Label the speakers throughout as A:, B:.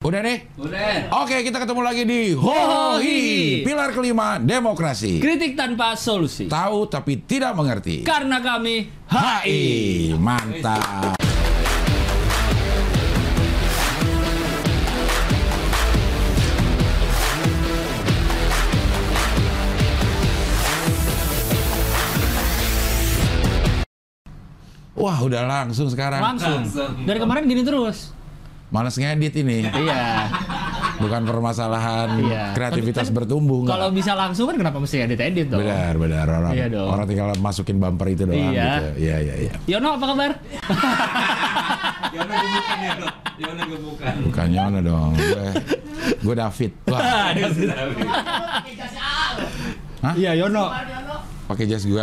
A: Udah nih?
B: Udah.
A: Oke, kita ketemu lagi di Hohi. Pilar kelima, demokrasi.
B: Kritik tanpa solusi.
A: Tahu tapi tidak mengerti.
B: Karena kami
A: HI, mantap. Wah, udah langsung sekarang.
B: langsung.
C: Langsung.
B: Dari kemarin gini terus.
A: Males ngedit ini.
B: Iya.
A: Bukan permasalahan
B: Iya.
A: kreativitas
B: Kan- kan
A: bertumbuh. nggak?
B: Kalau bisa langsung kan kenapa mesti edit-edit dong?
A: Benar, benar. Orang,
B: Iya dong.
A: orang tinggal masukin bumper itu doang
B: Iya.
A: gitu. Iya, iya, iya.
B: Yono apa kabar?
C: Yona gemukan ya dok. Yona gemukan.
A: Bukan Yono dong. Gue, gue David. Wah, Hah?
B: Iya Yono.
A: pakai jas gue.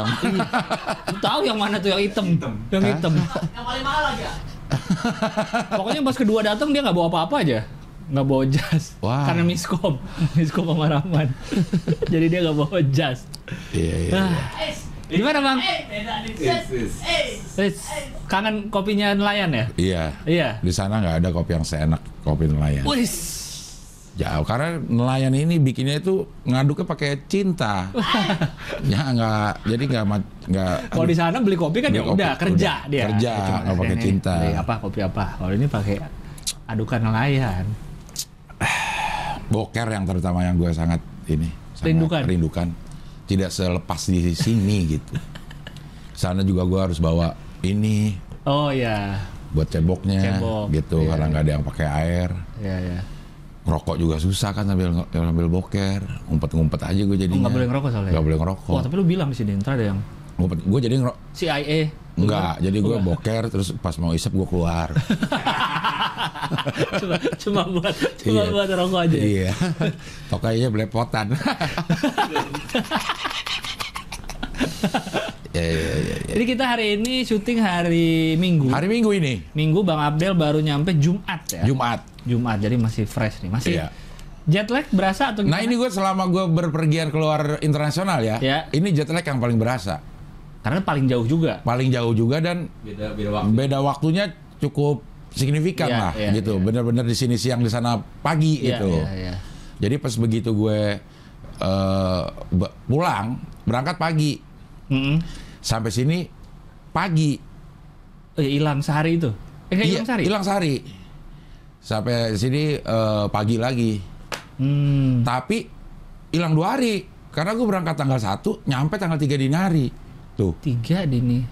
B: Lu tahu yang mana tuh yang hitam?
C: Hitam.
B: Yang
A: Hah?
B: hitam.
D: yang paling mahal aja
B: Pokoknya pas kedua datang dia nggak bawa apa-apa aja. Nggak bawa jas.
A: Wah.
B: Karena miskom. Miskom sama Rahman. Jadi dia nggak bawa jas.
A: iya, iya.
B: Ah.
A: iya.
D: eh
B: Gimana bang?
D: eh beda nih
C: Yes, yes.
D: eh
B: Eh, Kangen kopinya nelayan ya?
A: Iya.
B: Iya.
A: Di sana nggak ada kopi yang seenak kopi nelayan.
B: Wis.
A: Jauh karena nelayan ini bikinnya itu ngaduknya pakai cinta. ya nggak, jadi nggak ma- nggak.
B: Kalau di sana beli kopi kan
A: Beli
B: ya udah
A: kopi,
B: kerja
A: udah.
B: dia.
A: Kerja,
B: Cuma
A: nggak pakai
B: ini,
A: cinta.
B: Beli apa kopi apa? Kalau ini pakai adukan nelayan.
A: boker yang terutama yang gue sangat ini sangat
B: Rindukan.
A: rindukan tidak selepas di sini gitu sana juga gue harus bawa ini
B: Oh ya,
A: buat ceboknya
B: Cebok,
A: gitu
B: iya.
A: karena nggak ada yang pakai air
B: ya ya.
A: rokok juga susah kan sambil sambil boker ngumpet-ngumpet aja gue jadinya
B: Oh, nggak boleh ngerokok soalnya?
A: nggak boleh
B: Wah
A: ngerokok
B: Oh, tapi lu bilang di sini ntar ada yang
A: Ngumpet- gue jadi ngerokok
B: CIA.
A: Enggak, jadi gue
B: Wah.
A: boker terus pas mau isep gue keluar.
B: cuma cuma buat cuma
A: Iya.
B: buat rokok aja.
A: iya. Tokainya belepotan. ya, ya, ya, ya.
B: Jadi kita hari ini syuting hari Minggu.
A: Hari Minggu ini
B: Minggu Bang Abdel baru nyampe Jumat ya.
A: Jumat.
B: Jumat jadi masih fresh nih masih.
A: Iya.
B: Jet lag berasa atau
A: Nah
B: gimana?
A: ini gue selama gue berpergian keluar internasional ya,
B: Ya.
A: ini jet lag yang paling berasa,
B: Karena paling jauh juga.
A: paling jauh juga dan
C: Beda beda waktu.
A: beda waktunya cukup signifikan
B: Iya,
A: lah
B: iya,
A: gitu.
B: iya.
A: Bener-bener di sini siang di sana pagi
B: Iya,
A: gitu.
B: iya, iya.
A: Jadi pas begitu gue eh, be- pulang berangkat pagi
B: Mm-mm.
A: sampai sini pagi
B: Oh, ya, hilang sehari itu. Eh, nggak
A: Iya,
B: hilang sehari.
A: hilang sehari sampai sini eh, pagi lagi.
B: Hmm.
A: Tapi hilang dua hari karena gue berangkat tanggal 1 nyampe tanggal 3 dini hari. Tuh,
B: Tiga dini.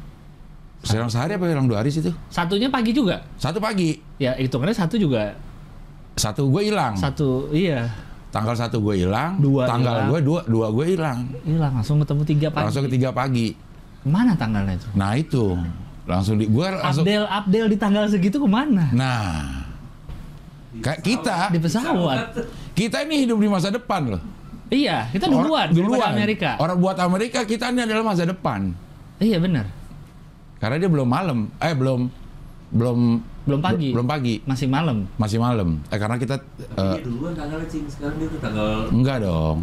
A: hilang sehari apa hilang dua hari situ?
B: Satunya pagi juga.
A: Satu pagi,
B: Ya hitungannya satu juga.
A: satu gue hilang.
B: Satu iya.
A: Tanggal satu gue hilang,
B: Dua
A: tanggal
B: hilang.
A: gue dua, dua gue hilang.
B: Hilang langsung ketemu tiga pagi.
A: Langsung ketiga pagi.
B: Mana tanggalnya itu?
A: Nah itu, langsung di gue langsung.
B: Abdel Abdel di tanggal segitu kemana?
A: Nah, kayak kita,
B: Di pesawat.
A: kita ini hidup di masa depan loh.
B: Iya, kita
A: Orang-
B: duluan, duluan. Amerika.
A: Orang buat Amerika kita ini adalah masa depan.
B: Iya benar.
A: Karena dia belum malam, eh belum belum
B: Belum pagi.
A: belum pagi
B: Masih malam.
A: masih malam. Eh karena kita
C: Tapi
A: eh,
C: dia duluan tanggalnya cing sekarang dia tuh tanggal
A: enggak dong.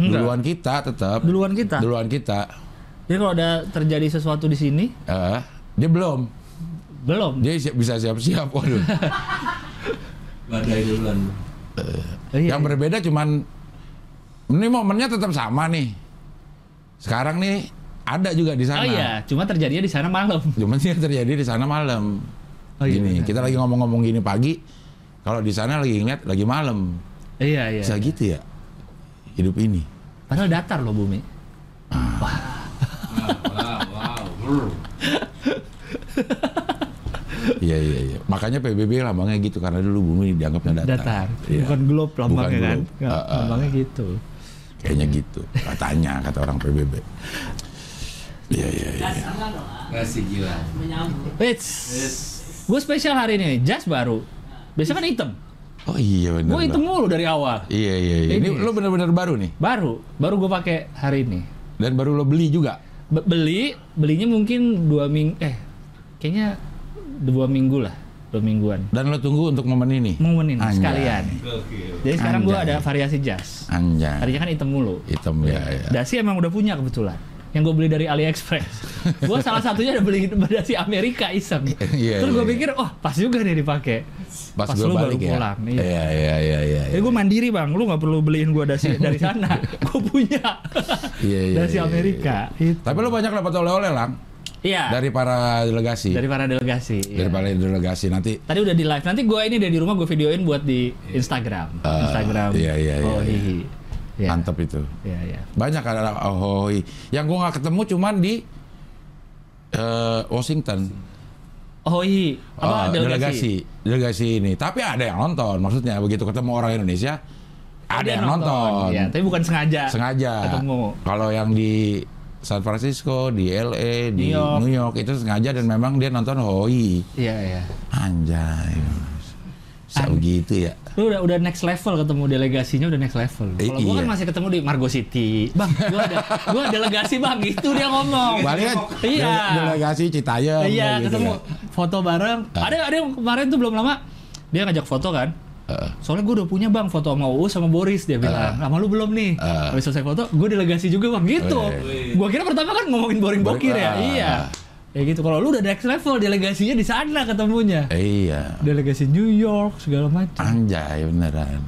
B: Enggak.
A: Duluan kita tetap.
B: Duluan kita.
A: Duluan kita.
B: Jadi kalau ada terjadi sesuatu di sini,
A: Eh, dia belum.
B: belum.
A: Dia siap- bisa siap-siap. Waduh.
C: badai duluan.
B: Iya.
A: Yang berbeda cuman ini momennya tetap sama nih. Sekarang nih ada juga di sana.
B: Oh iya, cuma terjadinya di sana malam.
A: Cuman sih yang terjadi di sana malam.
B: Oh iya,
A: gini,
B: benar.
A: kita lagi ngomong-ngomong gini pagi. Kalau di sana lagi ngeliat lagi malam.
B: Iya, iya.
A: Bisa gitu ya hidup ini.
B: Padahal datar loh bumi.
C: Wow wow Ah, wow. Brr.
A: Iya iya iya. Makanya PBB lambangnya gitu karena dulu bumi dianggapnya datar.
B: Datar.
A: Iya.
B: Bukan globe lambangnya
A: Bukan
B: kan.
A: globe.
B: Nggak,
A: Ah, ah.
B: Lambangnya gitu.
A: Kayaknya gitu. Katanya kata orang PBB. Iya iya iya.
D: enggak dong ah.
C: Kasih gila.
D: menyambut
B: Wits. Gue spesial hari ini, jas baru. Biasanya kan hitam.
A: Oh iya benar.
B: Gue hitam mulu dari awal.
A: Iya iya iya. Ini
B: Ini.
A: lo benar-benar baru nih
B: Baru, baru gue pakai hari ini.
A: dan baru lo beli juga.
B: Be- beli, belinya mungkin dua minggu, eh, kayaknya dua minggu lah, dua mingguan.
A: Dan lo tunggu untuk momen ini.
B: Momen ini
A: Anjay.
B: sekalian.
C: Gokil.
B: Jadi sekarang gue
A: Anjay.
B: ada variasi jas.
A: Anjay.
B: Tadinya kan hitam mulu.
A: Hitam ya. ya.
B: Dasi emang udah punya kebetulan. yang gue beli dari AliExpress. gue salah satunya ada beli berasi Amerika iseng.
A: Iya,
B: Terus gue
A: iya.
B: pikir, oh pas juga nih dipakai.
A: Pas,
B: Pas
A: gue
B: lu baru
A: balik ya.
B: pulang, iya.
A: Iya iya iya iya. iya.
B: Jadi gue Eh, mandiri bang, lu nggak perlu beliin gue dasi dari sana, gue punya
A: Iya, iya,
B: dasi
A: iya, iya.
B: Amerika. Itu.
A: Tapi lu banyak dapat oleh-oleh lang
B: Iya. Dari,
A: dari para delegasi. Dari,
B: para delegasi. iya.
A: para delegasi nanti
B: Tadi udah di live. Nanti gue ini dari rumah gue videoin buat di Instagram.
A: Ah,
B: Instagram.
A: iya, iya, iya,
B: Oh
A: iya.
B: hihi. Iya.
A: mantep itu.
B: Iya iya.
A: Banyak ada oh, hoi. Yang gua nggak ketemu cuman di eh, Washington.
B: Oh hihi.
A: Eh,
B: Apa delegasi?
A: delegasi delegasi ini. Tapi ada yang nonton. Maksudnya begitu ketemu orang Indonesia ada, yang nonton.
B: Oh, Iya, tapi bukan sengaja.
A: sengaja.
B: Ketemu.
A: Kalau yang di San Francisco, di LA, di
B: New York.
A: New York itu sengaja dan memang dia nonton hoi.
B: Iya iya.
A: Anjay. Bisa begitu ya.
B: Lu udah udah next level ketemu delegasinya udah next level. Kalau
A: Eh,
B: gua kan
A: iya.
B: masih ketemu di Margo City. Bang, gua ada gua delegasi Bang, gitu dia ngomong.
A: Balik kan?
B: Iya.
A: delegasi Citayam.
B: Iya,
A: gitu
B: ketemu
A: kan.
B: foto bareng.
A: Ah.
B: Ada ada yang kemarin tuh belum lama dia ngajak foto kan.
A: Heeh.
B: Soalnya gue udah punya bang foto sama Uus sama Boris dia bilang. Sama lu belum nih.
A: Ah.
B: Habis selesai foto, gue delegasi juga bang gitu.
A: Wih.
B: Gue kira pertama kan ngomongin boring
A: Boring,
B: bokir ya.
A: ah.
B: Iya. Ya gitu. Kalau lu udah next level delegasinya di sana ketemunya.
A: Iya.
B: Delegasi New York segala macam.
A: Ah. Anjay beneran.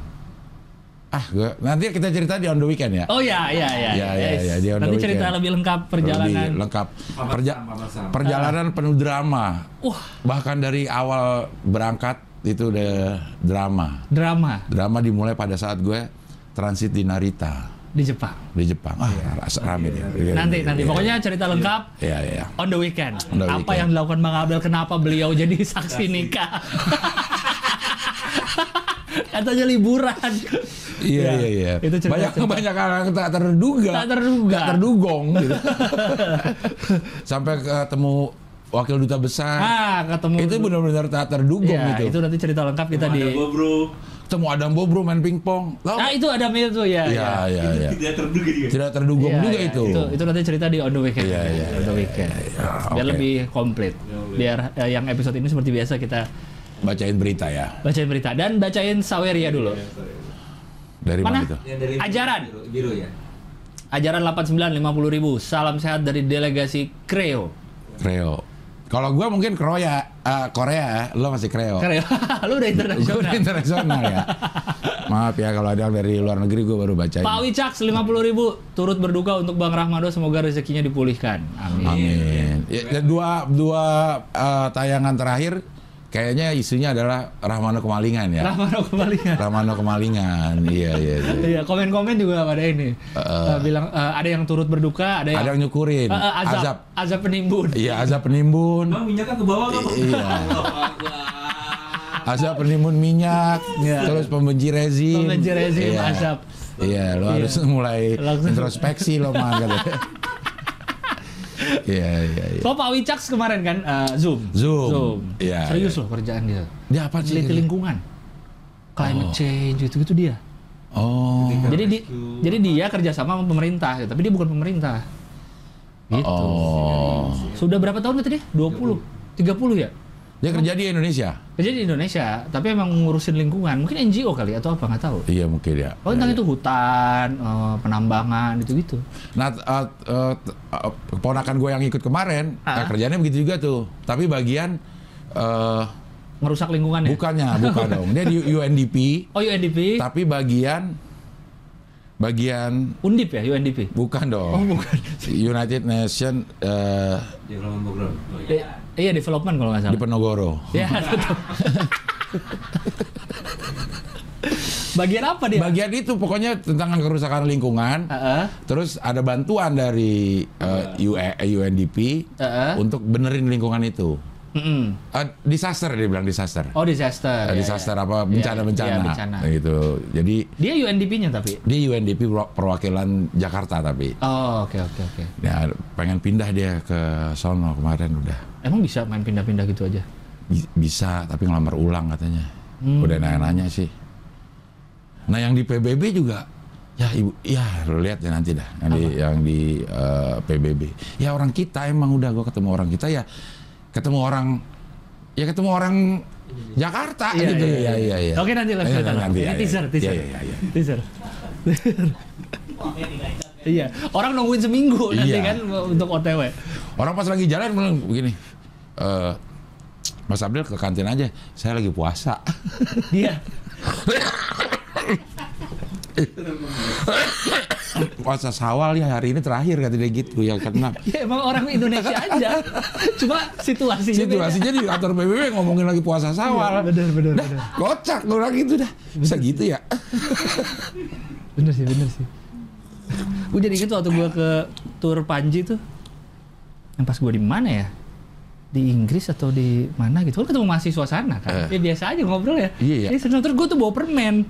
A: Ah, gua, nanti kita cerita di on the weekend ya.
B: Oh ya, ya, ya.
A: Iya, iya,
B: Yes.
A: iya, dia on the
B: Nanti cerita
A: weekend.
B: lebih lengkap perjalanan.
A: Lebih lengkap.
C: Paman
A: Perja-
C: Sam, Paman Sam.
A: perjalanan penuh drama.
B: Wah,
A: Bahkan dari awal berangkat itu udah drama.
B: drama
A: Drama dimulai pada saat gue transit di Narita
B: di Jepang.
A: di Jepang. Ah, rasa rame deh.
B: Iya. Nanti,
A: Iya,
B: nanti.
A: iya.
B: Pokoknya cerita lengkap.
A: Iya, iya.
B: On the weekend.
A: On the
B: Apa
A: weekend.
B: yang dilakukan Bang Abdul? Kenapa beliau jadi saksi nikah? Katanya liburan.
A: Iya,
B: Ya,
A: iya, iya.
B: itu cerita-
A: banyak
B: cerita.
A: banyak hal yang tak terduga.
B: Tak terduga.
A: Tak terdugong gitu. Sampai ketemu wakil duta besar.
B: Ah, ketemu.
A: Nah, itu gitu. benar-benar tak terdugong
B: Iya,
A: itu.
B: itu nanti cerita lengkap kita
C: Ada
B: di.
C: gua, bro.
A: Ketemu Adam Bobro main pingpong. Tahu?
B: Ah, itu ada itu ya.
A: Iya, iya, iya.
C: Tidak terduga dia.
A: Tidak terdugong
B: Iya,
A: juga
B: iya.
A: itu.
B: itu. Itu nanti cerita di on the weekend.
A: Iya, iya, Ah,
B: on the weekend. Biar
A: Oke.
B: lebih komplit.
C: boleh.
B: Biar eh, yang episode ini seperti biasa kita
A: Bacain berita ya.
B: bacain berita dan bacain Saweria dulu.
A: Dari mana,
B: Mana?
A: itu?
C: Yang dari
B: Ajaran.
C: Biru, biru ya.
B: Ajaran 89 ribu. Salam sehat dari delegasi Kreo.
A: Kreo. Kalau gua mungkin Kroya, eh, Korea, lo masih Kreo.
B: Kreo. Lu udah
A: Gue
B: internasional.
A: Oh. udah internasional ya. Maaf ya kalau ada yang dari luar negeri gue baru bacain.
B: Pak Wicaks 50 ribu turut berduka untuk Bang Rahmado semoga rezekinya dipulihkan. Amin.
A: Amin. Ya, dan dua dua eh, tayangan terakhir kayaknya isunya adalah Rahmano kemalingan ya.
B: Rahmado kembali ya.
A: Rahmano kemalingan. iya iya. iya.
B: Iya, komen-komen juga pada ini. Eh, bilang eh, ada yang turut berduka, ada yang,
A: Ada yang nyukurin.
B: Eh, eh, azab, azab,
A: azab.
B: penimbun.
A: Iya azab penimbun.
C: Bang minyaknya kan ke bawah nggak, Bang?
A: Iya.
C: Wah, wah.
A: Azab penimbun minyak.
B: Iya.
A: Terus pembenci rezim.
B: Pembenci rezim,
A: Iya.
B: azab.
A: Iya lo
B: Iya.
A: harus mulai
B: Langsung.
A: introspeksi lo mah. gitu. Iya iya iya.
B: So Pak Wicaks kemarin kan eh, Zoom.
A: Zoom. Iya,
B: Serius
A: iya.
B: loh kerjaan dia.
A: Dia apa sih?
B: Meneliti lingkungan. Climate change gitu-gitu dia.
A: Oh.
B: Jadi kan- di,
C: Rescue.
B: jadi dia kerjasama sama pemerintah, gitu. tapi dia bukan pemerintah. Gitu.
A: Oh.
B: Sudah berapa tahun kata dia? 20, 30 ya?
A: Dia kerja di Indonesia.
B: Kerja di Indonesia, tapi emang ngurusin lingkungan. Mungkin NGO kali atau apa nggak tahu.
A: Iya mungkin ya.
B: Oh tentang itu hutan, eh, penambangan, gitu-gitu.
A: Nah, t- uh, t- uh, t- uh, keponakan gue yang ikut kemarin, nah,
B: Ah.
A: kerjanya begitu juga tuh. Tapi bagian eh
B: Merusak lingkungan ya?
A: bukannya, bukan dong. Dia di UNDP,
B: Oh UNDP?
A: tapi bagian bagian
B: Undip ya UNDP?
A: bukan dong.
B: Oh bukan.
A: United Nation eh,
C: Development program. Oh, iya.
B: De- iya development kalau nggak
A: di
B: salah.
A: Penogoro.
B: ya betul. Bagian apa dia?
A: Bagian itu pokoknya tentang kerusakan lingkungan.
B: Heeh.
A: Terus ada bantuan dari eh,
B: Ah.
A: UE UNDP
B: Heeh.
A: untuk benerin lingkungan itu.
B: Mm-mm.
A: Eh, disaster dia bilang disaster.
B: Oh disaster.
A: Eh,
B: ya,
A: disaster
B: ya.
A: apa
B: Iya,
A: bencana-bencana
B: iya, bencana.
A: gitu. Jadi
B: Dia UNDP-nya tapi.
A: dia UNDP perwa- perwakilan Jakarta tapi
B: Oh oke oke oke.
A: ya pengen pindah dia ke sono kemarin udah
B: Emang bisa main pindah-pindah gitu aja?
A: Bi- bisa tapi ngelamar ulang katanya.
B: Hmm.
A: Udah nanya-nanya sih. Nah yang di PBB juga ya ibu ya lu lihat ya nanti dah yang di yang di eh, PBB. Ya orang kita emang udah gua ketemu orang kita ya ketemu orang ya ketemu orang Jakarta
B: Iya,
A: gitu
B: iya,
A: ya ya ya.
B: Oke nanti lah
A: Iya,
B: cerita lah.
A: nanti,
B: Ini
A: ya, ya.
B: teaser
A: Iya,
B: teaser
A: iya, iya, iya.
B: teaser.
D: Oke, tiga jam ya.
B: Iya, orang nungguin seminggu nanti
A: Iya.
B: kan untuk OTW.
A: Orang pas lagi jalan bilang begini, "Eh, Mas Abdul ke kantin aja, saya lagi puasa.
B: Iya.
A: puasa sawal ya hari ini terakhir kata dia gitu ya karena
B: Ya emang orang Indonesia aja. Cuma situasinya. Iya, beda. Iya,
A: situasinya di kantor PBB ngomongin lagi puasa sawal.
B: Bener bener bener.
A: Kocak lu orang itu dah. Bisa gitu ya.
B: Bener sih bener sih. gue jadi inget waktu gue ke tour Panji tuh, yang pas gue di mana ya? di Inggris atau di mana gitu kan ketemu mahasiswa sana kan
A: Eh.
B: ya biasa aja ngobrol ya
A: Iya, iya.
B: Jadi seneng. terus gue tuh bawa permen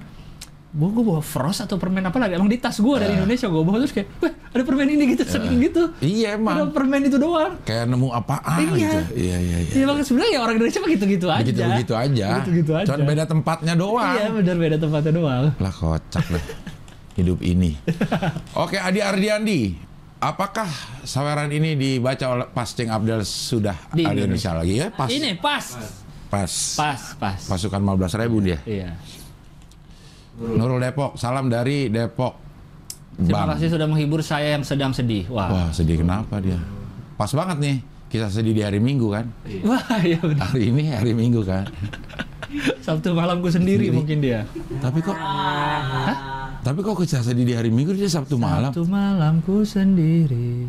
B: gue gue bawa frost atau permen apa lagi emang di tas gue
A: Eh.
B: dari Indonesia gue bawa terus kayak wah ada permen ini gitu seneng gitu
A: Iya
B: ada
A: emang.
B: permen itu doang
A: Kayak nemu apaan
B: Iya.
A: gitu. Iya iya iya.
B: Ya, emang sebenarnya ya orang Indonesia mah gitu-gitu aja.
A: Begitu begitu aja.
B: Begitu-gitu aja.
A: Cuman beda tempatnya doang.
B: Iya, benar beda tempatnya doang.
A: Lah kocak lah hidup ini. Oke Adi Ardiandi, apakah saweran ini dibaca oleh Pascing Abdel sudah
B: Di
A: ada Indonesia lagi ya? Pas,
B: Ini pas.
A: pas,
B: Pas, pas.
A: pasukan 15 ribu dia.
B: Iya.
A: Nurul Depok, salam dari Depok.
B: Terima
A: Bang.
B: kasih sudah menghibur saya yang sedang sedih.
A: Wah
B: Wah.
A: sedih kenapa dia? Pas banget nih kisah sedih di hari Minggu kan?
B: Wah, iya benar.
A: Hari ini hari Minggu kan?
B: Sabtu malamku sendiri
A: Sendiri.
B: mungkin dia.
A: tapi kok, tapi kok kisah sedih di hari Minggu dia Sabtu malam?
B: Sabtu malamku sendiri.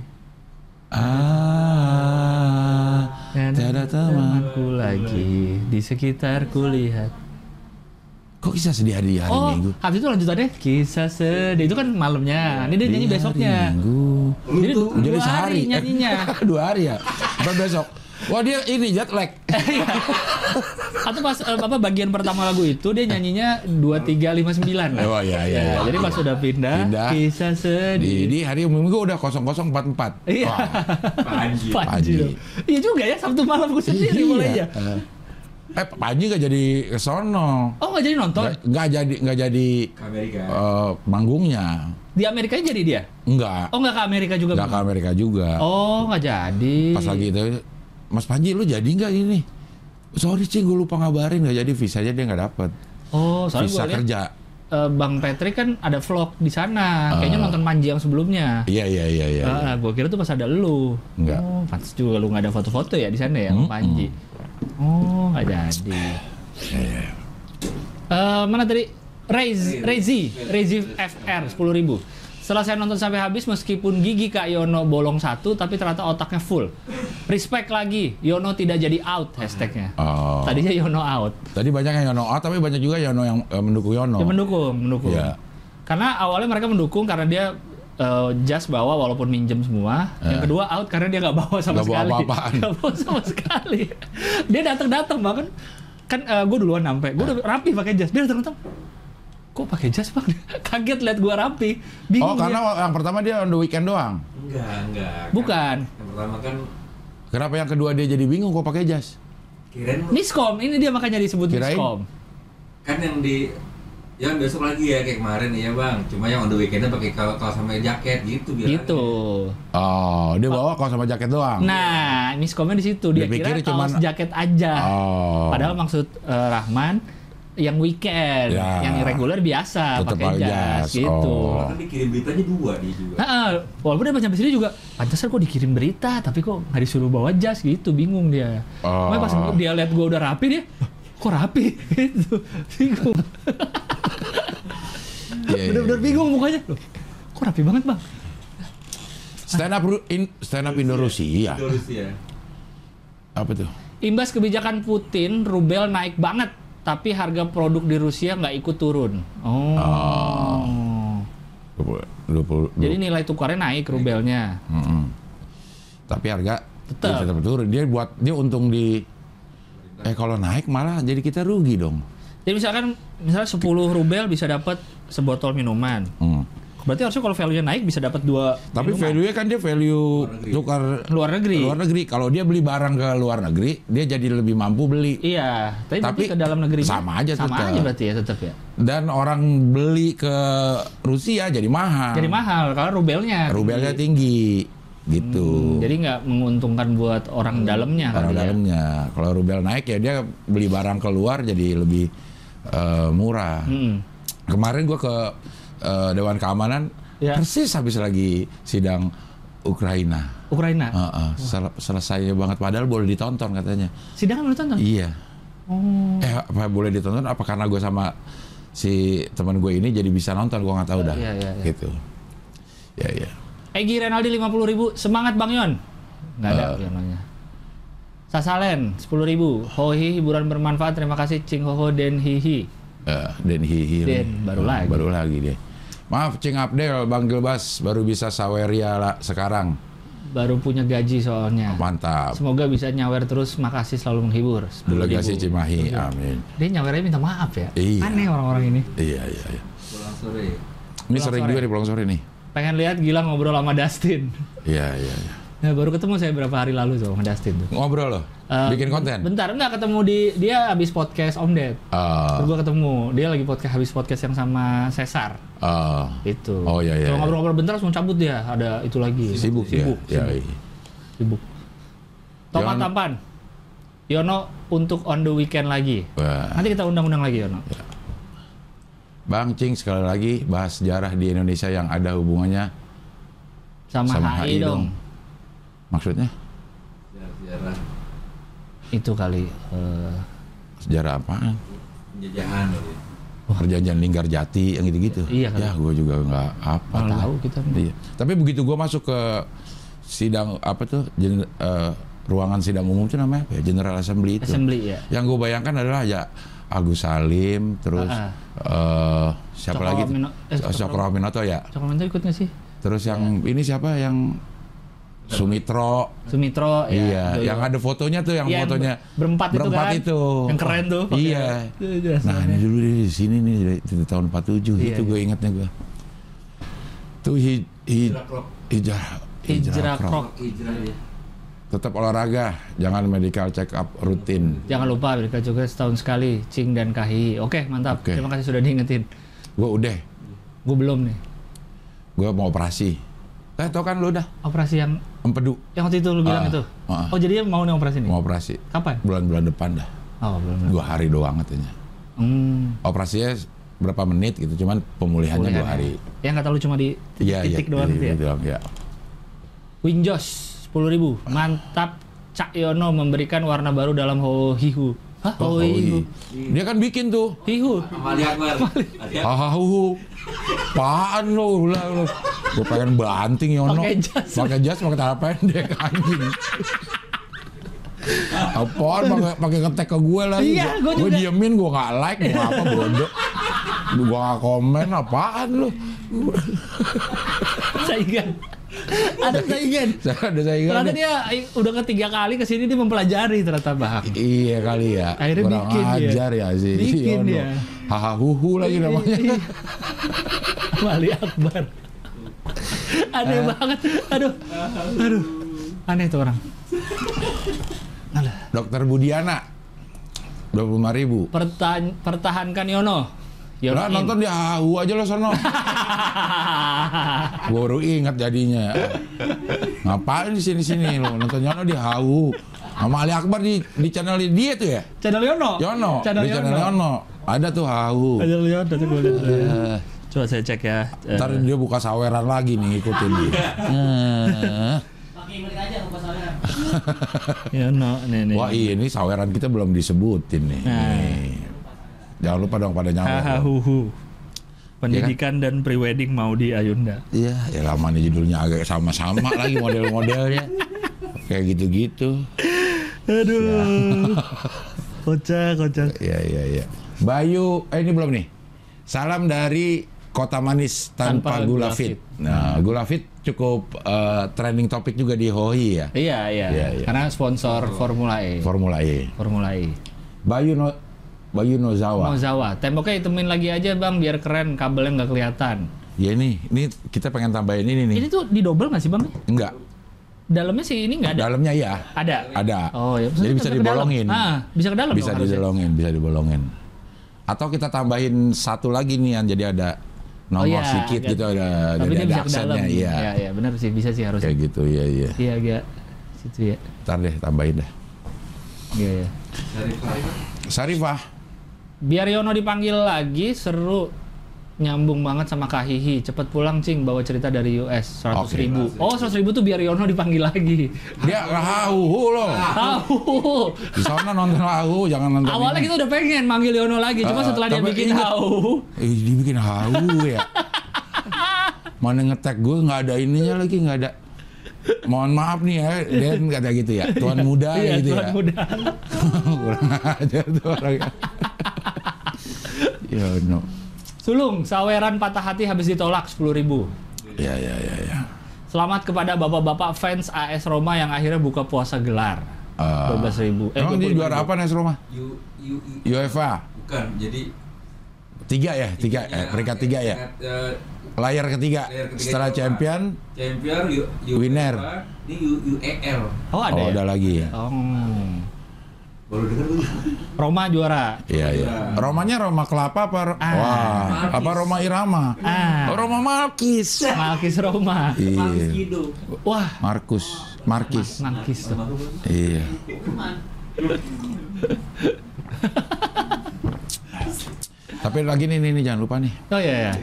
A: Ah,
B: Dan
A: tiada teman.
B: temanku lagi di sekitarku lihat.
A: Kok kisah sedih di hari
B: oh,
A: Minggu?
B: habis itu lanjutannya kisah sedih itu kan malamnya. Ini dia
A: Di
B: nyanyi
A: hari
B: besoknya.
A: Minggu.
B: Jadi dua,
A: Jadi
B: dua
A: sehari.
B: hari
A: Eh,
B: nyanyinya.
A: dua hari ya. Bukan besok. Wah dia ini jet lag.
B: Iya. Atau pas eh, apa bagian pertama lagu itu dia nyanyinya 2359.
A: Oh, iya, iya,
B: Ya,
A: iya.
B: Jadi pas sudah pindah,
A: Pindah.
B: kisah
A: Di,
B: sedih.
A: di hari Minggu udah 0044.
B: Iya.
A: Wah, Panji.
C: Panji.
B: Panji. Iya juga ya Sabtu malam gue sendiri
A: iya.
B: mulainya.
A: Eh, Eh, Panji gak jadi ke sono.
B: Oh nggak jadi nonton
A: Nggak- Nggak jadi nggak jadi
C: Ke Amerika.
A: eh, manggungnya.
B: di Amerika jadi dia.
A: Enggak.
B: Oh nggak ke Amerika juga.
A: Enggak ke
B: Bang?
A: Amerika juga.
B: Oh nggak jadi.
A: Pas lagi itu, Mas Panji lu jadi nggak ini? Sorry cing, gue lupa ngabarin nggak jadi visanya dia nggak dapet.
B: Oh soalnya
A: Visa
B: gue lihat
A: kerja.
B: eh, Bang Patrick kan ada vlog di sana. Kayaknya
A: Ah.
B: nonton Panji yang sebelumnya.
A: Iya iya iya iya. iya.
B: Ah, gue kira tuh pas ada lu.
A: Enggak.
B: Oh, pantas juga lu nggak ada foto-foto ya di sana ya, sama
A: Mm-mm.
B: Panji. Oh, nggak jadi.
A: Iya,
B: Eh, mana tadi? Rez, Rezi, Rezi FR 10.000 ribu. Setelah saya nonton sampai habis, meskipun gigi Kak Yono bolong satu, tapi ternyata otaknya full. Respect lagi, Yono tidak jadi out hashtagnya.
A: Oh.
B: Tadinya Yono out.
A: Tadi banyak yang Yono A, tapi banyak juga Yono yang eh, mendukung Yono.
B: Ya mendukung, mendukung.
A: Iya.
B: Karena awalnya mereka mendukung karena dia eh, just bawa walaupun minjem semua.
A: Eh.
B: Yang kedua out karena dia nggak bawa sama
A: Nggak bawa
B: sekali.
A: apa-apaan.
B: Nggak bawa sama sekali. Dia datang-datang bahkan kan gue duluan sampai, gue udah rapi pakai jas. Dia datang-datang. Kok pakai jas bang? Kaget lihat gue rapi.
A: Oh,
B: Bingung.
A: karena
B: dia.
A: yang pertama dia on the weekend doang.
C: Enggak, enggak. Kan-
B: bukan.
C: Yang pertama kan
A: Kenapa yang kedua dia jadi bingung kok pakai jas?
C: kirain
B: Miskom, ini dia makanya disebut
A: Kirain.
B: miskom.
C: kan yang di yang besok lagi ya kayak kemarin ya bang. Cuma yang on the weekendnya pakai kaos kaos sama jaket gitu biar.
B: Gitu.
A: Oh, dia bawa kaos sama jaket doang.
B: Nah, miskomnya di situ. Dia,
A: Dia pikir
B: kira
A: cuman-
B: kaos jaket aja.
A: Oh.
B: Padahal maksud eh, Rahman yang weekend,
A: Ya.
B: yang reguler biasa
A: Tetep
B: pakai
A: pakai
B: jas
A: jas,
B: gitu.
A: oh.
C: Kan dikirim beritanya dua dia juga.
B: Nah, eh, walaupun dia pas nyampe sini juga, pantesan kok dikirim berita, tapi kok nggak disuruh bawa jas gitu, bingung dia.
A: Oh.
B: Makanya pas dia lihat gua udah rapi dia, "Hah, kok rapi gitu, bingung.
A: Iya, iya,
B: Bener-bener
A: iya.
B: bingung mukanya. Loh, kok rapi banget bang?
A: Stand up Ru- in, stand up Indo Rusia.
C: Itu harus ya.
A: Apa tuh?
B: Imbas kebijakan Putin, rubel naik banget, tapi harga produk di Rusia nggak ikut turun. Oh.
A: Oh. Dua puluh.
B: Jadi nilai tukarnya naik rubelnya.
A: Tapi harga
B: Tetep.
A: dia tetap turun. Dia buat dia untung di eh kalau naik malah jadi kita rugi dong.
B: Jadi misalkan misalnya 10 rubel bisa dapat sebotol minuman.
A: Hmm.
B: Berarti harusnya kalau value-nya naik bisa dapat dua
A: Tapi
B: minuman.
A: value-nya kan dia value tukar
B: luar negeri.
A: luar negeri. Kalau dia beli barang ke luar negeri, dia jadi lebih mampu beli.
B: Iya, tapi, berarti
A: Tapi
B: ke dalam negeri
A: sama aja
B: sama
A: tetap.
B: aja berarti ya tetap ya.
A: Dan orang beli ke Rusia jadi mahal.
B: Jadi mahal kalau
A: Ah.
B: rubelnya.
A: Rubelnya tinggi gitu.
B: Hmm, Jadi nggak menguntungkan buat orang dalamnya
A: Hmm. orang
B: kali ya.
A: dalamnya. Kalau rubel naik ya dia beli barang keluar jadi lebih eh, murah.
B: Mm-mm.
A: Kemarin gua ke eh, Dewan Keamanan
B: Ya.
A: Persis habis lagi sidang Ukraina.
B: Ukraina.
A: Heeh, sel- selesainya banget padahal boleh ditonton katanya.
B: Sidang belum tonton?
A: Iya.
B: Oh.
A: Eh apa boleh ditonton? Apa karena gue sama si teman gue ini jadi bisa nonton? Gue nggak tahu dah.
B: Iya, iya, iya.
A: Gitu. Ya ya.
B: Egi Renaldi 50.000 semangat Bang Yon. Nggak ada
A: Eh.
B: Yononya. Sasalen 10.000 ribu. Hohi hiburan bermanfaat. Terima kasih Cing Hoho Den Hihi.
A: Eh, Den Hihi.
B: Den, baru lagi.
A: Baru lagi dia. Maaf Cing Abdel, Bang Gilbas baru bisa Saweria lah sekarang.
B: Baru punya gaji soalnya.
A: Oh, Mantap.
B: Semoga bisa nyawer terus. Makasih selalu menghibur. 10.000.
A: Delegasi Cimahi, amin.
B: Dia nyawernya minta maaf ya.
A: Iya.
B: Aneh orang-orang ini.
A: Iya iya. iya.
C: pulang sore ya,
A: Ini
B: Pulang
A: sering
B: sore.
A: juga nih pulang sore nih.
B: Pengen lihat gila ngobrol sama Dustin.
A: Iya iya. iya.
B: Nah, baru ketemu saya berapa hari lalu tuh sama Dustin tuh.
A: Ngobrol loh,
B: Eh,
A: bikin konten.
B: Bentar, enggak ketemu di dia habis podcast Om Ded.
A: Ah,
B: Terus gua ketemu, dia lagi podcast habis podcast yang sama Cesar
A: ah.
B: itu.
A: Oh, iya, iya,
B: Kalau
A: iya.
B: ngobrol-ngobrol bentar langsung cabut dia. Ada itu lagi.
A: sibuk, ya.
B: sibuk,
A: Ya,
B: sibuk,
A: iya.
B: sibuk. Tomat
A: Yono-
B: tampan. Yono untuk on the weekend lagi.
A: Wah.
B: Nanti kita undang-undang lagi Yono.
A: Bang Cing sekali lagi bahas sejarah di Indonesia yang ada hubungannya
B: Sama,
A: Sama
B: HI,
A: HI
B: dong.
A: dong. maksudnya
C: sejarah
B: Itu kali eh,
A: sejarah apaan?
C: penjajahan gitu.
A: Perjanjian Linggar Jati yang gitu-gitu.
B: Iya, kan?
A: Ya gue juga nggak apa
B: nggak
A: lah.
B: tahu kita.
A: Iya. Tapi begitu gue masuk ke sidang apa tuh jen- eh, ruangan sidang umum itu namanya apa ya? General Assembly itu.
B: Assembly ya.
A: Yang gue bayangkan adalah ya Agus Salim terus
B: Ah,
A: eh, siapa
B: Cokro
A: lagi?
B: Amino- eh, Iya.
A: Eh, Cokro Aminoto ya.
B: Cokro Minto ikut nggak sih?
A: Terus yang ini siapa yang Sumitro
B: Sumitro ya.
A: iya,
B: Dodo.
A: yang ada fotonya tuh, yang
B: Iya,
A: fotonya
B: berempat itu
A: berempat
B: kan.
A: itu.
B: Yang keren tuh, pakai-
A: Iya.
B: Itu jelas
A: Nah ini
B: banget.
A: dulu dia di sini nih dari- dari tahun 47
B: Iya,
A: itu
B: iya.
A: gue ingatnya gue. Tuh hij
C: hijrah krok
A: hijrah
B: Hijrah
A: krok.
B: Krok.
C: hijrah ya
A: Tetap olahraga, jangan medical check up rutin.
B: Jangan lupa mereka juga setahun sekali Cing dan Kahi. Oke, mantap.
A: Oke.
B: Terima kasih sudah diingetin.
A: Gue udah,
B: Gue belum nih.
A: gue mau operasi. Eh tau kan lu udah
B: Operasi yang
A: empedu
B: yang waktu itu lu
A: Ah,
B: bilang itu.
A: ah.
B: Oh, jadi dia mau nih operasi nih.
A: mau operasi
B: Kapan?
A: bulan-bulan depan dah.
B: Oh, belum. belum.
A: Dua hari doang katanya.
B: Hmm.
A: Operasinya berapa menit gitu, cuman pemulihannya dua
B: Pemulihan
A: hari.
B: Ya nggak tahu lu cuma di titik, titik doang
A: jadi
B: gitu ya.
A: gitu doang, ya.
B: Winjos 10.000
A: Ah.
B: Mantap. Cak Yono memberikan warna baru dalam Hohihu. Hah?
A: Oh,
B: Hohihu.
A: iya. Dia kan bikin tuh.
B: Hihu.
C: Amali Akbar Ali Akbar.
A: Hahaha. Apaan lo ulah lo. Gue pengen banting Yono.
B: Pakai jas.
A: Pakai jas pakai celana pendek anjing. Apaan pakai pakai ngetek ke gue lagi.
B: Iya, gua
A: Gue
B: juga.
A: diemin, gue nggak like, gue apa bodoh. Gue nggak komen apaan lo.
B: Saingan.
A: Iya,
B: Ada saingan.
A: Ada saingan.
B: Ternyata dia i- udah ketiga kali kesini dia mempelajari ternyata Bang.
A: Iya kali ya.
B: Akhirnya
A: Kurang
B: bikin dia.
A: ajar ya si si
B: Bikin
A: Yono.
B: dia.
A: Hahaha lagi namanya.
B: Iya. Wali Akbar.
A: Eh.
B: Aneh banget. Aduh. Aduh. Aneh tuh orang. Alah.
A: Dokter Budiana. 25 ribu.
B: Pertan- pertahankan Yono. Yono
A: Lah
B: in.
A: nonton di HHU aja lo sono. Gua baru ingat jadinya. Ngapain di sini-sini lo nonton Yono di HHU. Sama Ali Akbar di di channel dia tuh ya.
B: channel Yono.
A: Yono,
B: Oh, Channel
A: di
B: Yono.
A: channel Yono. Ada tuh HHU.
B: Channel Yono. tuh gua liat.
A: Eh,
B: Coba saya cek ya. Eh,
A: ntar dia buka saweran lagi nih ikutin dia. Eh,
D: Pakai balik aja ke pasar
B: Yono nih nih.
A: Wah ini saweran kita belum disebutin nih.
B: Nah.
A: Nih. Jangan lupa dong pada nyawa.
B: Hahaha. Pendidikan
A: Ya kan?
B: dan prewedding mau di Ayunda.
A: Iya, ya lamanya judulnya agak sama-sama lagi model-modelnya. Kayak gitu-gitu.
B: Aduh.
A: Ya.
B: kocak, kocak.
A: Iya iya iya. Bayu, eh ini belum nih. Salam dari Kota Manis tanpa, gula
B: Tanpa gula
A: fit.
B: fit.
A: Nah, gula fit cukup eh, trending topik juga di Hoi ya,
B: Iya, iya.
A: Iya, iya.
B: Karena sponsor Formula E.
A: Formula E.
B: Formula E.
A: Bayu no, Bayu Nozawa.
B: Mozawa. Temboknya itemin lagi aja, Bang, biar keren kabelnya nggak kelihatan.
A: Ya ini, ini kita pengen tambahin ini nih.
B: Ini tuh didobel nggak sih, Bang?
A: Enggak,
B: Dalamnya sih ini nggak ada.
A: dalamnya ya
B: Ada.
A: ada.
B: Oh, ya.
A: Jadi
B: Maksudnya
A: bisa
B: ke dalam.
A: dibolongin.
B: Ah, bisa ke dalam.
A: bisa
B: dong harusnya.
A: dibolongin, bisa dibolongin. Atau kita tambahin satu lagi nih yang jadi ada
B: Oh,
A: nongol
B: iya,
A: sedikit
B: agak-
A: gitu ada
B: Tapi
A: jadi
B: dia
A: ada
B: bisa ke dalam.
A: aksennya iya.
B: Iya, iya, benar sih, bisa sih harusnya.
A: Kayak gitu, iya iya.
B: Iya, agak situ ya.
A: Ntar deh tambahin dah.
B: Iya, iya.
C: Syarifah
A: Sarifah
B: Biar Yono dipanggil lagi seru. nyambung banget sama Kak Hihi. Cepet pulang cing bawa cerita dari US 100
A: Oke.
B: ribu. Oh 100 ribu tuh biar Yono dipanggil lagi.
A: Dia rahu loh.
B: Tahu.
A: Di sana nonton rahu, jangan nonton.
B: Awalnya gitu.
A: ini.
B: kita udah pengen manggil Yono lagi,
A: Eh,
B: cuma setelah dia
A: tapi
B: bikin
A: ingat-
B: tahu.
A: Eh, dibikin halu ya. Mana ngetek gue nggak ada ininya lagi nggak ada. Mohon maaf nih ya, Dan kata gitu ya, tuan muda
B: Iya,
A: gitu
B: tuan
A: ya.
B: muda.
A: Kurang ajar tuh orangnya. ya no.
B: Sulung, saweran patah hati habis ditolak 10.000 ribu.
A: Ya ya ya ya.
B: Selamat kepada bapak-bapak fans AS Roma yang akhirnya buka puasa gelar.
A: Eh,
B: 12.000 ribu.
A: Emang dia juara apa Nes Roma?
C: U, U, U,
A: UEFA
C: bukan jadi
A: tiga ya tiga eh, peringkat tiga ya
C: peringkat, eh,
A: layar ketiga
C: Layar ketiga
A: setelah
C: Eropa.
A: champion
C: champion U, U,
A: Winner.
C: ini U, E, UEL
B: Oh ada
A: oh
B: ya?
A: ada lagi ya
B: Oh.
C: baru dengar lu
B: Roma juara.
A: Iya iya. Romanya Roma kelapa apa Ro-
B: Ah,
A: wah
C: Malkis.
A: apa Roma irama?
B: Ah.
A: Oh, Roma Malkis.
B: Malkis Roma.
C: Marcus
A: Iya.
C: Kido
B: Wah,
A: Markus Markis.
B: nangkis tuh.
C: Baru-
A: Iya. Tapi lagi nih, nih, nih, jangan lupa nih.
B: Oh iya ya.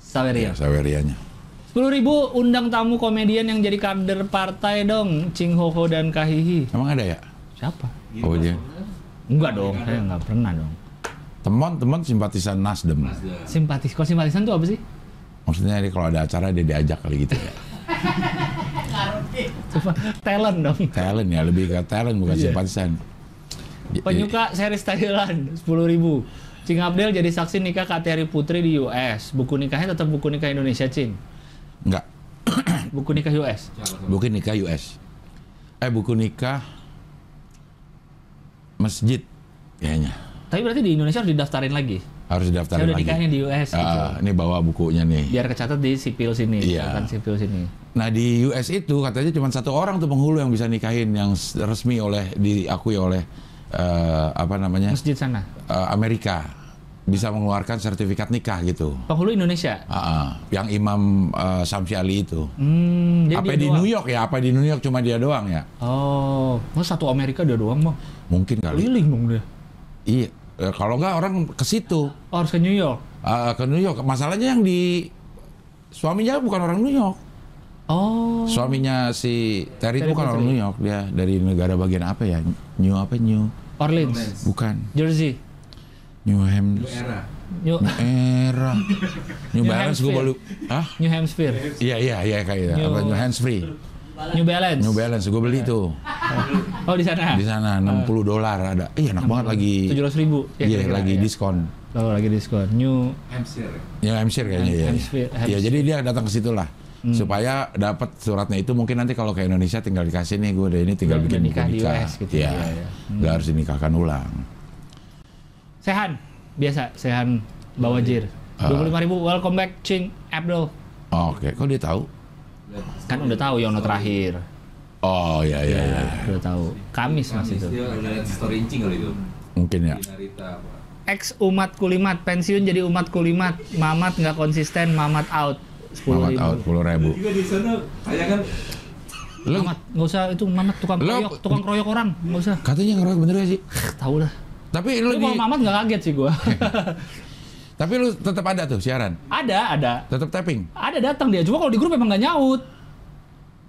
B: Saweria.
A: Iya, Sawerianya.
B: 10.000 undang tamu komedian yang jadi kader partai dong, Ching Ho Ho dan Kahihi.
A: Emang ada ya?
B: Siapa?
A: Oh iya.
C: Gitu,
B: Enggak dong, saya nggak pernah dong.
A: Teman-teman simpatisan Nasdem.
C: Mazda.
B: Simpatis, kok simpatisan tuh apa sih?
A: Maksudnya dia kalau ada acara dia diajak kali gitu ya.
B: Coba talent dong.
A: Talent ya, lebih ke talent bukan
B: Iya.
A: simpatisan. Y-
B: Penyuka series Thailand 10.000. Cing Abdel jadi saksi nikah Kateri Putri di US. Buku nikahnya tetap buku nikah Indonesia, Cing.
A: Enggak.
B: Buku nikah US.
C: Siapa tuh?
A: Buku nikah US. Eh buku nikah masjid kayaknya.
B: Tapi berarti di Indonesia harus didaftarin lagi.
A: Harus
B: Saya
A: daftarin
B: udah
A: lagi.
B: nikahnya di US gitu.
A: Ah, ini bawa bukunya nih.
B: Biar kecatat di sipil sini,
A: Iya.
B: catatan sipil sini.
A: Nah di US itu katanya cuma satu orang tuh penghulu yang bisa nikahin yang s- resmi oleh diakui oleh eh, apa namanya
B: Masjid sana.
A: eh, Amerika bisa mengeluarkan sertifikat nikah gitu.
B: Penghulu Indonesia.
A: Ah, ah. yang Imam eh, Samsi Ali itu.
B: Hmm, dia
A: apa
B: dia
A: di
B: doang.
A: New York ya? Apa di New York cuma dia doang ya?
B: Oh, masa satu Amerika dia doang, Bang.
A: Mungkin kali.
B: Keliling dong dia.
A: Iya. Eh, kalau nggak orang ke situ
B: Oh, harus ke New York.
A: Ah, ke New York. Masalahnya yang di suaminya bukan orang New York.
B: Oh.
A: Suaminya si Terry
B: Terry
A: itu bukan
B: Putri.
A: orang New York. Dia dari negara bagian apa ya? New apa New?
B: Orleans.
A: Bukan.
B: Jersey.
A: New Ham.
C: Lu era
B: New,
A: New Era. New
B: New
A: Balance gue baru.
B: Hampshire.
A: Hah?
B: New Hampshire.
A: Iya iya iya kayak
B: New-
A: apa New Hands Free.
B: New Balance.
A: New Balance gue beli tuh.
B: Oh, di sana.
A: Di sana 60 dolar ada. Iya enak banget lagi.
B: 17 ribu. Ya,
A: Iya lagi diskon.
B: Kalau Oh, lagi diskon. New
C: Hampshire
A: New Hampshire kayaknya
B: Ham-
A: ya.
B: Hampshire-
A: Iya
B: Hampshire.
A: jadi dia datang ke situ lah.
B: Hmm.
A: supaya dapat suratnya itu mungkin nanti kalau ke Indonesia tinggal dikasih nih gue udah ini tinggal
B: Udah-
A: bikin
B: udah
A: buku
B: nikah di
A: nikah,
B: US gitu.
A: Iya.
B: Iya, iya.
A: nggak harus dinikahkan ulang.
B: Sehan. Biasa, Sehan Bawajir.
A: Ah.
B: 25 ribu. Welcome back, Ching Abdul.
A: Oh, Oke, kok dia tahu?
B: Kan udah tahu Yono terakhir.
A: Oh iya iya iya.
B: Udah tahu. Kamis masih itu.
C: Dia ada lihat story incing kali itu
A: Mungkin ya.
C: Di Narita apa
B: Ex umat kulimat, pensiun jadi umat kulimat. Mamat nggak konsisten, mamat out. 10
A: Mamat
B: ribu.
A: out 10 ribu.
C: juga di sana kayak kan
A: Lu
B: Mamat, nggak usah itu Mamat tukang
A: Lu-
B: kroyok, tukang kroyok orang, nggak usah.
A: katanya ngeroyok bener gak sih?
B: Tahu lah.
A: Tapi lu
B: Tapi
A: di,
B: kalau Mamat nggak kaget sih gua.
A: tapi lu tetap ada tuh siaran,
B: ada, ada,
A: tetap tapping.
B: ada datang dia. Cuma kalau di grup emang nggak nyaut.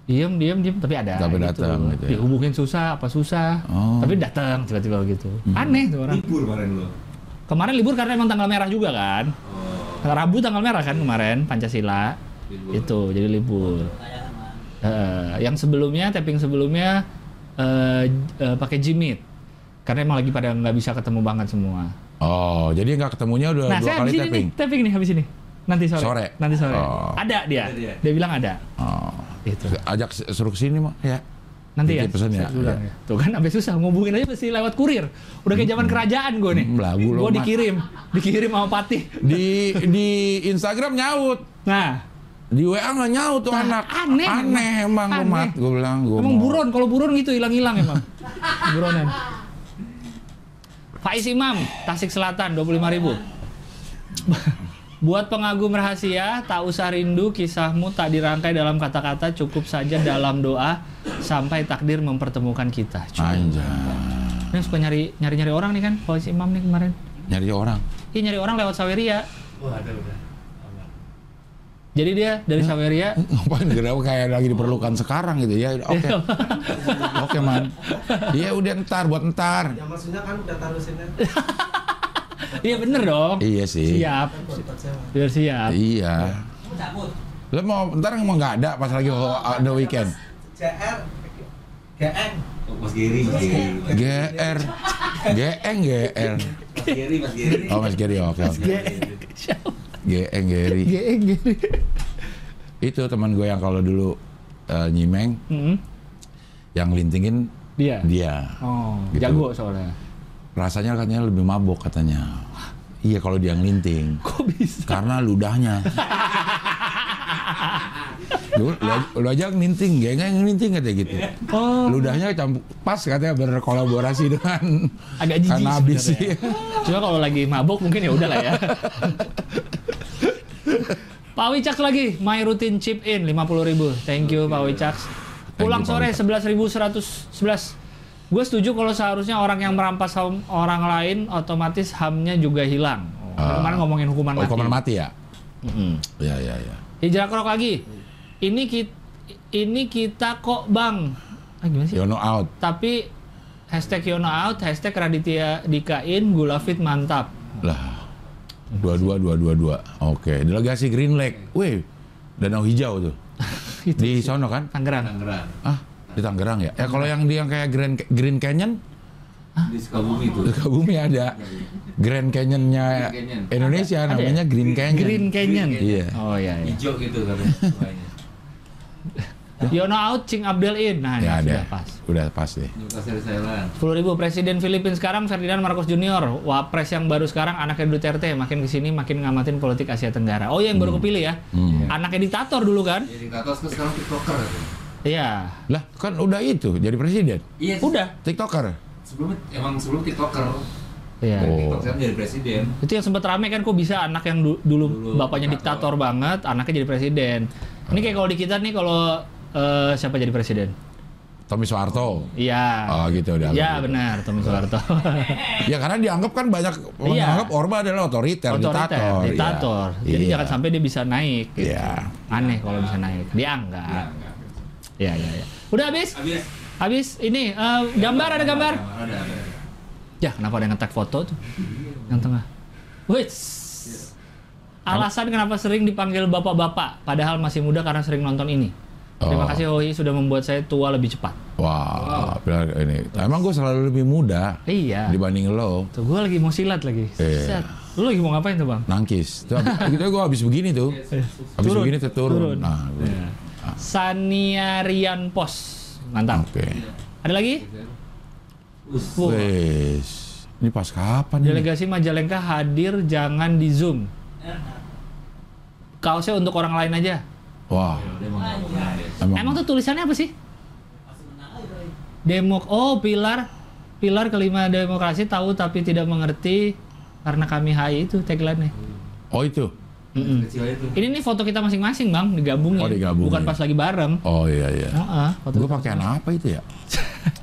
B: Diem, diem, diem, tapi ada.
A: Tapi datang gitu ya.
B: Dihubungin susah, apa susah.
A: Oh. Hmm.
B: Tapi datang tiba-tiba gitu. Aneh tuh orang.
C: libur kemarin lo
B: Kemarin libur karena emang tanggal merah juga kan.
C: oh
B: Rabu tanggal merah kan kemarin Pancasila. Itu
C: libur
B: Gitu, jadi libur. Eh, yang sebelumnya tapping sebelumnya eh eh, pakai Jimit karena emang lagi pada nggak bisa ketemu banget semua.
A: Oh, jadi nggak ketemunya udah
B: Nah
A: dua
B: saya
A: kali
B: habis ini
A: tapping.
B: nih tapping nih habis ini nanti sore.
A: Sore?
B: Nanti sore.
A: Oh.
B: Ada dia.
C: Ada dia.
B: Dia bilang ada.
A: Oh.
B: Itu.
A: Ajak s- suruh kesini mah ya.
B: Nanti ya.
A: Titip pesan ya.
B: saya bilang ya. Tuh kan sampai susah ngubungin aja pasti lewat kurir. Udah kayak zaman kerajaan gue nih.
A: Hmm, lagu lo,
B: gue
A: Mat.
B: dikirim, dikirim sama Patih.
A: Di di Instagram nyaut.
B: Nah,
A: Di WA nggak nyaut tuh anak.
B: aneh
A: Aneh emang,
B: emang.
A: gua mat. Gue bilang gue
B: Emang buron, kalau buron gitu hilang-hilang emang. Buronan. Faiz Imam, Tasik Selatan, 25 ribu. Buat pengagum rahasia, tak usah rindu, kisahmu tak dirangkai dalam kata-kata, cukup saja dalam doa sampai takdir mempertemukan kita. Cuy.
A: Anjay.
B: Ini suka nyari nyari nyari orang nih kan, Faiz Imam nih kemarin.
A: Nyari orang.
B: kaki nyari orang lewat Saweria.
E: Wah, ada udah. Aman.
B: Jadi dia dari Saweria
A: Ngapain kenapa kayak lagi diperlukan sekarang gitu ya? Oke, oke man. Iya udah ntar buat ntar.
E: Ya maksudnya kan udah tarusinnya
B: Iya bener dong.
A: Iya sih.
B: Siap.
E: kan buat tempat sewa.
B: Biar siap.
A: Iya.
D: Cabut.
A: Lo mau ntar mau nggak ada pas lagi ada weekend.
E: CR GN
C: Oh, Mas Giri, Mas Giri.
A: GR, GN, GR.
C: Mas Giri, Mas Giri.
A: Oh Mas Gary, oke oke. GN, Gary. Itu teman gue yang kalau dulu eh, nyimeng,
B: Mm-mm.
A: yang lintingin
B: Hmm, Dia.
A: dia.
B: Oh,
A: Gitu.
B: jago soalnya.
A: Rasanya katanya lebih mabok katanya. Iya kalau dia ngelinting.
B: Kok bisa?
A: Karena ludahnya. lu, lu, lu aja ngelinting, geng ngelinting katanya gitu.
B: Oh,
A: Ludahnya campur, pas katanya berkolaborasi dengan
B: agak jijik
A: Cannabis,
B: sebenarnya. ya.
A: iya.
B: Cuma kalau lagi mabok mungkin ya udahlah ya. Pak Wicak lagi, my routine chip in 50.000. Thank you Pak Wicak. Pulang
A: you, Pak
B: sore
A: Wicak.
B: 11.111. Gue setuju kalau seharusnya orang yang merampas ham- orang lain otomatis hamnya juga hilang. Oh,
A: Ah.
B: kemarin ngomongin hukuman mati.
A: hukuman mati ya.
B: Mm-mm.
A: Ya ya ya.
B: Di Jakrok lagi. Ini kita ini kita kok bang. Ah, gimana sih?
A: Yono out.
B: Tapi hashtag Yono out, hashtag Raditya Dikain, Gulafit mantap.
A: Lah. Dua-dua, dua-dua, dua. Oke. Delegasi Green Lake. Wih, danau hijau tuh.
B: Itu
A: Di sono kan?
B: Tangerang.
C: Tangerang.
A: Ah, di Tangerang ya. Eh kalau yang di yang kayak Grand Green Canyon,
C: Di Sukabumi itu.
A: di Sukabumi ada. Grand Canyonnya
C: Green Canyon.
A: Indonesia
B: Ada, ada
A: namanya
B: ya?
A: Green Canyon.
B: Green Canyon.
A: Iya.
B: Oh iya iya.
C: Hijau gitu katanya. semuanya.
B: Yono out, Cing Abdel in. Nah,
A: Ya
B: ini
A: ada.
B: sudah pas.
A: Udah pas deh.
C: Newcastle Thailand.
B: 10.000 Presiden Filipina sekarang Ferdinand Marcos Junior, wapres yang baru sekarang anaknya Duterte, makin kesini makin ngamatin politik Asia Tenggara. Oh iya yang baru kepilih ya,
A: Hmm.
B: anaknya diktator dulu kan?
C: Jadi kata terus sekarang tiktoker. katanya.
B: Iya,
A: Lah kan udah itu jadi presiden.
C: Iya.
B: udah.
A: TikToker.
C: Sebelumnya emang sebelum tiktoker.
B: Iya.
A: Oh.
C: Tiktok sekarang jadi presiden.
B: Itu yang sempat rame kan kok bisa anak yang du- dulu,
C: Dulu
B: bapaknya diktator
C: diktator.
B: banget, anaknya jadi presiden. Ini kayak kalau di kita nih kalau eh, siapa jadi presiden?
A: Tommy Soeharto.
B: Iya.
A: Oh gitu udah.
B: Iya benar, Tommy Soeharto.
A: Ya karena dianggap kan banyak menganggap Orba adalah otoriter, diktator.
B: Otoriter, diktator.
A: Iya.
B: Jadi
A: Iya.
B: jangan sampai dia bisa naik. gitu.
A: Iya.
B: Aneh kalau bisa naik. Dia
C: Iya,
B: enggak.
C: enggak.
B: Iya, iya, iya. Udah habis?
C: Habis. Nah,
B: Habis ini eh, gambar ada gambar.
C: Ada ada.
B: Ya, kenapa ada yang ngetek foto tuh? Yang tengah. Wih. Alasan kenapa sering dipanggil bapak-bapak padahal masih muda karena sering nonton ini.
A: Oh.
B: Terima kasih Hoi sudah membuat saya tua lebih cepat.
A: Wah, bilang ini. Emang gue selalu lebih muda
B: Iya.
A: dibanding lo.
B: Tuh gue lagi mau silat lagi.
A: Iya.
B: Set. Lu lagi mau ngapain tuh, Bang?
A: Nangkis. Tuh, abis- gitu gue habis begini tuh. Habis
B: Turun.
A: begini tuh turun.
B: Turun.
A: Nah, gua-
B: Iya. Saniarian Pos. Mantap.
A: Oke.
B: Ada lagi?
C: Us.
B: Wah.
A: Wes. Ini pas kapan ini?
B: Delegasi Majalengka hadir jangan di Zoom. Kaosnya untuk orang lain aja.
A: Wah.
C: Dia emang nggak pernah ada.
A: Emang,
B: Emang tuh tulisannya apa sih? Demok oh pilar pilar kelima demokrasi tahu tapi tidak mengerti karena kami HI itu tagline-nya.
A: Oh itu.
B: Mm-mm.
C: Kecil itu.
B: Ini nih foto kita masing-masing, Bang, digabungin.
A: Oh, digabungin.
B: Bukan pas lagi bareng.
A: Oh iya iya.
B: Heeh, foto
A: Gue pakaian apa itu ya?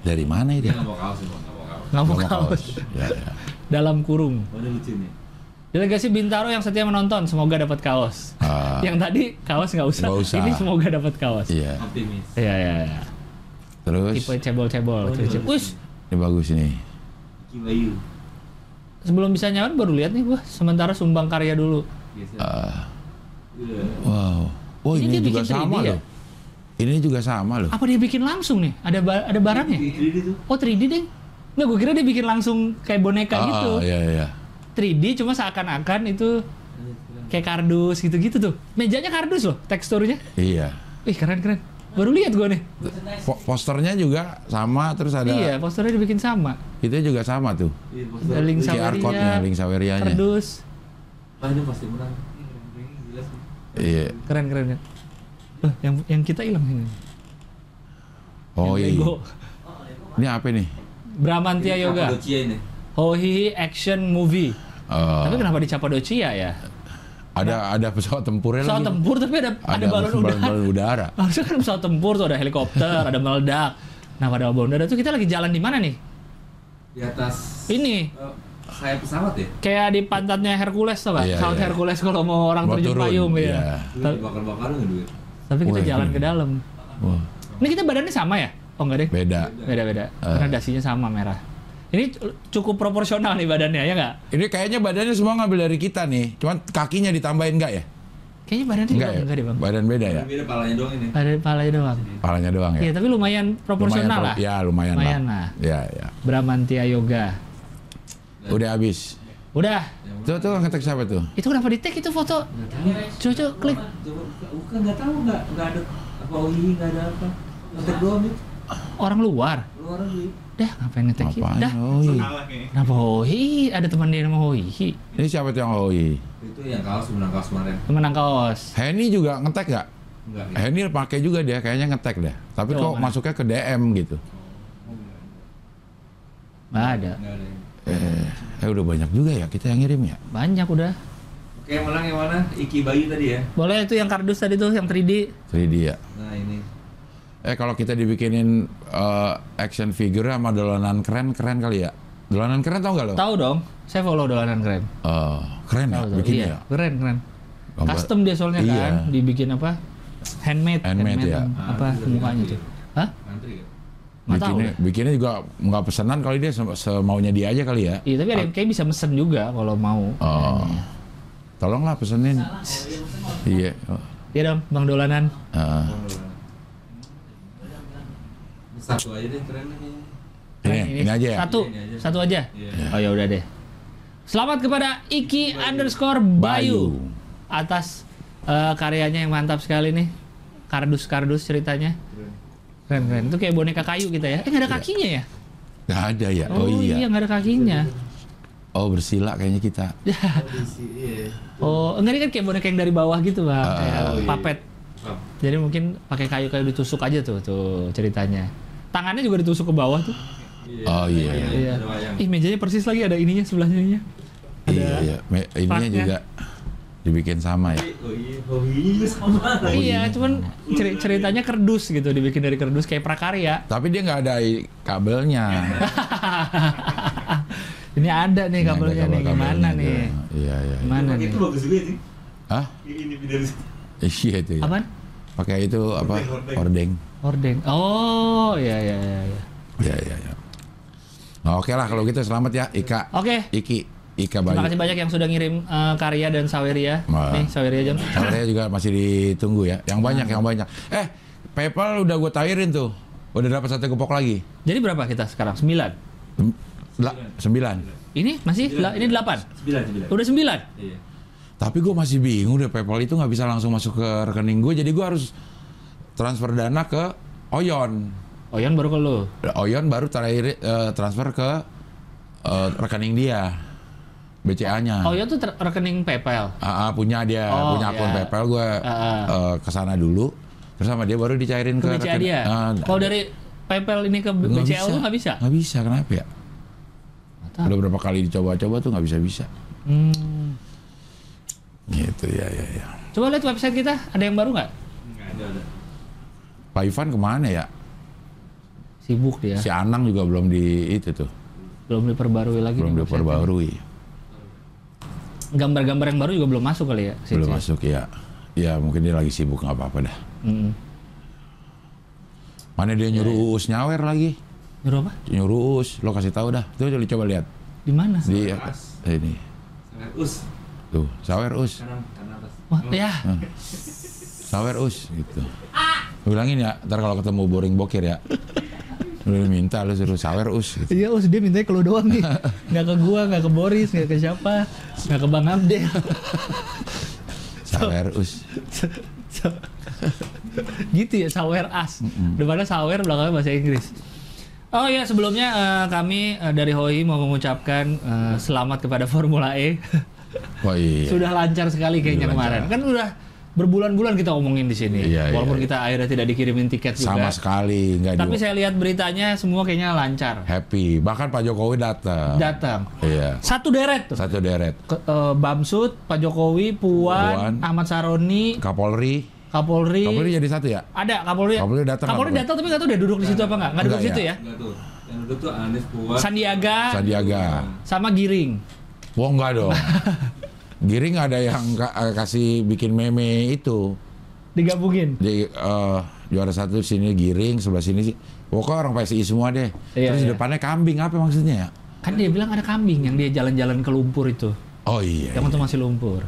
A: Dari mana itu?
C: Dia
A: ya?
C: nggak mau kaos, dia nggak mau kaos.
B: nggak mau
A: Nama
B: kaos.
A: Ya, ya.
B: Dalam kurung.
C: Oh, dia lucu nih.
B: Delegasi Bintaro yang setia menonton, semoga dapat kaos.
A: Ah,
B: Yang tadi kaos nggak usah.
A: Nggak usah.
B: Ini semoga dapat kaos.
A: iya.
C: Optimis.
B: Iya, iya, iya.
A: Terus
B: Tipe cebol-cebol.
C: Oh,
B: cewek-cewek.
C: iya.
B: Wih,
A: ini bagus ini.
C: Iki Bayu.
B: sebelum bisa nyaman baru lihat nih gua. Sementara sumbang karya dulu.
C: Biasa.
A: Ah,
C: Iya.
A: wow. Oh
B: Ya.
A: ini,
B: Ini dia
A: juga
B: bikin 3D
A: sama
B: ya?
A: loh. Ini juga sama loh.
B: Apa dia bikin langsung nih? Ada ba- ada
C: Di
B: barangnya?
C: 3D tuh.
B: Oh 3D deh. Nggak, gue kira dia bikin langsung kayak boneka
A: Ah,
B: gitu.
A: Iya iya.
B: 3D cuma seakan-akan itu kayak kardus gitu-gitu tuh. Mejanya kardus loh, teksturnya.
A: Iya.
B: Wih keren-keren. Baru lihat gue nih.
A: Po- posternya juga sama terus ada
B: Iya, posternya dibikin sama.
A: itu juga sama tuh.
C: Iya, pas
B: Ada link
C: Iya.
A: QR
B: Saweria.
A: code-nya, link Sawerianya.
B: Kardus.
C: Wah, ini pasti menang. Ini keren-keren, gila sih.
A: Iya.
B: Keren-keren. Wah, yang yang kita hilang ini.
A: Oh
B: Yang
A: iya.
B: Lego.
A: Ini apa nih?
B: Bramantia
C: Ini
B: Yoga.
C: Cappadocia ini.
B: Hohihi Action Movie.
A: Eh,
B: Tapi kenapa di Cappadocia ya?
A: ada ada pesawat tempurnya
B: Pesawat
A: lagi.
B: tempur tapi ada ada,
A: ada
B: balon udara.
A: balon udara.
B: Harusnya kan pesawat tempur tuh ada helikopter, ada meledak. Nah pada balon udara tuh kita lagi jalan di mana nih?
C: Di atas.
B: Ini
C: Oh, sayap pesawat ya?
B: Kayak di pantatnya Hercules tau nggak?
A: Iya,
B: Saut
A: iya.
B: Hercules kalau mau orang
A: Mau
B: terjun
A: turun,
B: payung
A: iya.
B: ya.
C: Lu
B: Ta-
C: bakar-bakar lu nggak duit?
B: Tapi kita
A: Wah,
B: jalan
A: iya.
B: ke dalam.
A: Wah,
B: Ini kita badannya sama ya? Oh enggak deh.
A: beda.
B: Beda-beda.
A: Eh.
B: Karena dasinya sama merah. Ini cukup proporsional nih badannya ya nggak?
A: Ini kayaknya badannya semua ngambil dari kita nih. Cuman kakinya ditambahin enggak ya?
B: Kayaknya badannya
A: Enggak
B: juga
A: ya?
B: enggak deh bang.
A: Badan beda ya?
C: Beda palanya doang ini.
B: Ada palanya doang.
A: Palanya doang
B: Iya
A: ya?
B: tapi lumayan proporsional
A: pro-
B: lah.
A: Ya, lumayan,
B: Lumayan lah.
A: lah. Ya, ya.
B: Bramantia Yoga.
A: Udah habis.
B: Udah.
A: Tuh, tuh ngetek siapa tuh?
B: Itu kenapa di tag itu foto? Cucu klik.
C: Coba, bukan nggak tahu nggak nggak ada apa UI nggak ada apa. Ngetek doang nih.
B: Orang luar.
C: Lu orang nih.
B: Dah ngapain ngetek?
A: Apaan?
B: Dah.
A: Hoi.
B: Kenapa Hoi? Ada teman dia nama Hoi.
A: Ini siapa tuh yang Hoi?
C: Itu yang kaos menang kaos kemarin.
B: Temen kaos.
A: Henny juga ngetek nggak?
C: Enggak. ya?
A: Henny pakai juga dia, kayaknya ngetek deh. Tapi
B: Tuh,
A: kok
B: Oh, mana?
A: masuknya ke DM gitu.
B: Nggak ada.
C: Nggak ada. yang-
A: Eh, eh, udah banyak juga ya kita yang ngirim ya.
B: Banyak udah.
C: Oke, yang menang yang mana? Iki Bayu tadi ya.
B: Boleh itu yang kardus tadi tuh yang 3D.
A: Jadi dia.
C: Nah ini.
A: Eh kalau kita dibikinin eh, action figure sama dolanan keren keren kali ya. Dolanan keren tau nggak lo?
B: Tahu dong. Saya follow dolanan keren.
A: Eh, keren ya
B: Tahu tuh.
A: bikinnya
B: Iya,
A: ya.
B: keren keren.
A: Gambar-
B: Custom dia soalnya
A: Iya.
B: kan, dibikin apa? Handmade,
A: Handmade, ya.
B: apa
C: Ah, itu udah
B: mukanya
C: diganti.
B: tuh. Hah?
C: Antri kan?
B: Nggak tahu.
A: Bikinnya, bikinnya juga nggak pesanan kali dia sem- semaunya dia aja kali ya.
B: Iya, tapi ada yang kayak bisa mesen juga kalau mau.
A: Oh. Tolonglah pesenin. Iya.
B: Iya dong, Bang Dolanan.
A: Eh,
C: Oh, Ini Satu aja deh kerennya kayaknya.
A: ini, ini aja ya.
B: Satu,
C: Ini aja.
B: satu aja.
C: Iya.
B: Oh ya udah deh. Selamat kepada Iki underscore Bayu
A: Bayu.
B: atas eh, karyanya yang mantap sekali nih. Kardus-kardus ceritanya.
C: Keren.
B: Keren keren. Itu kayak boneka kayu kita ya. Eh nggak ada kakinya ya?
A: Nggak ada ya. Oh, iya.
B: nggak ada kakinya.
A: Oh bersila kayaknya kita.
C: Isi, iya.
B: Oh enggak ini kan kayak boneka yang dari bawah gitu bang.
A: Ah,
B: Kayak
C: iya.
B: papet.
C: Pap.
B: Jadi mungkin pakai kayu-kayu ditusuk aja tuh tuh ceritanya. Tangannya juga ditusuk ke bawah tuh.
C: Iya.
A: Oh, iya.
B: Iya.
C: Ada wayang.
B: Ih mejanya persis lagi ada ininya sebelahnya ininya.
A: Iya iya. Me- Ininya
B: partnya.
A: juga dibikin sama ya.
C: Oh iya, hobinya juga sama.
A: Oh,
B: iya,
A: iya.
B: cuman ceri- ceritanya kerdus gitu, dibikin dari kerdus kayak prakarya.
A: Tapi dia nggak ada i- kabelnya.
B: Ini ada
A: Nggak
B: nih
A: Iya, ada
B: kabelnya nih, gimana
A: kabel-kabelnya
B: nih?
A: dia. Iya iya. iya.
B: Gimana nih?
C: Itu bagus juga sih.
A: Hah?
C: Ini ini video di situ.
A: Iya itu ya.
B: Apaan?
A: Pakai itu apa?
C: Hordeng, hordeng.
A: Hordeng.
B: Orden. Oh, iya iya iya. iya.
A: Iya iya iya. Nah, oke lah kalau gitu selamat ya Ika.
B: Oke.
A: Iki Ika Bayu.
B: Terima kasih banyak yang sudah ngirim eh, karya dan saweria.
A: Wah.
B: Nih, saweria jam.
A: Saweria juga masih ditunggu ya. Yang banyak yang banyak. Eh, PayPal udah gue tawirin tuh. Udah dapat satu gepok lagi.
B: Jadi berapa kita sekarang? 9.
A: Sem- la- sembilan.
B: Ini masih la- ini 8.
C: Sembilan, sembilan.
B: Udah 9.
C: Iya.
A: Tapi gue masih bingung deh PayPal itu nggak bisa langsung masuk ke rekening gue. Jadi gue harus transfer dana ke Oyon.
B: Oyon Oh, baru ke lu.
A: Oyon baru terakhir eh, transfer ke eh, rekening dia. BCA-nya.
B: Oyon Oh, tuh ter- rekening PayPal.
A: Ah, ah, punya dia,
B: Oh,
A: punya akun
B: ya.
A: PayPal gue
B: Ah,
A: kesana dulu, terus sama dia baru dicairin
B: Ke
A: ke,
B: BCA
A: rekening-
B: dia.
A: Ah,
B: Kalau dari PayPal ini ke
A: nggak
B: BCL lu nggak bisa?
A: Nggak bisa, kenapa ya?
B: Nggak tahu.
A: Udah berapa kali dicoba-coba tuh nggak bisa-bisa.
B: Hmm.
A: Gitu ya, ya, ya.
B: Coba lihat website kita, ada yang baru nggak?
C: Enggak ada, ada.
A: Pak Ivan kemana ya?
B: Sibuk dia,
A: Si Anang juga belum di itu tuh,
B: Gitu, belum diperbarui lagi.
A: belum
B: nih website-nya.
A: diperbarui,
B: Gambar-gambar yang baru juga belum masuk kali ya?
A: belum
B: Cici?
A: masuk ya. Ya mungkin dia lagi sibuk nggak apa-apa dah.
B: Mm.
A: Mana
B: Ya,
A: dia nyuruh Uus nyawer lagi?
B: Nyuruh apa?
A: Nyuruh Uus, lo kasih tahu dah. Tuh coba lihat
B: Di mana?
A: di eh,
C: Keras.
A: ini
C: Sangat us.
A: tuh sawer Uus.
C: Kanan, kanan atas.
B: Wah, ya.
A: Sawer us gitu. Bilangin ya, ntar kalau ketemu boring bokir ya. Lu minta lu suruh sawer us gitu.
B: Iya, us dia mintanya ke lu doang nih. Nggak ke gua, nggak ke Boris, nggak ke siapa, nggak ke Bang Abdel.
A: Sawer us.
B: gitu ya, sawer as. Depannya sawer, belakangnya bahasa Inggris. Oh ya, sebelumnya eh, kami eh, dari HOI mau mengucapkan eh, selamat kepada Formula E.
A: Wah iya.
B: sudah lancar sekali kayaknya
A: Sudah
B: kemarin.
A: lancar.
B: Kan udah berbulan-bulan kita omongin di sini.
A: Iya, iya,
B: Walaupun
A: iya.
B: kita akhirnya tidak dikirimin tiket
A: Sama
B: juga.
A: sekali nggak
B: Tapi
A: di
B: saya lihat beritanya semua kayaknya lancar.
A: happy. Bahkan Pak Jokowi datang.
B: Datang.
A: Iya.
B: Satu deret tuh.
A: Satu deret.
B: Ke- eh, Bamsud, Pak Jokowi,
A: Puan.
B: Puan, Ahmad Saroni,
A: Kapolri.
B: Kapolri.
A: Kapolri jadi satu ya?
B: Ada Kapolri.
A: Kapolri datang,
B: Kapolri
A: Kapolri.
B: datang tapi nggak tahu dia duduk di situ apa nggak. Nggak duduk di
A: Nggak,
B: situ
A: ya.
B: ya.
C: Enggak tuh. Yang penduduk tuh Anies Puan
B: Sandiaga
A: Sandiaga.
B: sama Giring.
A: Wah enggak dong. Giring ada yang ka- eh, kasih bikin meme itu.
B: Digabungin.
A: Di eh, juara satu sini Giring, sebelah sini sih. Pokoknya orang PSI semua deh.
B: Iya,
A: Terus di
B: iya.
A: depannya kambing apa maksudnya ya?
B: Kan dia bilang ada kambing yang dia jalan-jalan ke lumpur itu.
A: Oh iya.
B: Yang waktu masih lumpur.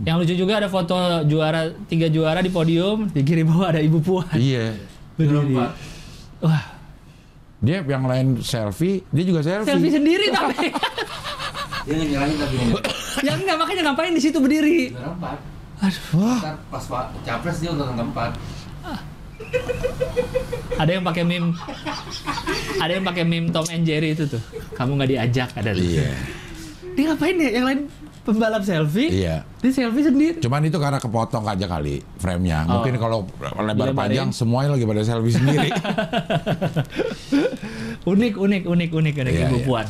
B: Yang lucu juga ada foto juara tiga juara di podium, di kiri bawah ada Ibu Puan.
A: Iya.
B: Berdiri.
C: Berempat.
B: Wah,
A: Dia yang lain selfie, dia juga selfie.
B: selfie sendiri tapi.
C: Dia nggak nyalahin tapi
B: ya enggak makanya ngapain di situ berdiri?
C: berempat.
B: Aduh.
A: Wah,
C: Ntar pas Pak Capres dia udah tempat.
B: Ada yang pakai meme. Ada yang pakai meme Tom and Jerry itu tuh. Kamu nggak diajak ada tuh.
A: iya.
B: Dia ngapain ya? Yang lain pembalap selfie.
A: Iya.
B: Dia selfie sendiri.
A: Cuman itu karena kepotong aja kali framenya.
B: Oh. Iya, ya.
A: Mungkin kalau lebar
B: Dilebarin.
A: panjang semuanya lagi pada selfie sendiri.
B: Unik, unik, unik, unik, unik
A: Iya,
B: Ibu
A: iya.
B: Puan.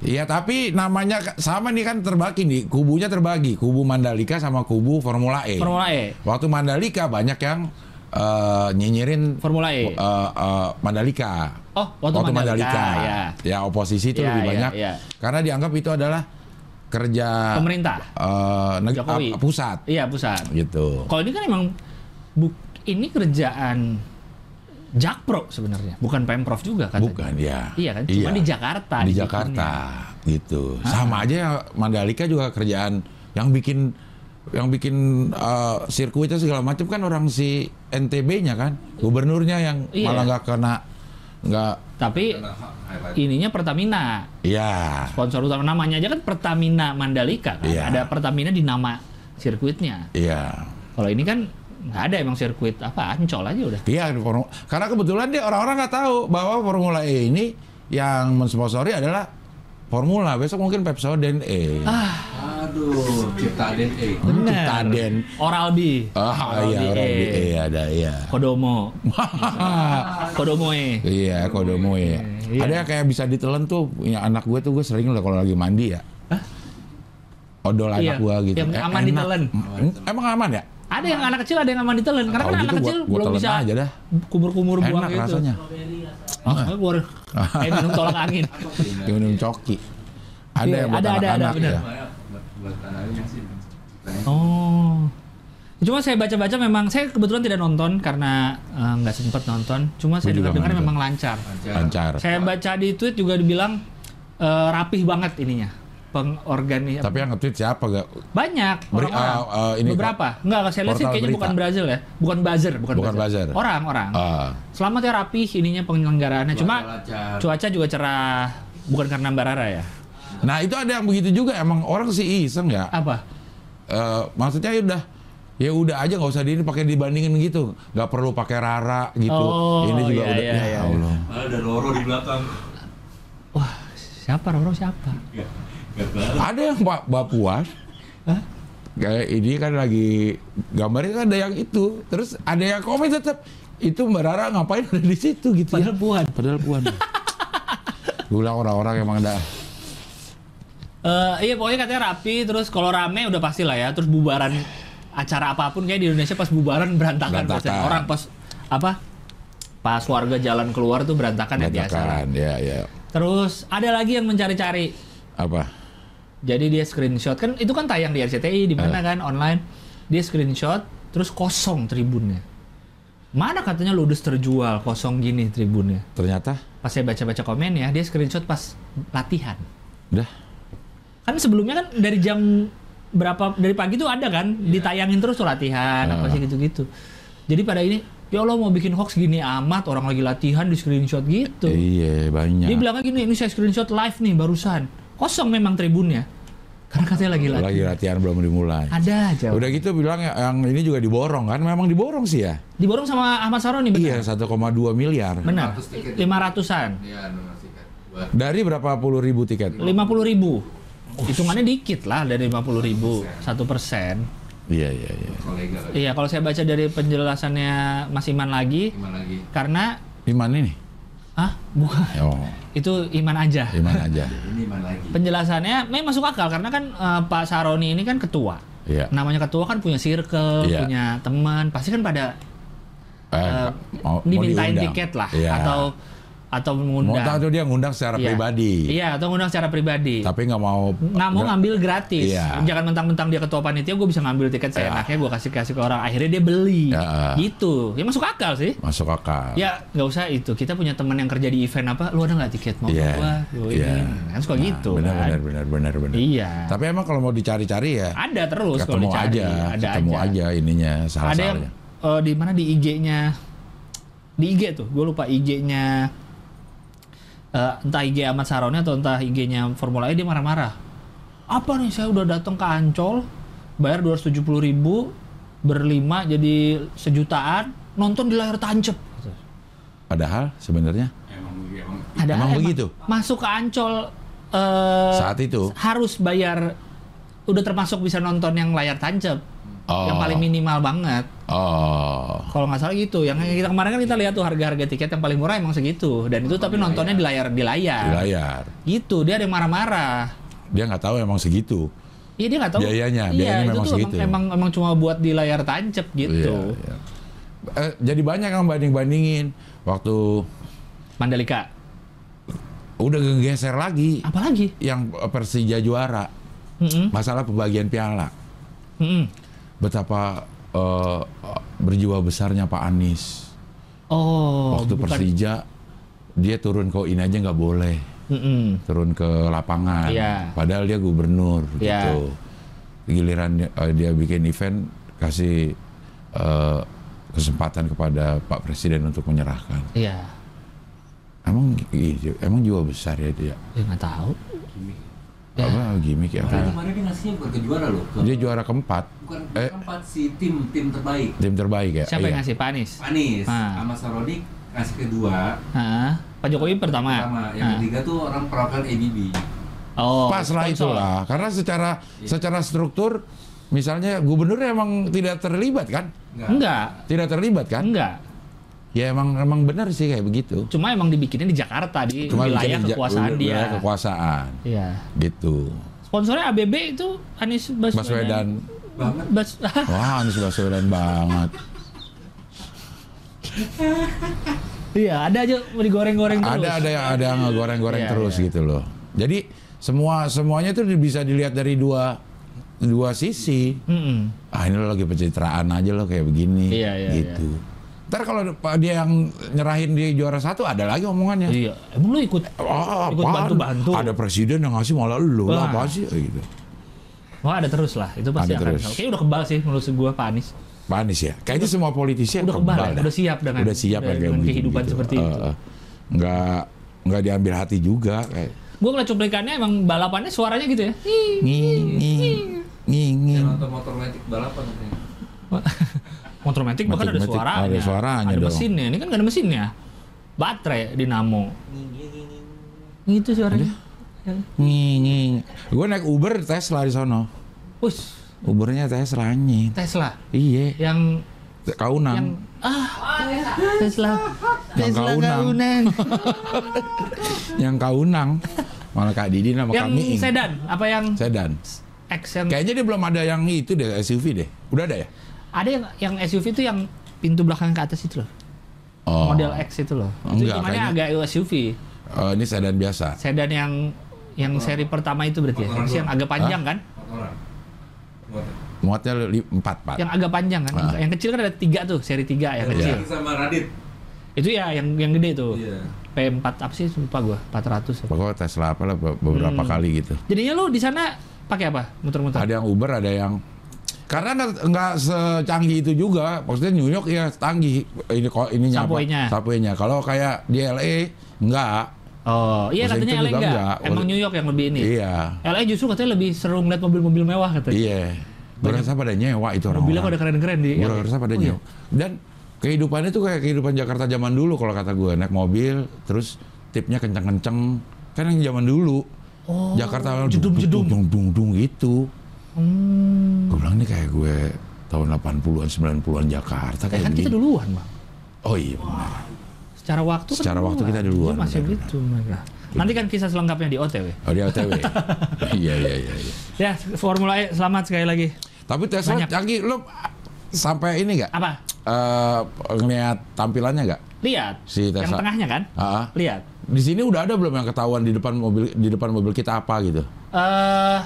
A: Iya tapi namanya k- sama nih kan terbagi nih kubunya terbagi kubu Mandalika sama kubu Formula E.
B: Formula E.
A: Waktu Mandalika banyak yang eh, nyinyirin
B: Formula
A: eh,
B: E.
A: eh, Mandalika.
B: Oh, waktu Mandalika, Iya.
A: Ya oposisi itu
B: Ya,
A: lebih
B: ya,
A: banyak Ah.
B: ya.
A: karena dianggap itu adalah kerja
B: Pemerintah.
A: eh, neg-
B: Jokowi.
A: ap- pusat
B: Iya, pusat.
A: gitu.
B: Kalau ini kan emang bu- ini kerjaan Jakpro sebenarnya, bukan Pemprov juga kan?
A: Bukan ya.
B: Iya kan? Cuma di Ah. Jakarta.
A: Di
B: dibikinnya.
A: Jakarta gitu. Sama aja ya, Mandalika juga kerjaan yang bikin yang bikin uh, sirkuitnya segala macam kan orang si NTB-nya kan, gubernurnya yang
B: Iya.
A: malah nggak kena nggak
B: Tapi ininya Pertamina.
A: ya
B: Sponsor utama namanya aja kan Pertamina Mandalika kan.
A: Iya.
B: Ada Pertamina di nama sirkuitnya.
A: iya
B: Kalau ini kan nggak ada emang sirkuit apa Ancol aja udah.
A: iya di Formu- karena kebetulan dia orang-orang nggak tahu bahwa Formula E ini yang mensponsori adalah Formula besok mungkin Pepsodent E,
B: Ah,
C: Aduh, cipta eh, DNA.
B: Bener.
A: Citaden.
B: Oral B.
A: ah iya
B: B,
A: orang di
B: E.
A: E ada iya.
B: Kodomo. Kodomo E.
A: Iya, kodomo ya.
B: Iya.
A: Ada yang kayak bisa ditelan tuh, punya anak gue tuh gue sering lah kalau lagi mandi ya. Odol
B: Iya,
A: anak gue gitu.
B: yang aman
A: enak.
B: ditelan.
A: Mm, Emang aman ya?
B: Ada yang anak kecil, ada yang aman ditelan. Karena
A: Kalau
B: kan
A: gitu
B: anak
A: gua-
B: kecil
A: gua
B: belum
A: telan
B: bisa
A: aja dah.
B: kumur-kumur buang
A: Enak
B: gitu.
A: rasanya.
B: Oh, makanya gua harus kayak minum tolak angin.
A: Yang minum coki. Ada
B: Iya,
A: yang buat
B: ada, ada, ada,
A: anak-anak
B: bener.
A: ya.
C: Buat tanahnya sih.
B: Oh. Cuma saya baca-baca memang saya kebetulan tidak nonton karena eh, nggak sempat nonton. Cuma saya
A: Gua juga
B: dengar-dengar
A: nggak
B: memang lancar.
A: Lancar.
B: Iya. Saya baca di tweet juga dibilang eh, rapih banget ininya. Pengorganisasi.
A: Tapi yang nge-tweet siapa gak?
B: banyak
A: Beri-
B: orang-orang.
A: ah, ah, ini
B: Beberapa? Enggak, kalau saya lihat sih
A: portal
B: kayaknya
A: berita.
B: bukan Brazil ya. Bukan buzzer, bukan,
A: Bukan buzzer.
B: Orang, orang.
A: Ah,
B: Selamat ya rapih ininya penyelenggaraannya. Cuma cuaca juga cerah. Bukan karena Mbak Rara ya.
A: nah itu ada yang begitu juga emang orang sih iseng ya.
B: Apa?
A: Eh, maksudnya ya udah ya udah aja nggak usah di ini pakai dibandingin gitu nggak perlu pakai rara gitu
B: Oh,
A: ini juga
B: iya,
A: udah
B: iya,
A: ya
B: iya.
A: Allah
C: Malah ada Ah, loro di belakang.
B: Wah, siapa Roro siapa?
C: Gak, gak tahu.
A: Ada yang Pak Bapuan.
B: Hah?
A: Kayak ini kan lagi gambarnya kan ada yang itu. Terus ada yang komen tetap itu Mbak Rara ngapain ada di situ gitu
B: Padahal
A: ya.
B: Puan.
A: Padahal Puan. Gue bilang orang-orang emang ada.
B: Eh, iya pokoknya katanya rapi terus kalau rame udah pasti lah ya terus bubaran acara apapun kayak di Indonesia pas bubaran berantakan,
A: Berantakan.
B: biasanya. orang pas apa pas warga jalan keluar tuh berantakan, ya biasa lah.
A: Berantakan. Ya, ya.
B: terus ada lagi yang mencari-cari
A: Apa?
B: jadi dia screenshot kan itu kan tayang di RCTI
A: Eh.
B: di mana kan online dia screenshot terus kosong tribunnya mana katanya ludes terjual kosong gini tribunnya
A: Ternyata
B: pas saya baca-baca komen ya dia screenshot pas latihan
A: udah
B: kan sebelumnya kan dari jam berapa dari pagi tuh ada kan
A: Iya.
B: ditayangin terus tuh latihan
A: Ah.
B: apa sih gitu-gitu jadi pada ini ya Allah mau bikin hoax gini amat orang lagi latihan di screenshot gitu
A: Iya, banyak.
B: dia bilangnya gini ini saya screenshot live nih barusan kosong memang tribunnya karena katanya lagi latihan
A: lagi latihan belum dimulai.
B: ada aja
A: Udah gitu bilang ya, yang ini juga diborong kan? Memang diborong sih ya.
B: diborong sama Ahmad Saroni
A: Iya,
B: benar
A: 1,2 miliar.
B: benar
C: 500 tiket.
B: 500-an
C: Iya, nomasikan. Buat
A: Dari berapa puluh ribu tiket?
B: 50 ribu hitungannya dikit lah dari 50 ribu satu persen
A: Iya, iya, iya.
C: kolega lagi.
B: iya kalau saya baca dari penjelasannya Mas Iman lagi
C: Gimana lagi?
B: karena
A: Iman ini.
B: ah bukan
A: Oh,
B: itu iman aja.
A: Iman aja.
C: Ini mana lagi?
B: Penjelasannya memang masuk akal karena kan eh, Pak Saroni ini kan ketua.
A: Iya.
B: Namanya ketua kan punya circle,
A: Iya.
B: punya teman, pasti kan pada
A: Eh,
B: eh,
A: mau- mau
B: dimintain
A: diundang.
B: tiket lah
A: Iya.
B: atau atau
A: Mau tahu
B: mengundang
A: tuh dia ngundang secara
B: Iya.
A: pribadi.
B: Iya, atau ngundang secara pribadi.
A: Tapi nggak mau
B: nggak mau ngambil gratis.
A: Iya.
B: Jangan mentang-mentang dia ketua panitia, gue bisa ngambil tiket
A: Iya.
B: seenaknya, gue kasih kasih ke orang. Akhirnya dia beli.
A: Iya.
B: Gitu. Ya masuk akal sih.
A: masuk akal.
B: Ya nggak usah itu. Kita punya teman yang kerja di event apa, lu ada nggak tiket mau
A: Iya.
B: gua? Gua ini.
A: Iya.
B: Kan suka
A: Nah,
B: gitu.
A: Benar,
B: kan.
A: benar, benar, benar, benar.
B: Iya.
A: Tapi emang kalau mau dicari-cari ya
B: ada terus kalau
A: ketemu
B: dicari.
A: aja,
B: ada
A: ketemu
B: aja.
A: aja, ininya ya. salah
B: ada yang
A: salahnya.
B: eh, di mana di IG-nya di IG tuh gue lupa IG-nya eh, entah IG Ahmad Saroni atau entah IG-nya Formula E dia marah-marah apa nih saya udah datang ke Ancol bayar 270.000 ribu berlima jadi sejutaan nonton di layar tancep
A: Padahal sebenarnya
C: Emang emang
B: ada
A: Emang begitu?
B: masuk ke Ancol eh,
A: saat itu
B: harus bayar udah termasuk bisa nonton yang layar tancep
A: oh,
B: yang paling minimal banget
A: Oh.
B: Kalau nggak salah gitu, yang yang kita kemarin kan kita lihat tuh harga-harga tiket yang paling murah emang segitu, dan
C: Oh,
B: itu
C: iya,
B: tapi nontonnya di layar di layar.
A: Di layar.
B: Gitu, dia ada yang marah-marah.
A: Dia nggak tahu emang segitu.
B: Iya dia nggak tahu.
A: Biayanya,
B: Iya,
A: biayanya
B: itu
A: memang
B: tuh
A: segitu.
B: Emang, emang emang cuma buat di layar tancep gitu.
A: Iya, iya. Eh, jadi banyak yang banding-bandingin waktu iya.
B: Mandalika.
A: udah geser lagi
B: Apalagi?
A: yang eh, Persija juara
B: Hmm? Mm-mm.
A: masalah pembagian piala
B: Mm-mm.
A: betapa eh, berjiwa besarnya Pak Anies
B: Oh,
A: waktu
B: bukan.
A: Persija dia turun ke ini aja nggak boleh
B: Mm-mm.
A: turun ke lapangan
B: Iya.
A: padahal dia gubernur
B: Iya.
A: gitu giliran dia, eh, dia bikin event kasih eh, kesempatan kepada Pak Presiden untuk menyerahkan
B: Iya.
A: emang iya, emang jiwa besar ya dia
B: Dia Iya, nggak tahu. Ya.
A: apa gimmick ya
B: Iya.
C: Tapi kemarin dia ngasihnya bukan ke juara loh. Ke,
A: dia juara keempat
C: bukan
A: eh.
C: keempat si tim tim terbaik.
A: tim terbaik ya
B: Siapa yang
A: Iya.
B: ngasih Pak Anies?
C: Anies
B: Ah.
C: sama Saroni ngasih kedua.
B: Hah? Pak Jokowi pertama. Nah.
C: Pertama, yang
B: Hah.
C: ketiga tuh orang perawakan ABB.
B: Oh,
A: pas lah
B: sponsor. Iya.
A: itulah karena secara secara struktur misalnya gubernur emang tidak terlibat kan
B: Enggak,
A: tidak terlibat kan
B: enggak. Hmm.
A: ya emang emang benar sih kayak begitu
B: Cuma emang dibikinnya di Jakarta di wilayah
A: bikin ja-
B: kekuasaan dia.
A: wilayah kekuasaan
B: Iya.
A: gitu
B: Sponsornya ABB itu Anies Baswedan.
A: Baswedan
C: Banget.
A: Hmm.
B: Bas
A: wah Anies Baswedan banget
B: iya, ada aja digoreng-goreng terus.
A: ada ada yang ada yang goreng-goreng
B: Iya,
A: terus
B: iya.
A: gitu loh jadi semua semuanya itu bisa dilihat dari dua dua sisi
B: Mm-mm.
A: ah ini lo lagi pencitraan aja lo kayak begini
B: Iya, iya,
A: gitu ntar kalau pa- dia yang nyerahin di juara satu ada lagi omongannya
B: Iya, emang lu ikut
A: Ah,
B: ikut
A: apaan?
B: bantu-bantu.
A: ada presiden yang ngasih malah lu lah
B: Wah.
A: apa sih Eh, gitu
B: Wah, Oh, ada terus lah. Itu pasti
A: Ada
B: akan.
A: terus.
B: Kayaknya udah kebal sih menurut gua Pak Anies.
A: Pak Anies ya kayaknya semua politisi
B: udah kebal ya? Udah siap dengan-
A: udah siap
B: dengan-
A: lah kayak
B: dengan
A: begitu-
B: kehidupan
A: gitu.
B: seperti
A: Eh,
B: itu.
A: eh. nggak nggak diambil hati juga kayak
B: Gua ngeliat cuplikannya emang balapannya suaranya gitu ya. Ih,
A: nging nging nging
C: Yang
A: nging
C: nonton motor metik balapan katanya.
B: Motor metik bahkan ada
A: Motor metik,
B: suaranya.
A: ada suaranya
B: Ada
A: dong.
B: mesinnya. Ini kan gak ada mesinnya. Baterai, dinamo. Gitu suaranya.
A: nging nging gue naik Uber Tesla di sono
B: Wus,
A: Ubernya Tesla anjing
B: Tesla
A: iya
B: yang yang
A: Kaunang
B: ah Tesla
A: Yang
B: Tesla
A: Kaunang.
B: Kaunang
A: yang Kaunang malah Kak Didi nama
B: yang
A: kami Ing.
B: sedan apa yang
A: sedan
B: X yang
A: Kayaknya dia belum ada yang itu deh SUV deh. Udah ada ya?
B: ada yang yang SUV itu yang pintu belakang ke atas itu loh
A: Oh.
B: model X itu loh itu
A: Enggak,
B: cumannya
A: kayaknya-
B: agak SUV
A: Eh, ini sedan biasa.
B: sedan yang yang seri pertama itu berarti ya
C: Motoran
B: Terus yang
C: doang.
B: agak panjang kan
C: Motoran. Motor.
A: Muatnya li- empat pak.
B: yang agak panjang kan
A: Ah.
B: yang kecil kan ada tiga tuh seri tiga yang
A: Iya.
B: kecil
C: Yang sama Radit.
B: itu ya yang yang gede tuh
C: Iya.
B: P4 apa sih lupa gua 400 ya.
A: Pokoknya Tesla apalah be- beberapa
B: Hmm.
A: kali gitu.
B: jadinya lu di sana pakai apa muter-muter
A: Ada yang Uber, ada yang karena nggak nggak secanggih itu juga. Maksudnya New York ya canggih ini kok ini
B: Subway-nya.
A: Subway-nya. Kalau kayak di LA enggak.
B: Oh, iya
A: Washington
B: katanya LA
A: juga
B: enggak.
A: enggak.
B: Emang New York yang lebih ini.
A: Iya.
B: LA justru katanya lebih seru ngeliat mobil-mobil mewah katanya.
A: Iya. Gue rasa pada nyewa itu
B: Mobilnya
A: orang-orang.
B: pada keren-keren di
A: Gue
B: LA.
A: rasa pada
B: Oh, iya.
A: nyewa. Dan kehidupannya tuh kayak kehidupan Jakarta zaman dulu kalau kata gue naik mobil terus tipnya kenceng-kenceng kan yang zaman dulu
B: Oh,
A: Jakarta
B: jedum-jedum.
A: dung dung dung gitu
B: Hmm.
A: gue bilang nih kayak gue tahun 80-an 90-an Jakarta
B: Ya
A: kayak
B: kan
A: begini.
B: kita duluan, Bang.
A: oh iya benar
B: Secara waktu kan
A: Secara waktu kita duluan,
B: Iya, masih
A: benar-benar.
B: gitu. benar. Nanti kan kisah selengkapnya di OTW.
A: oh dia OTW iya iya iya iya.
B: Ya, Formula E selamat sekali lagi.
A: tapi Tesla
B: Banyak.
A: lagi lu sampai ini nggak
B: Apa?
A: Eh eh, ngeliat tampilannya nggak
B: Lihat.
A: si Tessa?
B: Yang tengahnya kan?
A: Ah, ah.
B: Lihat.
A: Di sini udah ada belum yang ketahuan di depan mobil di depan mobil kita apa gitu?
B: eh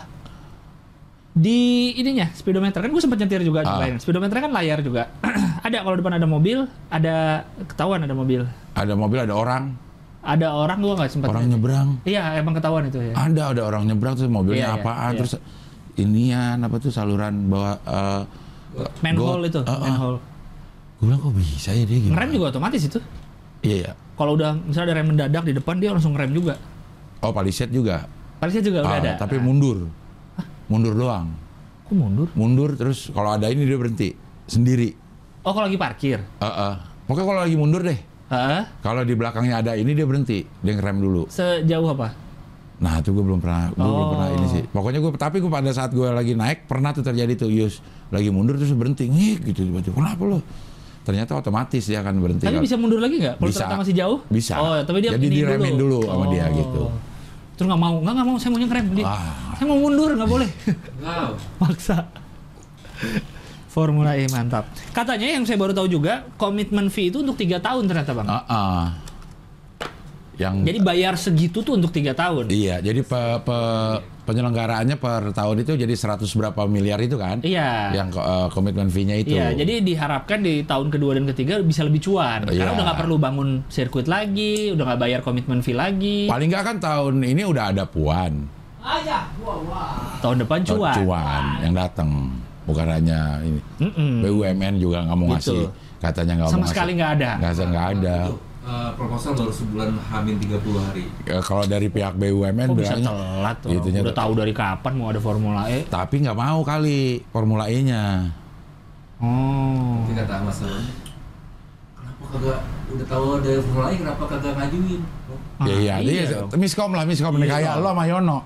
B: di ininya speedometer kan gue sempat nyetir juga
A: Ah.
B: lain. Speedometer kan layar juga. ada kalau depan ada mobil, ada ketahuan ada mobil.
A: Ada mobil, ada orang,
B: Ada orang gua nggak sempat.
A: orang
B: lihat.
A: nyebrang.
B: Iya, emang ketahuan itu ya.
A: Ada ada orang nyebrang terus mobilnya
B: Iya, iya,
A: apaan
B: iya.
A: terus inian apa tuh saluran bawa eh,
B: Manhole
A: got-
B: itu,
A: eh, eh.
B: manhole.
A: Gue bilang kok bisa ya dia gimana?
B: Ngerem juga otomatis itu.
A: Iya iya.
B: Kalau udah misalnya ada rem mendadak di depan dia langsung ngerem juga.
A: Oh palisade juga.
B: Palisnya juga udah
A: Ah,
B: ada.
A: Tapi
B: mundur.
A: mundur. Mundur doang.
B: Kok mundur?
A: Mundur terus kalau ada ini dia berhenti sendiri.
B: Oh, kalau lagi parkir.
A: Eh, eh. Pokoknya kalau lagi mundur deh.
B: Heeh.
A: Kalau di belakangnya ada ini dia berhenti, dia ngerem dulu.
B: Sejauh apa?
A: Nah itu gue belum pernah, gue belum
B: Oh.
A: pernah ini sih. Pokoknya gue, tapi gue pada saat gue lagi naik pernah tuh terjadi tuh Yus lagi mundur terus berhenti, ngik gitu tiba-tiba. Kenapa lo? Ternyata otomatis dia akan berhenti.
B: Tapi
A: Kalau-
B: bisa mundur lagi nggak? Kalau
A: Iya. Bisa.
B: ternyata masih jauh?
A: Bisa.
B: Oh, tapi dia
A: Jadi
B: ini
A: diremin dulu sama dia, gitu.
B: Terus nggak mau, nggak nggak mau, saya maunya ngerem dia.
A: Ah.
B: Saya mau mundur nggak boleh.
C: Wow.
B: Maksa. Formula E mantap. Katanya yang saya baru tahu juga komitmen fee itu untuk tiga tahun ternyata bang.
A: Ah, ah. Yang
B: Jadi bayar segitu tuh untuk tiga tahun.
A: iya, jadi pe- pe- penyelenggaraannya per tahun itu jadi 100 berapa miliar itu kan?
B: Iya.
A: Yang eh, komitmen fee-nya itu.
B: Iya, jadi diharapkan di tahun kedua dan ketiga bisa lebih cuan. Karena
A: Iya.
B: udah nggak perlu bangun sirkuit lagi, udah nggak bayar komitmen fee lagi.
A: paling nggak kan tahun ini udah ada puan,
D: Aja. Wah, wah.
B: Tahun depan cuan.
A: cuan yang datang, bukan hanya ini.
B: Mm-mm.
A: BUMN juga nggak mau ngasih,
B: Gitu.
A: katanya nggak mau
B: Hmm. Sama
A: ngasih.
B: sekali nggak ada.
A: Nggak ada, nggak ada.
C: Itu, eh, proposal baru sebulan hamin 30 hari.
A: Ya, Kalau dari pihak BUMN
B: Kok bisa
A: bilangnya,
B: telat tuh?
A: itunya
B: Udah tahu dari kapan mau ada Formula E.
A: tapi nggak mau kali Formula E-nya.
B: Oh.
C: Tapi kata Mas Ron, kenapa kagak udah tahu ada formula E kenapa kagak ngajuin? Oh,
B: Ah,
A: ya iya,
B: iya
A: dia
B: dong. Iya
A: miskom lah, miskom nih kayak lo sama Yono.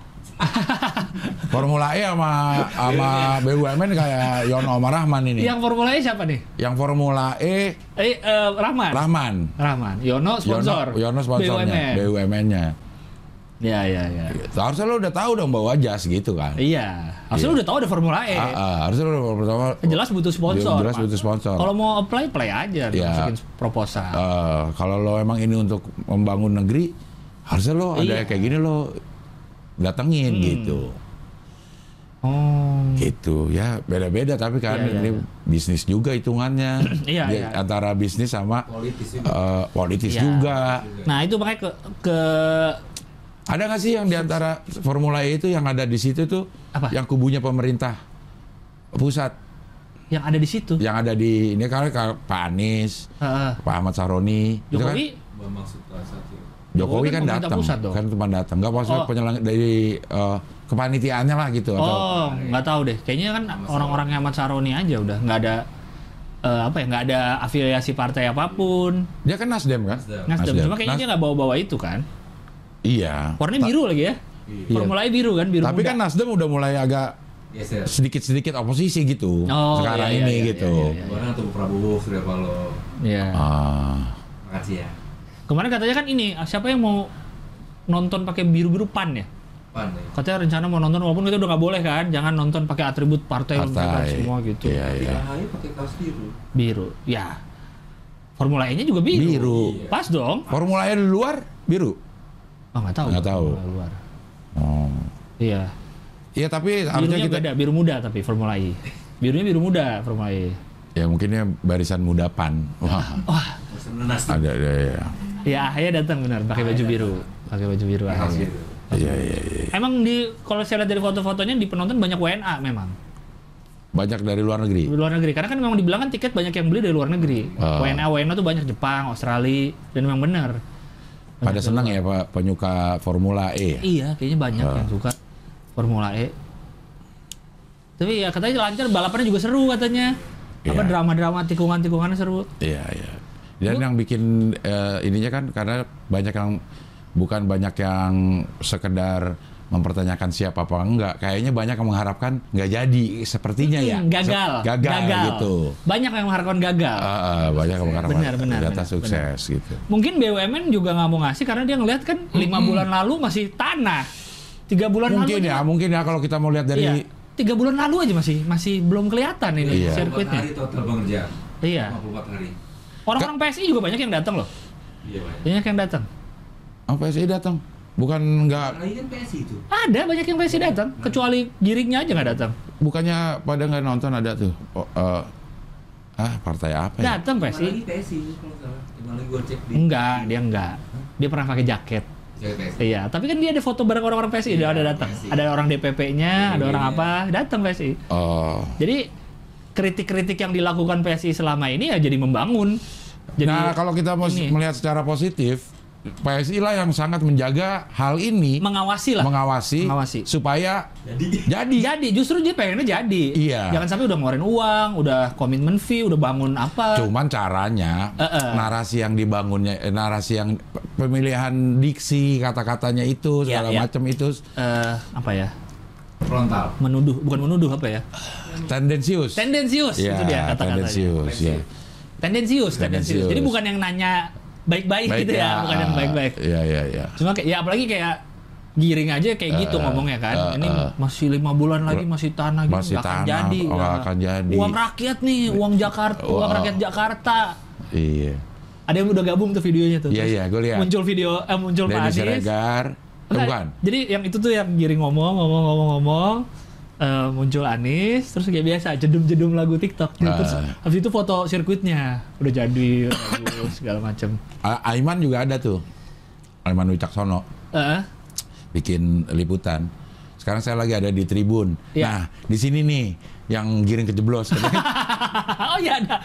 A: Formula E sama sama BUMN kayak Yono sama Rahman ini.
B: Yang Formula E siapa nih?
A: Yang Formula E
B: Eh, eh, Rahman.
A: Rahman.
B: Rahman. Yono sponsor.
A: Yono, Yono sponsornya,
B: BUMN.
A: BUMN-nya.
B: E. Iya, iya, iya.
A: Harusnya lo udah tahu dong bawa jas gitu kan.
B: Iya. Harusnya
A: Iya.
B: udah tahu ada Formula E.
A: Ah, ah, harusnya lo bawa pertama.
B: Jelas butuh sponsor.
A: Jelas
B: Pak.
A: butuh sponsor.
B: Kalau mau apply, apply aja.
A: Iya.
B: Masukin proposal.
A: Eh, kalau lo emang ini untuk membangun negeri, harusnya lo ada
B: Iya.
A: kayak gini lo datengin
B: Hmm.
A: gitu.
B: oh.
A: Gitu ya beda-beda tapi kan
B: Iya, iya,
A: ini
B: iya.
A: bisnis juga hitungannya.
B: Iya,
A: Dia
B: iya.
A: Antara bisnis sama
C: Politis juga.
A: eh, politis
B: Iya.
A: juga.
B: Nah, itu makanya ke, ke
A: Ada nggak sih yang di antara Formula E itu yang ada di situ tuh
B: Apa?
A: yang kubunya pemerintah pusat
B: yang ada di situ.
A: yang ada di ini kan kan Pak Anies,
B: Heeh.
A: Pak Ahmad Saroni, itu kan-
B: Jokowi
C: Bambang Sutrisatyo.
A: Jokowi
B: Jokowi kan
A: kan
B: pemerintah
A: datang,
B: pusat dong.
A: kan teman datang. Nggak maksudnya
B: Oh.
A: penyelenggara dari eh, kepanitiaannya lah gitu atau
B: Oh, nggak tahu deh. Kayaknya kan
C: Saroni.
B: orang-orangnya Ahmad Saroni aja udah nggak ada eh, apa ya nggak ada afiliasi partai apapun.
A: dia kan Nasdem kan?
C: Nasdem.
B: Nasdem.
A: Nasdem.
B: Cuma kayaknya
A: Nas-
B: dia nggak bawa-bawa itu kan.
A: Iya.
B: Warnanya
A: Ta-
B: biru lagi ya.
C: Iya.
B: Formulanya biru kan biru
A: Tapi
B: muda.
A: kan Nasdem udah mulai agak
C: Geser.
A: sedikit-sedikit oposisi gitu
B: Oh,
A: sekarang
B: iya, iya,
A: ini
B: iya,
A: gitu.
B: iya, iya.
C: Orang atau Prabowo Surya Paloh.
B: Iya.
A: Ah.
C: Makasih ya.
B: Kemarin katanya kan ini siapa yang mau nonton pakai biru-biru pan ya?
C: Pan ya.
B: Katanya rencana mau nonton walaupun kita udah nggak boleh kan, jangan nonton pakai atribut partai, lengkap
A: partai.
B: semua gitu.
A: Iya, iya.
C: Ya, ayo pakai kaos biru.
B: Biru. Ya. Formula E-nya juga biru. Iya.
A: Biru.
B: Pas dong.
A: Formula E di luar biru.
B: Oh, nggak tahu.
A: Nggak tahu.
B: Luar.
A: Oh.
B: Iya.
A: Iya tapi harusnya
B: Birunya
A: kita
B: beda, biru muda tapi Formula E. Birunya biru muda Formula E.
A: ya mungkin ya barisan muda pan. Wah.
C: Masa nasib.
A: ada ada ya.
B: Ya Ahaya datang benar pakai baju biru, pakai baju biru
C: Kaos
B: Ahaya.
C: biru.
A: Iya iya iya.
B: Emang di kalau saya lihat dari foto-fotonya di penonton banyak WNA memang
A: Banyak dari luar
B: di
A: negeri.
B: luar negeri karena kan memang dibilang kan tiket banyak yang beli dari luar negeri.
A: Iya. Ah.
B: WNA WNA tuh banyak Jepang, Australia dan memang benar. Banyak
A: Pada
B: dari
A: senang
B: luar.
A: ya Pak penyuka Formula E ya.
B: Iya, kayaknya banyak
A: Ah.
B: yang suka Formula E. Tapi ya katanya lancar, balapannya juga seru katanya. Apa
A: Iya.
B: drama-drama tikungan-tikungannya seru.
A: Iya, iya. Dan yang bikin eh, ininya kan karena banyak yang bukan banyak yang sekedar mempertanyakan siapa apa enggak. Kayaknya banyak yang mengharapkan nggak jadi sepertinya ya.
B: Hmm, gagal.
A: Se- gagal, gitu.
B: Banyak yang mengharapkan gagal.
A: Ah, ah, banyak yang mengharapkan
B: Benar, benar,
A: data
B: benar,
A: sukses gitu.
B: Mungkin BUMN juga nggak mau ngasih karena dia ngelihat kan lima bulan lalu masih tanah. Tiga bulan
A: Mungkin
B: lalu
A: ya, mungkin ya kalau kita mau lihat
B: Iya.
A: dari
B: Tiga bulan lalu aja masih masih belum kelihatan ini
A: Iya.
B: sirkuitnya.
C: Empat hari total pengerjaan.
B: ya? Iya.
C: 54 hari.
B: Orang-orang PSI juga banyak yang datang loh.
C: Iya, Pak.
B: Banyak yang datang.
A: Apa PSI datang? Bukan nggak,
C: Lagi kan PSI itu.
B: Ada banyak yang PSI datang,
A: Iya.
B: kecuali giringnya aja nggak datang.
A: bukannya pada nggak nonton ada tuh. Oh, eh, ah partai apa ya?
B: Datang
C: Kemarin
B: PSI.
C: lagi PSI kalau nggak salah. Kemarin lagi gue cek di.
B: Enggak, dia enggak. Dia pernah pakai jaket.
C: Cek PSI.
B: Iya, tapi kan dia ada foto bareng orang-orang PSI, dia
C: Iya,
B: ada datang.
C: PSI.
B: Ada orang DPP-nya, ada orang apa, datang PSI.
A: Oh.
B: Jadi kritik-kritik yang dilakukan PSI selama ini ya jadi membangun. Jadi
A: nah kalau kita mau
B: ini.
A: melihat secara positif, PSI lah yang sangat menjaga hal ini,
B: mengawasi lah.
A: mengawasi,
B: Mengawasi.
A: supaya
C: Jadi
A: jadi.
B: jadi justru dia pengennya jadi.
A: Iya.
B: Jangan sampai udah ngeluarin uang, udah komitmen fee, udah bangun apa.
A: Cuman caranya
B: Eh-eh.
A: narasi yang dibangunnya, eh, narasi yang pemilihan diksi kata-katanya itu
B: Iya,
A: segala
B: iya.
A: macam itu
B: Eh, apa ya?
C: frontal.
B: Menuduh, bukan menuduh apa ya?
A: tendensius.
B: Tendensius itu dia
A: Iya,
B: kata-katanya.
A: tendensius. ya.
B: tendensius, tendensius.
A: Tendensius.
B: Jadi bukan yang nanya baik-baik
A: Baik,
B: gitu ya, bukan yang baik-baik.
A: Iya, iya, iya.
B: Cuma kayak ya apalagi kayak giring aja kayak gitu
A: Eh,
B: ngomongnya kan.
A: eh,
B: Ini
A: eh.
B: masih lima bulan lagi masih tanah gitu
A: Masih
B: nggak akan
A: tanah,
B: jadi.
A: nggak
B: nggak-
A: akan jadi.
B: Uang rakyat nih, uang Jakarta, uang
A: Wah.
B: rakyat Jakarta.
A: Iya.
B: Ada yang udah gabung tuh videonya tuh.
A: Iya,
B: Terus
A: iya, gua lihat.
B: Muncul video eh muncul Pak
A: Denny
B: Anies.
A: Siregar. Eh,
B: Enggak,
A: Bukan.
B: Jadi yang itu tuh yang giring ngomong, ngomong, ngomong, ngomong. Eh, muncul Anies, terus kayak biasa jedum-jedum lagu TikTok. Terus
A: Ah.
B: habis itu foto sirkuitnya udah jadi bagus, segala macem.
A: A- Aiman juga ada tuh. Aiman Wicaksono
B: Eh,
A: bikin liputan. Sekarang saya lagi ada di Tribun.
B: Iya.
A: Nah, di sini nih yang giring kejeblos. Katanya,
B: oh iya ada.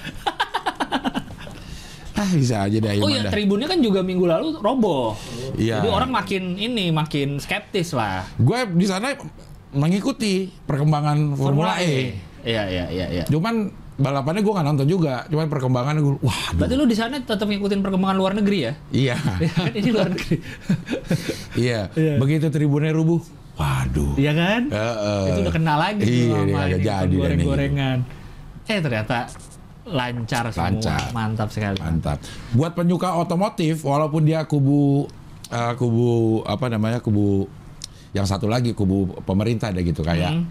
A: ah, bisa aja deh Aiman.
B: Oh iya,
A: dah.
B: tribunnya kan juga minggu lalu roboh.
A: Iya.
B: Jadi orang makin ini, makin skeptis lah.
A: Gue di sana mengikuti perkembangan Formula, E.
B: Iya, iya, iya, iya.
A: Cuman balapannya gue nggak nonton juga. Cuman perkembangannya gue, wah, aduh.
B: Berarti lu di sana tetap ngikutin perkembangan luar negeri ya?
A: iya,
B: Ya kan ini luar negeri.
A: iya.
B: Iya.
A: Begitu tribunnya rubuh, waduh.
B: Iya kan?
A: Eh, eh.
B: Itu udah kenal lagi tuh
A: Iya, dia
B: sama
A: kagak
B: ini,
A: jadi dah nih.
B: goreng-gorengan. Eh ternyata lancar semua.
A: Lancar.
B: Mantap sekali.
A: Mantap. Buat penyuka otomotif, walaupun dia kubu eh, kubu apa namanya kubu yang satu lagi kubu pemerintah deh gitu kayak
B: Hmm.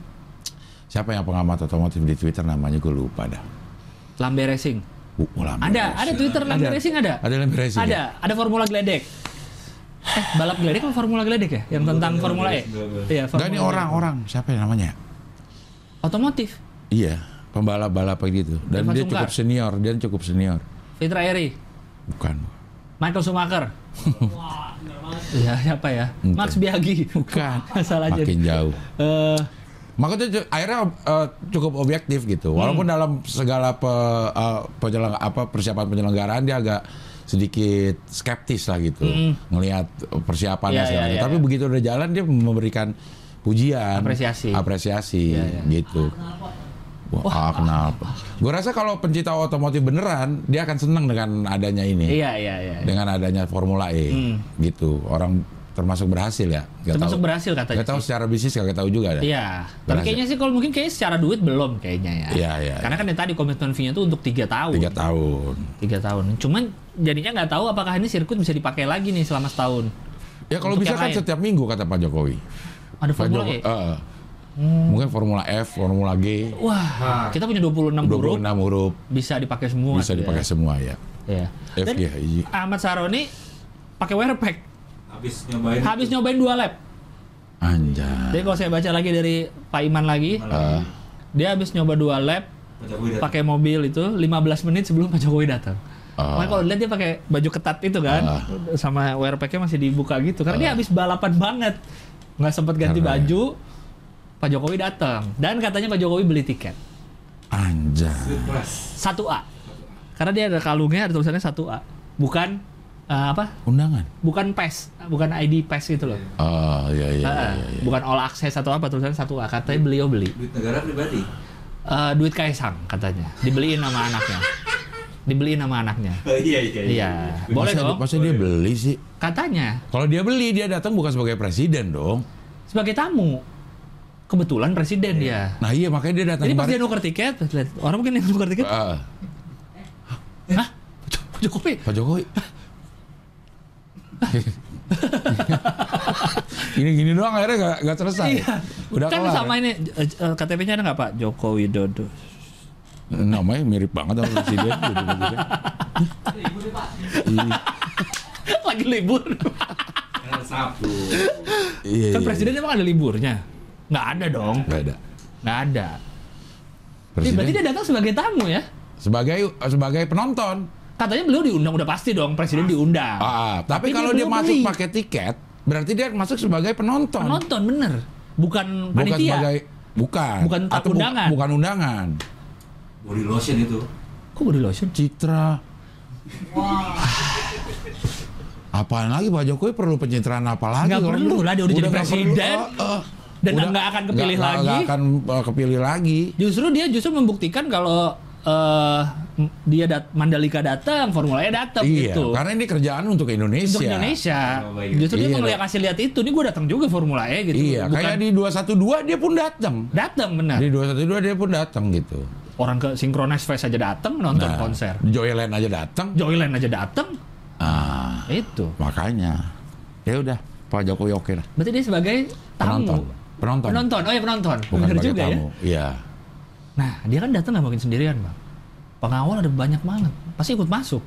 A: siapa yang pengamat otomotif di Twitter namanya gue lupa dah.
B: Lambe Racing.
A: Bu, Lambe
B: Ada,
A: Racing.
B: ada Twitter Lambe
A: Ada.
B: Racing ada?
A: Ada ya? Lambe Racing,
B: Ada, ada Formula Gledek. Eh, balap Gledek atau Formula Gledek ya? Yang tentang
C: Gledek,
B: Formula E?
C: Gledek.
B: Iya,
A: Enggak ini
B: Formula
A: orang-orang siapa yang namanya?
B: Otomotif.
A: Iya, pembalap-balap gitu. Dan
B: Irfan
A: dia
B: Sungkar.
A: cukup senior, dia cukup senior.
B: Fitra Eri.
A: Bukan.
B: Michael Schumacher.
D: Wah, bener banget.
B: Ya, siapa ya?
A: Bukan.
B: Max Biaggi.
A: Bukan.
B: Salah aja.
A: Makin jauh.
B: Eh,
A: Makanya ju- akhirnya eh, cukup objektif
B: Hmm.
A: gitu. Walaupun dalam segala pe, eh, penyelenggara- apa persiapan penyelenggaraan dia agak sedikit skeptis lah gitu
B: Mm.
A: melihat persiapannya
B: Iya,
A: segala
B: iya,
A: macam.
B: iya,
A: Tapi
B: iya.
A: begitu udah jalan dia memberikan pujian,
B: Apresiasi.
A: apresiasi
B: Iya, iya.
A: gitu. Wah, ah, kenapa? Gue rasa kalau pencinta otomotif beneran dia akan senang dengan adanya ini,
B: iya, iya, iya.
A: dengan adanya Formula E
B: Mm.
A: gitu. Orang termasuk berhasil ya. Gak
B: Termasuk
A: tahu-
B: berhasil katanya.
A: Gak tahu secara bisnis gak tahu juga ya. ada.
B: Iya, tapi
A: Berhasil.
B: kayaknya sih kalau mungkin kayaknya secara duit belum kayaknya ya.
A: Iya, iya,
B: Karena kan yang tadi komitmen fee-nya tuh untuk tiga tahun.
A: Tiga tahun.
B: Tiga tahun. Cuman jadinya nggak tahu apakah ini sirkuit bisa dipakai lagi nih selama setahun.
A: Ya kalau
B: Untuk
A: bisa
B: yang
A: kan
B: lain.
A: setiap minggu kata Pak Jokowi.
B: Ada
A: Pak
B: Formula
A: Joko-
B: E. Hmm.
A: eh, eh. Mungkin Formula F, Formula G, Ah.
B: Wah, kita punya 26 huruf
A: 26 huruf
B: bisa dipakai semua.
A: bisa dipakai semua ya.
B: Iya.
A: F,
B: Dan
A: G, H, I.
B: Ahmad Saroni pakai wear pack.
C: Habis nyobain.
B: Habis nyobain dua lap.
A: Anjay.
B: Jadi kalau saya baca lagi dari Pak Iman lagi,
A: Eh.
C: Malah
B: dia habis nyoba dua lap
C: Pak Jokowi
A: Iya.
C: datang.
B: pakai mobil itu 15 menit sebelum Pak Jokowi datang.
A: Ah.
B: Makanya kalau lihat dia pakai baju ketat itu kan,
A: Ah.
B: sama wear packnya masih dibuka gitu. Karena dia habis balapan banget, nggak sempat ganti
A: Keren.
B: baju.
A: ya.
B: Pak Jokowi datang dan katanya Pak Jokowi beli tiket
A: Anjay.
C: Street Plus.
B: 1A. Karena dia ada kalungnya ada tulisannya 1A, bukan eh, apa?
A: Undangan.
B: Bukan PES, bukan ID PES gitu loh.
A: Oh, iya iya
B: Ah,
A: iya.
B: ah.
A: iya, iya.
B: Bukan all access atau apa tulisannya 1A. Katanya beliau beli.
C: Duit negara pribadi.
B: Eh, duit Kaisang katanya, dibeliin sama anaknya. Dibeliin sama anaknya.
C: Oh, iya iya.
B: Iya. Boleh
A: Masa-
B: dong.
A: Masa dia beli sih?
B: Katanya
A: Kalau dia beli dia datang bukan sebagai presiden dong.
B: sebagai tamu. Kebetulan presiden dia.
A: Nah, iya makanya dia datang
B: Jadi pas dia
A: kemarin.
B: gitu? nuker tiket, pas lihat, orang mungkin yang nuker tiket,
A: Eh,
B: hah? Jo- Jokowi?
A: Pak Jokowi. Gini-gini doang akhirnya gak, gak selesai.
B: Iya.
A: Udah
B: kan
A: kelar.
B: sama ini eh, eh, KTP-nya ada nggak Pak Jokowi Dodo?
A: namanya mirip banget sama presiden gitu, gitu.
D: Ibu nih pak.
B: Kan
A: Iya,
B: Lagi libur.
C: Karena Sabtu.
A: iya,
B: Kan
A: iya.
B: presiden emang ada liburnya? Nggak ada dong.
A: Nggak ada.
B: Nggak ada. Ih, Berarti
A: Presiden
B: dia datang sebagai tamu ya?
A: sebagai sebagai penonton.
B: Katanya beliau diundang udah pasti dong presiden diundang.
A: Ah, tapi,
B: Tapi dia
A: kalau dia,
B: belum
A: masuk
B: beli.
A: pakai tiket, berarti dia masuk sebagai penonton.
B: Penonton bener, bukan
A: Bukan
B: panitia.
A: sebagai bukan
B: Bukan tetap
A: Atau bu-
B: undangan.
A: bukan undangan.
C: Body lotion itu.
B: Kok body lotion?
A: Citra.
D: Wah.
A: Apaan lagi Pak Jokowi perlu pencitraan apa lagi?
B: Nggak
A: Kalau
B: perlu
A: dulu-
B: lah, dia udah jadi
A: nggak perlu,
B: presiden.
A: eh, eh.
B: Dan
A: Udah
B: nggak akan kepilih
A: nggak-
B: lagi.
A: Nggak akan eh, kepilih lagi.
B: Justru dia justru membuktikan kalau eh, m- dia dat- Mandalika datang, formula E datang
A: iya,
B: gitu.
A: karena ini kerjaan untuk Indonesia.
B: Untuk Indonesia.
C: Oh, baik.
B: Justru dia
A: Iya,
B: mau kasih lihat itu, nih gue datang juga formula E gitu.
A: Iya,
B: Bukan Nah.
A: kayak di 212 dia pun datang.
B: datang benar.
A: Di 212 dia pun datang gitu.
B: Orang ke Synchronize Fest aja datang nonton
A: Nah,
B: konser.
A: Joyland aja datang.
B: Joyland aja datang.
A: Ah,
B: Itu.
A: makanya. Ya udah, Pak Jokowi oke lah.
B: Berarti dia sebagai
A: Penonton.
B: tamu.
A: Penonton.
B: Penonton. Oh ya penonton.
A: Bukan
B: Bener
A: sebagai
B: juga ya.
A: tamu. Iya.
B: Nah, dia kan datang nggak mungkin sendirian, Bang. Pengawal ada banyak banget. Pasti ikut masuk.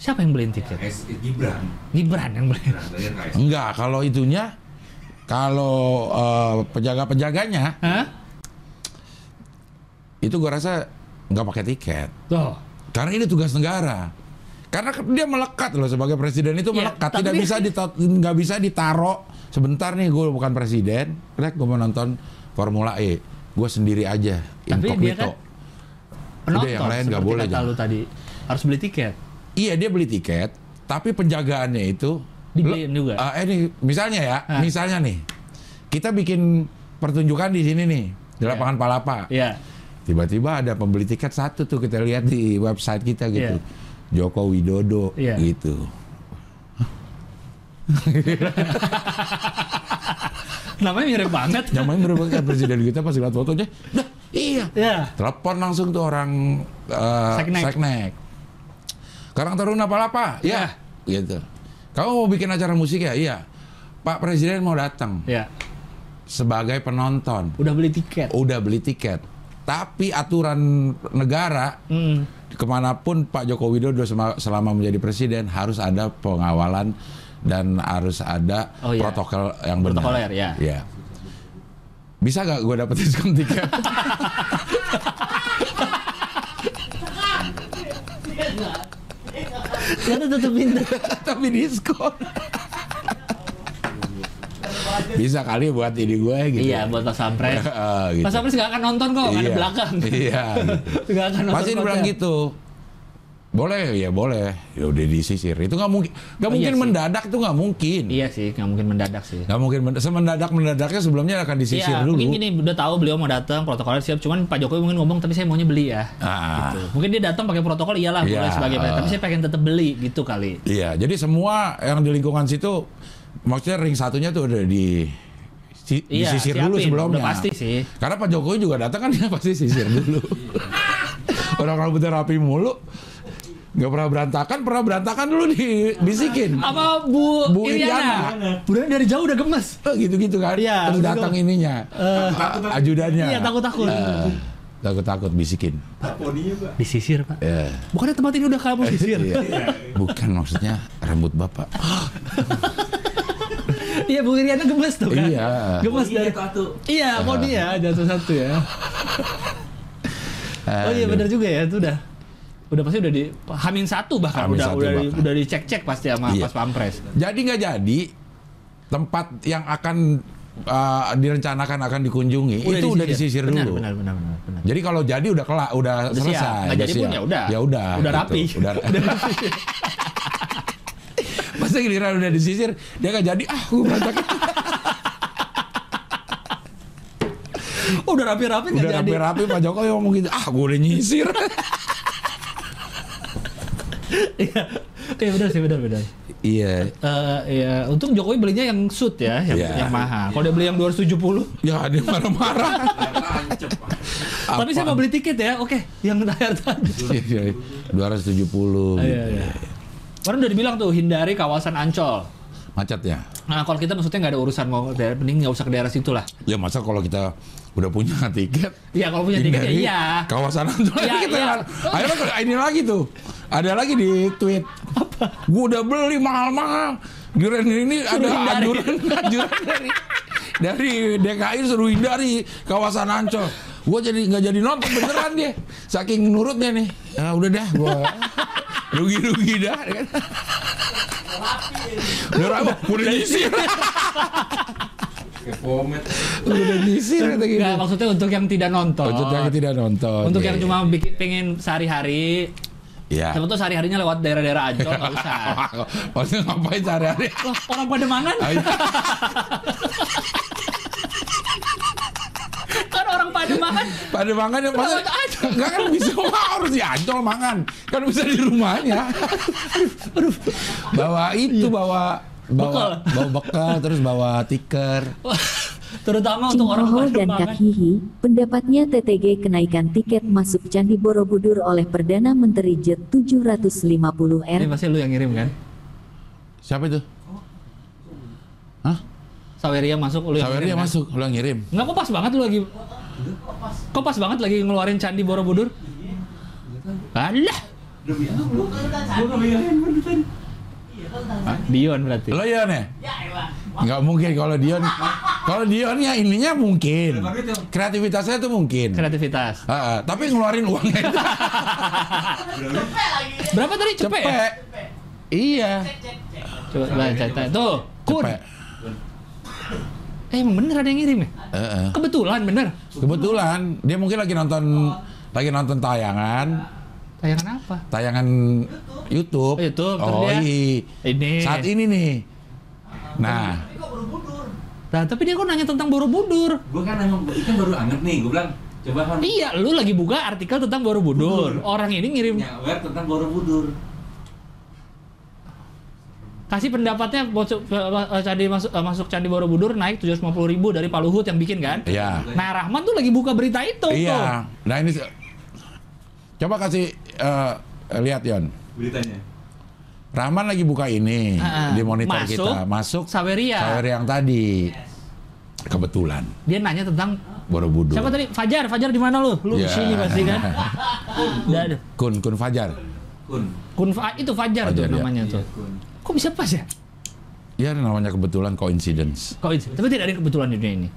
B: Siapa yang beliin tiket?
C: S Gibran.
B: Gibran yang beliin.
C: Gibran bayar KS.
A: Enggak, kalau itunya kalau eh, penjaga-penjaganya
B: Hah?
A: itu gua rasa nggak pakai tiket.
B: Tuh.
A: Karena ini tugas negara. Karena ke- dia melekat loh sebagai presiden itu
B: Ya,
A: melekat,
B: tapi-
A: tidak bisa dita- nggak bisa ditaruh sebentar nih gue bukan presiden, lihat gue mau nonton Formula E, gue sendiri aja
B: Tapi dia
A: incognito.
B: kan Penonton.
A: yang lain nggak
B: seperti
A: boleh,
B: kata
A: jangan.
B: lu tadi harus beli tiket.
A: Iya dia beli tiket, tapi penjagaannya itu
B: Dibeliin juga.
A: Ah, eh nih, misalnya ya,
B: Ah.
A: misalnya nih, kita bikin pertunjukan di sini nih di
B: Iya.
A: lapangan Palapa.
B: Iya.
A: tiba-tiba ada pembeli tiket satu tuh kita lihat di website kita gitu
B: Iya.
A: Joko Widodo
B: Iya.
A: gitu
B: Namanya mirip banget.
A: namanya merupakan presiden kita pas lihat fotonya dah iya
B: Iya.
A: telepon langsung tuh orang eh,
B: Seknek.
A: seknek Karang Taruna Palapa ya
B: Iya.
A: gitu kamu mau bikin acara musik ya iya Pak Presiden mau datang
B: Iya.
A: sebagai penonton
B: Udah beli tiket.
A: udah beli tiket tapi aturan negara
B: Hmm.
A: kemanapun Pak Joko Widodo sema- selama menjadi presiden harus ada pengawalan dan harus ada
B: Oh, iya.
A: protokol yang benar.
B: Protokoler, ya.
A: Iya. Bisa gak gue dapet diskon tiket?
B: Ternyata tetap Ya, pindah.
A: Tapi diskon. Bisa kali buat ini gue gitu.
B: Iya, buat Pak Sampres.
A: Eh, gitu.
B: Pak Sampres nggak akan nonton kok, nggak ada
A: Iya.
B: belakang.
A: Iya. gitu.
B: Nggak akan nonton.
A: Pasti dia bilang
B: konser.
A: gitu. Boleh ya boleh. Ya udah disisir. Itu nggak mungkin. Nggak
B: Oh,
A: mungkin
B: iya sih.
A: mendadak itu nggak mungkin.
B: Iya sih, nggak mungkin mendadak sih.
A: Nggak mungkin men- semendadak mendadaknya sebelumnya akan disisir
B: Iya,
A: dulu.
B: mungkin gini udah tahu beliau mau datang protokolnya siap, cuman Pak Jokowi mungkin ngomong tapi saya maunya beli ya.
A: Ah,
B: Gitu. Mungkin dia datang pakai protokol iyalah
A: Iya.
B: boleh sebagai tapi saya pengen tetap beli gitu kali.
A: iya. Jadi semua yang di lingkungan situ, maksudnya ring satunya tuh udah di si-
B: Iya,
A: disisir
B: siapin.
A: dulu sebelumnya.
B: Udah pasti sih.
A: Karena Pak Jokowi juga datang kan dia pasti sisir dulu. Orang rambutnya rapi mulu, nggak pernah berantakan, pernah berantakan dulu dibisikin.
B: Apa Bu,
A: Bu
B: Iriana?
A: Iriana.
B: Bu Iriana dari jauh udah gemes.
A: Eh, gitu-gitu kan.
B: Iya,
A: Terus
B: udah
A: datang
B: kok.
A: ininya, a- ajudannya.
B: Iya, takut-takut.
A: Eh, takut-takut bisikin.
E: Poninya pak.
B: Disisir, Pak.
A: Eh.
B: Bukannya tempat ini udah kamu sisir.
A: Iya. Bukan maksudnya rambut bapak.
B: Oh, Iya, Bu Iriana gemes tuh kan.
A: Iya.
B: Gemes
C: Iya,
B: dari
C: itu atuh.
B: Iya, kok dia jatuh satu ya. Oh iya
A: Aduh.
B: benar juga ya, itu udah udah pasti udah di Hamin satu bahkan
A: Hamin
B: udah
A: satu
B: udah di-
A: bahkan.
B: udah dicek-cek pasti sama
A: Iya.
B: Pas Pampres.
A: Jadi nggak jadi tempat yang akan uh, direncanakan akan dikunjungi itu udah disisir
B: Benar,
A: dulu.
B: Benar, benar, benar, benar.
A: Jadi kalau jadi udah kelak, udah,
B: Udah
A: selesai.
B: siap. Nggak
A: udah
B: jadi pun
A: siap.
B: ya udah.
A: Ya udah.
B: Udah
A: gitu.
B: rapi.
A: Udah. Masa giliran udah disisir, dia nggak jadi. Ah, gue berantakan.
B: Oh, udah rapi-rapi nggak
A: udah
B: jadi.
A: rapi-rapi Pak Jokowi ngomong gitu. Ah, gue udah nyisir.
B: Iya. Iya benar sih, benar, benar.
A: Iya.
B: Eh, ya, untung Jokowi belinya yang suit ya, yang,
A: Iya.
B: yang mahal. Kalau dia beli yang 270,
A: Ya dia marah-marah.
C: Ternyata ancep.
B: tapi saya mau beli tiket ya. Oke, yang layar tadi.
A: Iya, Dua ratus tujuh puluh. gitu.
B: Iya, iya. Orang udah dibilang tuh hindari kawasan Ancol.
A: Macet ya.
B: Nah, kalau kita maksudnya nggak ada urusan mau ke daerah, mending nggak usah ke daerah situ lah.
A: Ya masa kalau kita udah punya tiket
B: Iya kalau punya tiket ya
A: hindari
B: iya.
A: kawasan Ancol
B: Iya,
A: kita
B: iya.
A: kan- akhirnya ke- ini lagi tuh ada lagi di tweet apa gue udah beli mahal-mahal durian ini ada
B: hindari.
A: anjuran anjuran dari dari DKI suruh hindari kawasan Ancol gue jadi nggak jadi nonton beneran dia saking nurutnya nih ya udah dah gue rugi-rugi dah dia kan. Udah rapi, udah nyisir,
B: Iya.
C: Kayak pomet.
A: udah nyisir kata gitu.
B: Nggak, maksudnya untuk yang tidak nonton.
A: Untuk yang tidak nonton.
B: Oh. Untuk
A: iya,
B: yang
A: iya.
B: cuma bikin pengen sehari-hari,
A: Iya.
B: sebetulnya sehari-harinya lewat daerah-daerah Ancol nggak usah.
A: Maksudnya ngapain sehari-hari?
B: Loh, orang pada mangan?
A: Ah, iya.
B: kan orang pada mangan.
A: Pada makan yang masa
B: Kenapa itu
A: Enggak kan bisa Wah, harus di Ancol makan. Kan bisa di rumahnya. Aduh. Bawa itu
B: Iya.
A: bawa bawa bawa bekal terus bawa tiker.
B: Terutama untuk orang
F: Cingkoho
B: pada
F: dan
B: mangan.
F: Kak Hihi, pendapatnya TTG kenaikan tiket masuk Candi Borobudur oleh Perdana Menteri Jet 750 R
B: Ini pasti lu yang ngirim kan?
A: Siapa itu? Hah?
B: Saweria masuk lu yang
A: Saweria
B: ngirim, kan?
A: masuk, lo yang ngirim.
B: Enggak kok pas banget lu lagi Kok pas banget lagi ngeluarin Candi Borobudur? Alah, Dion berarti.
A: Lo Dion ya? Enggak mungkin kalau Dion. Kalau Dionnya ininya mungkin. Kreativitasnya tuh mungkin.
B: Kreativitas.
A: Ah, ah, tapi ngeluarin uangnya itu
B: Berapa tadi cepet? ya?
A: cepet. Iya.
B: Coba lah cerita. Tuh, Kun.
A: Cepet.
B: Eh, emang bener ada yang ngirim ya?
A: Heeh.
B: Kebetulan bener.
A: Kebetulan dia mungkin lagi nonton lagi nonton tayangan,
B: Tayangan apa?
A: tayangan YouTube.
B: Oh, YouTube, terus
A: Oh,
B: dia
A: iya.
B: ini.
A: Saat ini nih. Nah,
B: Nah, tapi dia kok nanya tentang Borobudur.
C: Gue kan emang ikan baru anget nih, gue bilang coba kan
B: Iya, lu lagi buka artikel tentang Borobudur.
C: Budur.
B: Orang ini ngirim
A: Ya.
C: nyawer tentang Borobudur.
B: kasih pendapatnya masuk eh, candi masuk eh, masuk candi Borobudur naik 750 ribu dari Pak Luhut yang bikin kan?
A: iya.
B: Nah, Rahman tuh lagi buka berita itu tuh.
A: Iya. Nah, ini se- coba kasih eh, lihat Yon.
C: Beritanya.
A: Rahman lagi buka ini
B: Ah,
A: di monitor
B: masuk
A: kita. Masuk
B: Saweria.
A: sawer yang tadi. Kebetulan
B: Dia nanya tentang
A: Borobudur.
B: siapa tadi? Fajar, Fajar di mana lu? Lu
A: Iya.
B: di sini pasti kan? Udah ada.
A: Kun Kun Fajar.
C: Kun.
B: Kun Fa- itu
A: Fajar,
B: Fajar,
A: ya.
B: tuh namanya
C: Iya,
B: tuh.
C: kun.
B: Kok bisa pas ya?
A: Ya namanya kebetulan coincidence.
B: Kok itu? Tapi tidak ada yang kebetulan di dunia ini.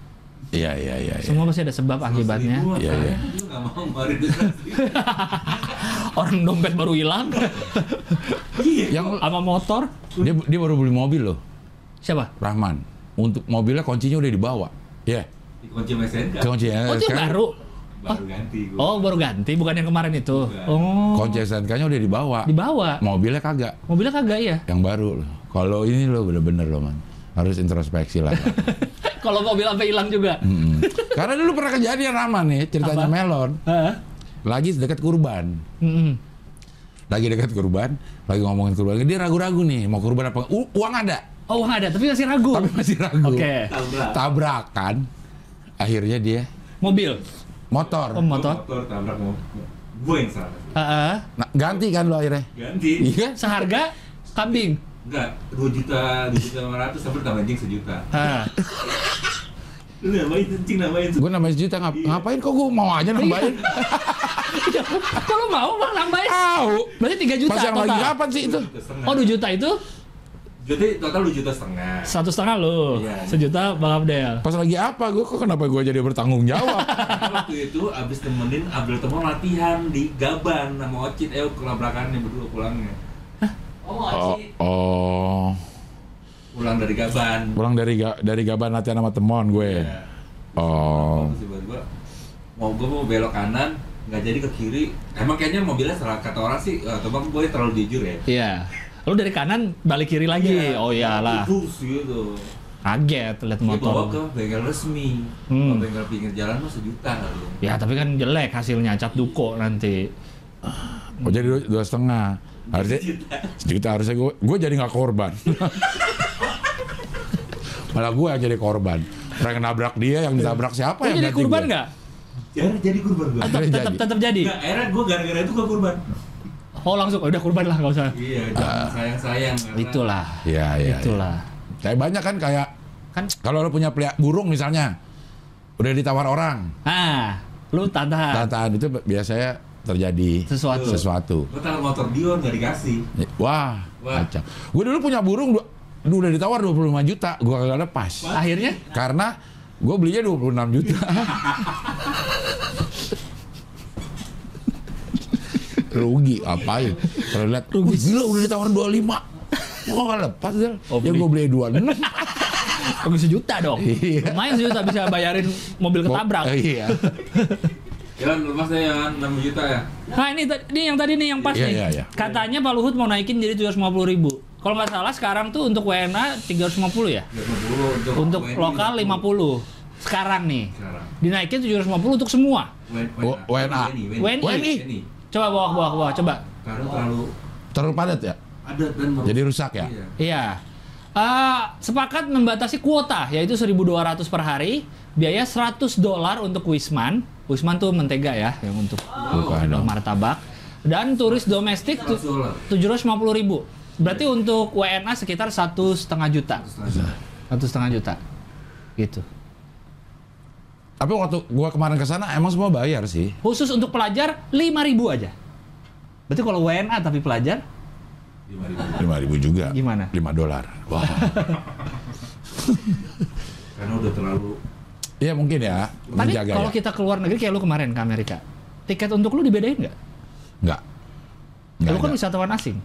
A: Iya iya iya. iya.
B: Semua pasti ada sebab akibatnya.
C: Seribu,
A: Iya, iya.
C: Lu nggak mau ngeluarin duit seribu.
B: Orang dompet baru hilang
C: Iya.
A: Yang
B: sama motor.
A: dia dia baru beli mobil loh.
B: Siapa?
A: Rahman untuk mobilnya kuncinya udah dibawa ya
C: Dikunci sama SNK.
A: kunci ya
B: Oh, itu yang baru.
C: Baru ganti gue.
B: Oh, baru ganti bukan yang kemarin itu.
A: Iya.
C: Bukan.
B: Oh.
A: kunci SNK nya udah dibawa
B: Dibawa.
A: mobilnya kagak
B: Mobilnya kagak ya?
A: yang baru loh kalau ini lo bener-bener lo man harus introspeksi lah
B: Kalau mobil sampai hilang juga.
A: Mm-mm. karena dulu pernah kejadian Rahman nih ceritanya
B: Apa?
A: Melon
B: Heeh.
A: lagi dekat kurban
B: Mm-mm.
A: lagi dekat kurban lagi ngomongin kurban dia ragu-ragu nih mau kurban apa U- uang ada
B: Oh, uang ada, tapi masih ragu.
A: tapi masih ragu
B: Oke.
C: Tabrak.
A: tabrakan akhirnya dia
B: Mobil.
A: motor
B: Oh, motor.
C: Motor tabrak mau. Gue yang salah.
B: Heeh.
A: Nah, ganti kan lo akhirnya
C: Ganti.
A: iya
B: Ya, Seharga kambing.
C: Enggak, 2 juta, 2 juta 500 tapi tambah anjing sejuta.
B: Heeh.
C: Lu namain anjing namain.
A: gue nambahin sejuta ngap-
C: Iya.
A: ngapain kok gue mau aja nambahin
B: Kok lu mau bang nambahin?
A: Au.
B: Berarti 3 juta
A: Pas yang
B: total.
A: lagi kapan sih itu?
C: Juta setengah.
B: Oh, 2 juta itu
C: Jadi total 2 juta setengah.
B: satu setengah lo.
C: Iya.
B: Sejuta Bang Abdel.
A: Pas lagi apa? Gue kok kenapa gue jadi bertanggung jawab?
C: Karena waktu itu abis temenin Abdul Temon latihan di Gaban sama Ocit, eh kelabrakannya berdua pulangnya.
A: oh, oh,
C: Pulang dari Gaban.
A: pulang dari ga, dari gaban latihan sama temon gue.
B: Iya.
C: Ya.
A: Oh,
C: Terus tiba-tiba mau gue mau belok kanan, nggak jadi ke kiri. Emang kayaknya mobilnya salah kata orang sih, eh, atau bang gue terlalu jujur ya.
B: Iya. Lu dari kanan balik kiri
C: Iya.
B: lagi. Oh iyalah.
C: Terus gitu.
B: Kaget lihat
C: Dia Iya, bawa ke
B: motor.
C: bengkel resmi.
B: Hmm.
C: Kalau bengkel pinggir jalan mah sejuta kali.
B: Ya,
C: ya.
B: tapi kan jelek hasilnya cap duko nanti.
A: oh jadi dua, dua setengah. Harusnya sejuta harusnya gue gue jadi nggak korban. Malah gue yang jadi korban. Orang yang nabrak dia, yang ditabrak siapa
B: Iya. Lu
A: yang
B: jadi
A: ganti
B: kurban
A: gue?
B: nggak?
C: Akhirnya jadi kurban gue.
A: Akhirnya
B: Tetap
A: jadi.
B: tetap jadi.
C: Nah, akhirnya gue gara-gara itu gue kurban.
B: Oh langsung udah kurban lah nggak usah.
C: Iya, jangan sayang-sayang. karena-
B: Ah. Itulah.
A: Iya, iya.
B: Itulah.
A: Kayak banyak kan kayak
B: Kan
A: kalau lo punya pelihara burung misalnya udah ditawar orang
B: Ah, lu tantang
A: tataan itu biasanya terjadi
B: sesuatu.
A: sesuatu
C: Lu taruh motor Dion nggak dikasih.
A: wah,
C: Wah.
A: kacau gue dulu punya burung dua, udah ditawar 25 juta gue kagak lepas
B: Akhirnya
A: karena gue belinya 26 juta rugi apain Terus lihat rugi gila udah ditawar 25 Gua gak lepas Zal.
B: Oh,
A: ya
B: beli.
A: gue beli 26
B: Habis sejuta dong.
A: Iya.
B: Lumayan sejuta bisa bayarin mobil ketabrak.
A: Oh, iya
C: Jalan lepas deh ya, 6 juta ya.
B: Nah ini, tadi- ini yang tadi nih yang pas
A: Iya,
B: nih.
A: iya, iya.
B: Katanya Pak Luhut mau naikin jadi 750 ribu. Kalau nggak salah sekarang tuh untuk WNA 350 ya.
C: 30 untuk,
B: Untuk
C: WNI,
B: lokal 50. Sekarang nih
C: Sekarang.
B: dinaikin 750 untuk semua.
A: W- WNA.
B: WNI. Coba bawa bawa bawa coba.
C: Karena terlalu
A: terlalu padat ya
C: ada dan meru-
A: jadi rusak ya
C: Iya.
B: Iya. Eh, sepakat membatasi kuota yaitu 1.200 per hari, biaya 100 dolar untuk Wisman. Wisman tuh mentega ya yang untuk Oh,
A: Bukan dong.
B: martabak dan turis domestik tu-
C: 100 dolar.
B: 750 ribu. Berarti untuk WNA sekitar satu setengah juta,
C: Setelah-
B: satu setengah juta, gitu.
A: tapi waktu gue kemarin ke sana emang semua bayar sih
B: Khusus untuk pelajar 5.000 aja. Berarti kalau WNA tapi pelajar
C: 5.000.
A: 5.000 juga
B: Gimana?
A: 5 dolar wah
C: Karena udah terlalu
A: iya mungkin ya
B: Tapi
A: menjaga
B: kalau
A: ya
B: kita keluar negeri kayak lu kemarin ke Amerika, tiket untuk lu dibedain nggak?
A: enggak
B: Lu
A: enggak
B: kan
A: ada.
B: wisatawan asing,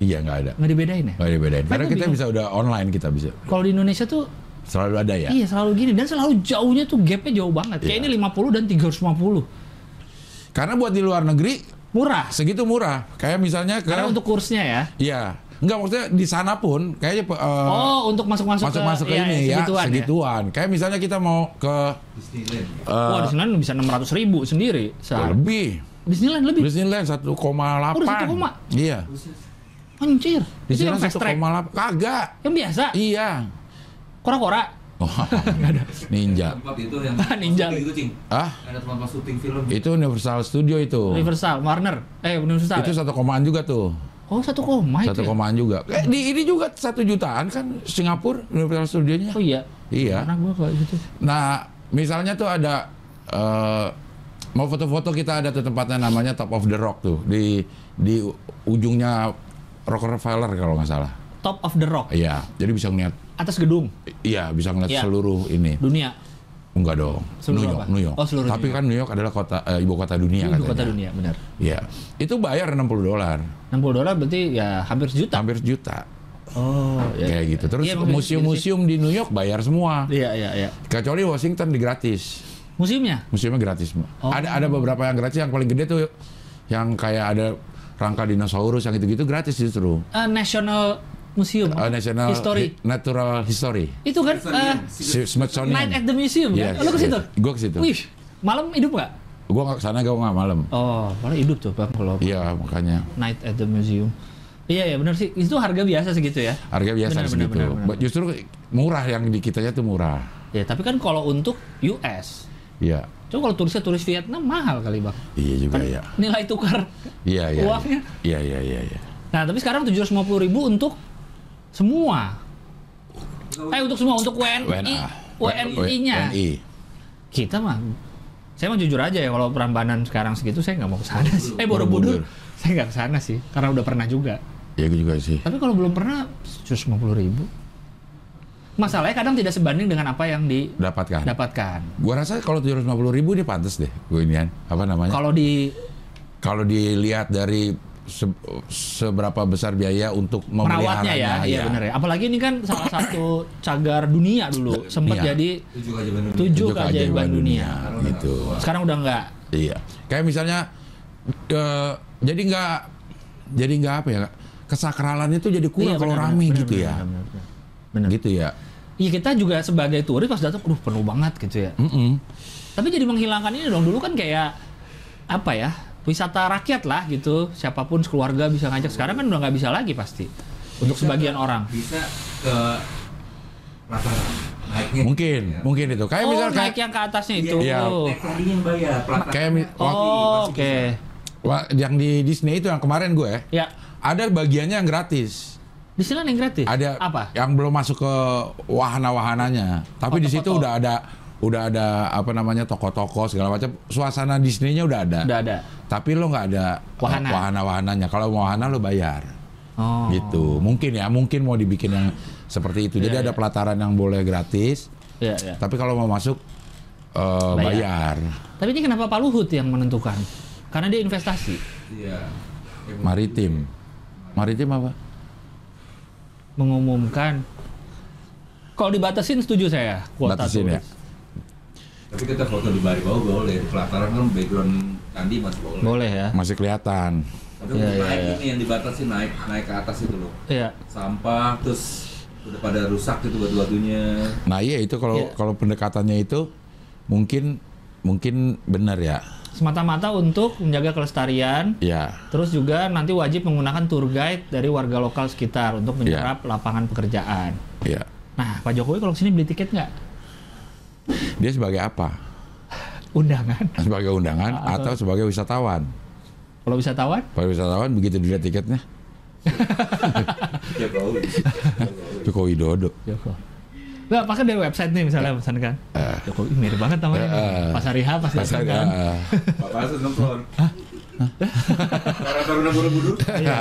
A: iya enggak ada
B: nggak dibedain ya?
A: enggak dibedain karena
B: Kan
A: kita
B: bingung.
A: bisa udah online kita bisa
B: Kalau di Indonesia tuh
A: selalu ada ya
B: iya selalu gini dan selalu jauhnya tuh gapnya jauh banget. Kayak
A: Iya.
B: ini 50 dan 350
A: Karena buat di luar negeri
B: murah.
A: segitu murah. Kayak misalnya ke
B: Karena untuk kursnya ya.
A: Iya. Enggak maksudnya di sana pun kayaknya eh,
B: oh untuk masuk-masuk ke,
A: masuk-masuk ke,
B: iya,
A: ini
B: iya,
A: ya,
B: segituan
A: segituan.
B: ya.
A: Kayak misalnya kita mau ke
C: Disneyland.
A: eh,
B: Wah di Disneyland bisa 600 ribu sendiri. Sehari.
A: lebih
B: Disneyland lebih.
A: Disneyland 1,8.
B: Oh, udah 1,8.
A: Iya.
B: Anjir.
A: Di
B: itu
A: sini
B: yang fast track.
A: 1,8. Kagak.
B: Yang biasa.
A: Iya.
B: Kora-kora.
A: Oh, ada. Ninja.
C: Tempat itu yang
B: Ninja.
C: syuting itu cing.
A: Ah,
C: Ada tempat syuting film.
A: itu Universal Studio itu.
B: Universal, Warner. Eh
A: Oh.
B: Universal.
A: Itu
B: ya?
A: satu komaan juga tuh.
B: oh satu koma itu.
A: Satu
B: ya?
A: komaan juga. Eh, di ini juga satu jutaan kan Singapura Universal Studionya.
B: Oh iya.
A: Iya.
B: Karena gua kayak gitu.
A: Nah, misalnya tuh ada eh, mau foto-foto kita ada tuh tempatnya namanya Top of the Rock tuh di di u- ujungnya Rockefeller kalau nggak salah.
B: Top of the Rock.
A: Iya, jadi bisa ngeliat
B: Atas gedung
A: iya bisa ngeliat
B: Iya.
A: seluruh ini.
B: dunia.
A: Enggak dong.
B: Seluruh
A: New York,
B: apa?
A: New York.
B: Oh, seluruh
A: Tapi
B: New York.
A: kan New York adalah kota eh, ibu kota dunia
B: Ibu
A: katanya.
B: kota dunia, benar.
A: Iya. Itu bayar 60 dolar,
B: 60 dolar berarti ya hampir sejuta.
A: hampir juta.
B: Oh,
A: kayak gitu. Terus
B: Iya, maksudnya
A: museum-museum di New York bayar semua.
B: Iya, iya, iya.
A: Kecuali Washington di gratis.
B: Museumnya?
A: museumnya gratis semua.
B: Oh.
A: Ada ada beberapa yang gratis, yang paling gede tuh yang kayak ada rangka dinosaurus yang gitu-gitu gratis justru.
B: Eh, National Museum.
A: Eh, National
B: History.
A: Hi- Natural History.
B: Itu kan eh,
A: Smithsonian.
B: Night at the Museum
A: Yes,
B: kan? Lo ke situ?
A: yes. Gua ke situ.
B: Wih, malam hidup nggak?
A: Gua nggak kesana, gua nggak malam.
B: Oh, malah hidup tuh Bang kalau
A: Iya makanya
B: Night at the Museum. Iya, ya benar sih. Itu harga biasa segitu ya.
A: harga biasa
B: Benar, benar,
A: segitu.
B: benar, benar.
A: Ba- Justru murah yang di kitanya tuh murah.
B: Ya, tapi kan kalau untuk US.
A: Iya,
B: Coba kalau turisnya turis Vietnam mahal kali, Bang.
A: iya juga
B: Kan
A: ya.
B: nilai tukar.
A: Iya iya.
B: uangnya.
A: Iya iya iya. iya.
B: Nah, tapi sekarang 750 ribu untuk semua. Eh, untuk semua. Untuk WNI.
A: WNA.
B: WNI-nya.
A: WNI.
B: kita mah saya mau jujur aja ya kalau Prambanan sekarang segitu saya nggak mau kesana sih. Eh
A: Borobudur.
B: Borobudur saya nggak kesana sih karena udah pernah juga.
A: Ya gua juga sih.
B: Tapi kalau belum pernah 150 ribu. Masalahnya kadang tidak sebanding dengan apa yang
A: Dapatkan.
B: didapatkan.
A: Gua rasa kalau 750 ribu dia pantas deh. Gua inian apa namanya?
B: Kalau di
A: kalau dilihat dari se- seberapa besar biaya untuk
B: merawatnya ya,
A: memeliharanya
B: iya bener ya. Apalagi ini kan salah satu cagar dunia dulu sempat
A: Iya.
B: jadi
C: Tujuh aja bener.
B: tujuh
A: Tunjuk keajaiban
B: keajaiban dunia.
A: gitu
B: Sekarang udah nggak.
A: iya kayak misalnya eh, jadi nggak jadi nggak apa ya kesakralan itu jadi kurang
B: Iya,
A: kalau
B: bener,
A: rame
B: bener,
A: gitu
B: bener,
A: ya
B: bener, bener, bener. Bener.
A: gitu ya
B: Iya kita juga sebagai turis pas datang, aduh penuh banget gitu ya.
A: Mm-mm.
B: Tapi jadi menghilangkan ini dong. Dulu kan kayak apa ya? Wisata rakyat lah gitu. Siapapun sekeluarga bisa ngajak. Sekarang kan udah nggak bisa lagi pasti. Untuk
A: Iya.
B: sebagian orang.
C: Bisa ke pelataran. Naiknya.
A: mungkin
C: Ya.
A: mungkin itu kayak
B: oh,
A: misalnya
B: naik yang ke atasnya itu.
A: Iya.
B: Oh,
C: Naik larinya yang bayar. Pelataran.
A: Kayak mi-
B: Oh, oke.
A: wah, yang di Disney itu yang kemarin gue
B: Ya,
A: ada bagiannya yang gratis
B: di sini ada yang gratis.
A: ada
B: apa? Oh,
A: yang belum masuk ke wahana-wahananya tapi di situ
B: Foto-foto.
A: udah ada udah ada apa namanya toko-toko segala macam suasana Disney-nya udah ada
B: Udah ada.
A: tapi lo nggak ada uh,
B: Wahana.
A: wahana-wahananya kalau mau wahana lo bayar
B: Oh.
A: gitu mungkin ya mungkin mau dibikin yang seperti itu jadi
B: Iya,
A: ada
B: iya.
A: pelataran yang boleh gratis
B: Iya, iya.
A: tapi kalau mau masuk eh, bayar.
B: Tapi ini kenapa Pak Luhut yang menentukan? Karena dia investasi,
C: Iya. Ya,
A: maritim maritim apa
B: mengumumkan. Kalau dibatasin setuju saya kuota
A: Batasin ya.
B: turis.
C: Tapi kita foto di Bali bawah boleh. Di pelataran kan background candi masih boleh.
B: Boleh ya.
A: masih kelihatan
C: Tapi
B: Iya, iya,
C: naik
B: iya.
C: ini yang dibatasi naik naik ke atas itu loh.
B: Iya.
C: Sampah terus udah pada rusak itu batu-batunya.
A: nah iya itu kalau
B: Iya.
A: kalau pendekatannya itu mungkin mungkin benar ya
B: Semata-mata untuk menjaga kelestarian
A: ya
B: Terus juga nanti wajib menggunakan tour guide dari warga lokal sekitar
A: Iya.
B: untuk menyerap lapangan pekerjaan.
A: ya
B: Nah, Pak Jokowi kalau kesini beli tiket nggak?
A: dia sebagai apa
B: Undangan.
A: sebagai undangan
B: Atau-
A: atau sebagai wisatawan
B: Kalau wisatawan,
A: para wisatawan begitu dilihat tiketnya
C: Ya bau.
A: Joko Widodo
B: Jokowi. Nggak, pakai dari website nih misalnya pesan kan. Jokowi mirip banget namanya.
A: Eh,
B: nih.
A: eh.
B: Pasar Riha, Pasar
A: Pasar,
B: Ikan kan.
A: eh,
C: Bapak Asus nonton. Karena taruna buru-buru.
B: Iya.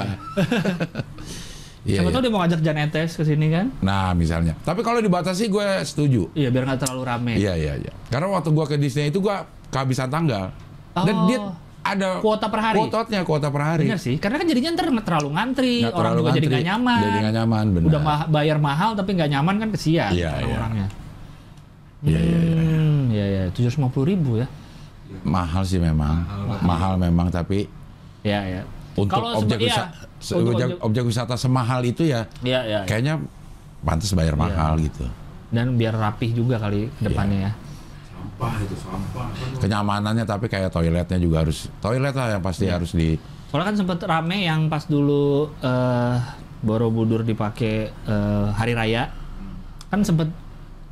A: iya, iya.
B: Siapa tahu dia mau ngajak Jan Etes ke sini kan?
A: nah misalnya tapi kalau dibatasi gue setuju
B: Iya, biar nggak terlalu rame.
A: Iya iya iya. Karena waktu gua ke Disney itu gua kehabisan tanggal. Dan
B: Oh.
A: dia ada
B: Kuota per hari?
A: Kuotanya kuota per hari.
B: Bener sih, karena kan jadinya ntar terlalu ngantri,
A: Nggak
B: orang
A: terlalu
B: juga jadi
A: ngantri,
B: nggak nyaman.
A: Jadi nggak nyaman benar.
B: Udah ma- bayar mahal tapi nggak nyaman kan kesian
A: Iya,
B: orang
A: iya.
B: orangnya.
A: Iya, iya, iya,
B: Hmm, iya iya, tujuh ribu ya.
A: mahal sih memang. Mahal, memang tapi
B: Iya iya.
A: untuk
B: Kalau
A: objek,
B: sebe- iya,
A: wisata, objek,
B: untuk objek-
A: objek wisata semahal itu ya
B: Iya iya. iya.
A: kayaknya pantas bayar mahal gitu.
B: Dan biar rapih juga kali
A: Iya.
B: ke depannya ya.
C: Sampah Ah, itu sampah.
A: Kenyamanannya tapi kayak toiletnya juga harus toilet lah yang
B: Iya.
A: pasti harus di
B: Soalnya kan sempet rame yang pas dulu eh, Borobudur dipakai eh, hari raya, kan sempet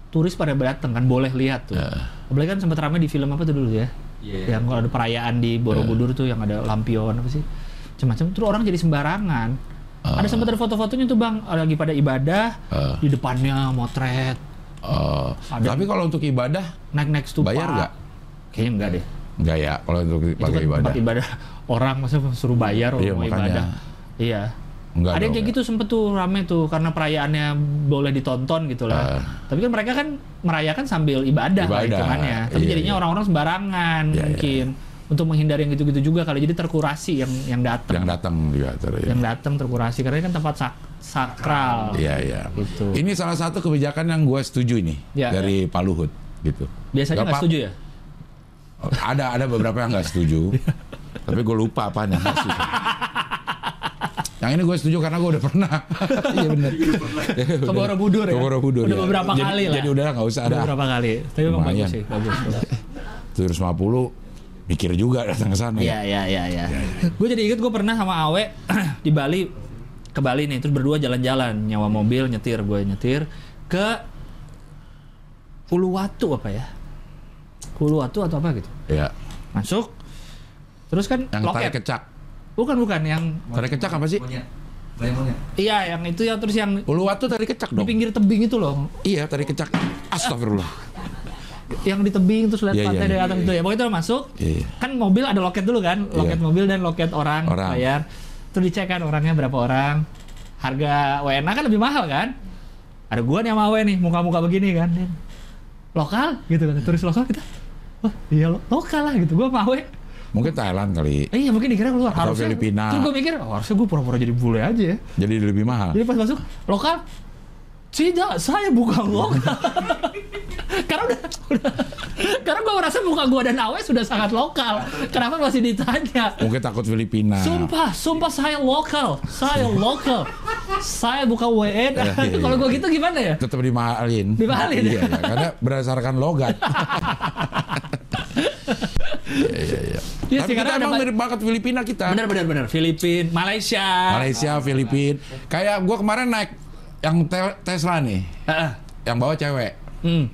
B: turis pada datang kan boleh lihat tuh.
A: Ya.
B: Boleh kan sempet rame di film apa tuh dulu ya?
C: Iya.
B: Yang kalau ada perayaan di Borobudur
A: Ya.
B: tuh yang ada lampion apa sih? Macam-macam terus orang jadi sembarangan.
A: Ah.
B: Ada sempet ada foto-fotonya tuh bang lagi pada ibadah
A: Eh.
B: di depannya motret
A: eh,
B: Ada-
A: tapi kalau untuk ibadah
B: naik-naik stupa.
A: Bayar nggak?
B: Kayaknya enggak deh.
A: enggak ya kalau untuk
B: Itu kan
A: pakai ibadah.
B: tempat ibadah orang maksudnya suruh bayar orang
A: Iya,
B: mau
A: makanya.
B: ibadah. Iya.
A: Enggak
B: Ada yang
A: dong,
B: kayak
A: ya.
B: gitu sempet tuh rame tuh karena perayaannya boleh ditonton gitu lah.
A: Ah.
B: Tapi kan mereka kan merayakan sambil ibadah,
A: Ibadah,
B: lah hitungannya. Tapi
A: iya,
B: jadinya
A: iya.
B: orang-orang sembarangan
A: Iya, iya.
B: mungkin untuk menghindari yang gitu-gitu juga kali. Jadi terkurasi yang yang datang.
A: yang datang juga terus. ya.
B: Yang datang terkurasi karena ini kan tempat sak- sakral.
A: Iya iya.
B: Gitu.
A: Ini salah satu kebijakan yang gue setuju nih
B: Ya,
A: dari Pak Luhut gitu.
B: Biasanya nggak
A: apa-
B: setuju ya?
A: Ada ada beberapa yang nggak setuju,
B: Iya.
A: tapi gue lupa apa yang nggak setuju. yang ini gue setuju karena gue udah pernah. Iya benar.
B: Ke Borobudur ya?
A: Ke Borobudur.
B: Udah
A: ya.
B: beberapa
A: jadi,
B: kali lah.
A: Jadi udah nggak usah ada.
B: Udah berapa kali? Tapi memang
A: Lumayan.
B: bagus sih, bagus. bagus.
A: 750 mikir juga datang ke sana.
B: Iya
A: ya.
B: iya iya iya. Gue jadi inget gue pernah sama Awe di Bali ke Bali nih terus berdua jalan-jalan nyawa mobil nyetir gue nyetir ke Uluwatu apa ya? Uluwatu atau apa gitu.
A: Iya.
B: Masuk terus kan
A: Yang tarik
B: loket.
A: kecak.
B: Bukan bukan yang
A: Tarik kecak apa sih?
C: Monyet. Banyak monyet.
B: iya yang itu ya terus yang
A: Uluwatu tarik kecak
B: di
A: dong.
B: pinggir tebing itu loh
A: Iya, tarik kecak. Astagfirullah.
B: yang di tebing terus lihat
A: Iya, iya,
B: pantai dari
A: iya,
B: atas itu ya pokoknya itu masuk
A: Iya.
B: kan mobil ada loket dulu kan loket
A: Iya.
B: mobil dan loket orang,
A: Orang.
B: bayar terus dicek kan orangnya berapa orang harga WNA kan lebih mahal kan ada gua nih sama Awe nih muka-muka begini kan Dan, lokal gitu kan turis lokal kita wah iya lo- lokal lah gitu gua sama Awe
A: Mungkin Thailand kali.
B: eh, iya mungkin dikira keluar
A: Atau
B: harusnya
A: Filipina.
B: terus gua mikir oh, harusnya gua pura-pura jadi bule aja ya
A: Jadi lebih mahal.
B: jadi pas masuk lokal tidak saya bukan lokal karena udah, udah karena gue merasa muka gue dan Awe sudah sangat lokal kenapa masih ditanya
A: Mungkin takut Filipina.
B: sumpah sumpah saya lokal saya lokal saya bukan
A: iya,
B: WNA
A: iya.
B: kalau gue gitu gimana ya
A: tetap dimahalin.
B: Dimahalin.
A: Iya, iya, karena berdasarkan logat. Iya, iya, iya.
B: Iya
A: Tapi
B: sih,
A: kita
B: karena
A: emang
B: ada-
A: mirip banget Filipina kita.
B: benar benar benar Filipina Malaysia
A: Malaysia, Filipina. Kayak gua kemarin naik yang te- Tesla nih,
B: Heeh.
A: yang bawa cewek.
B: Hmm.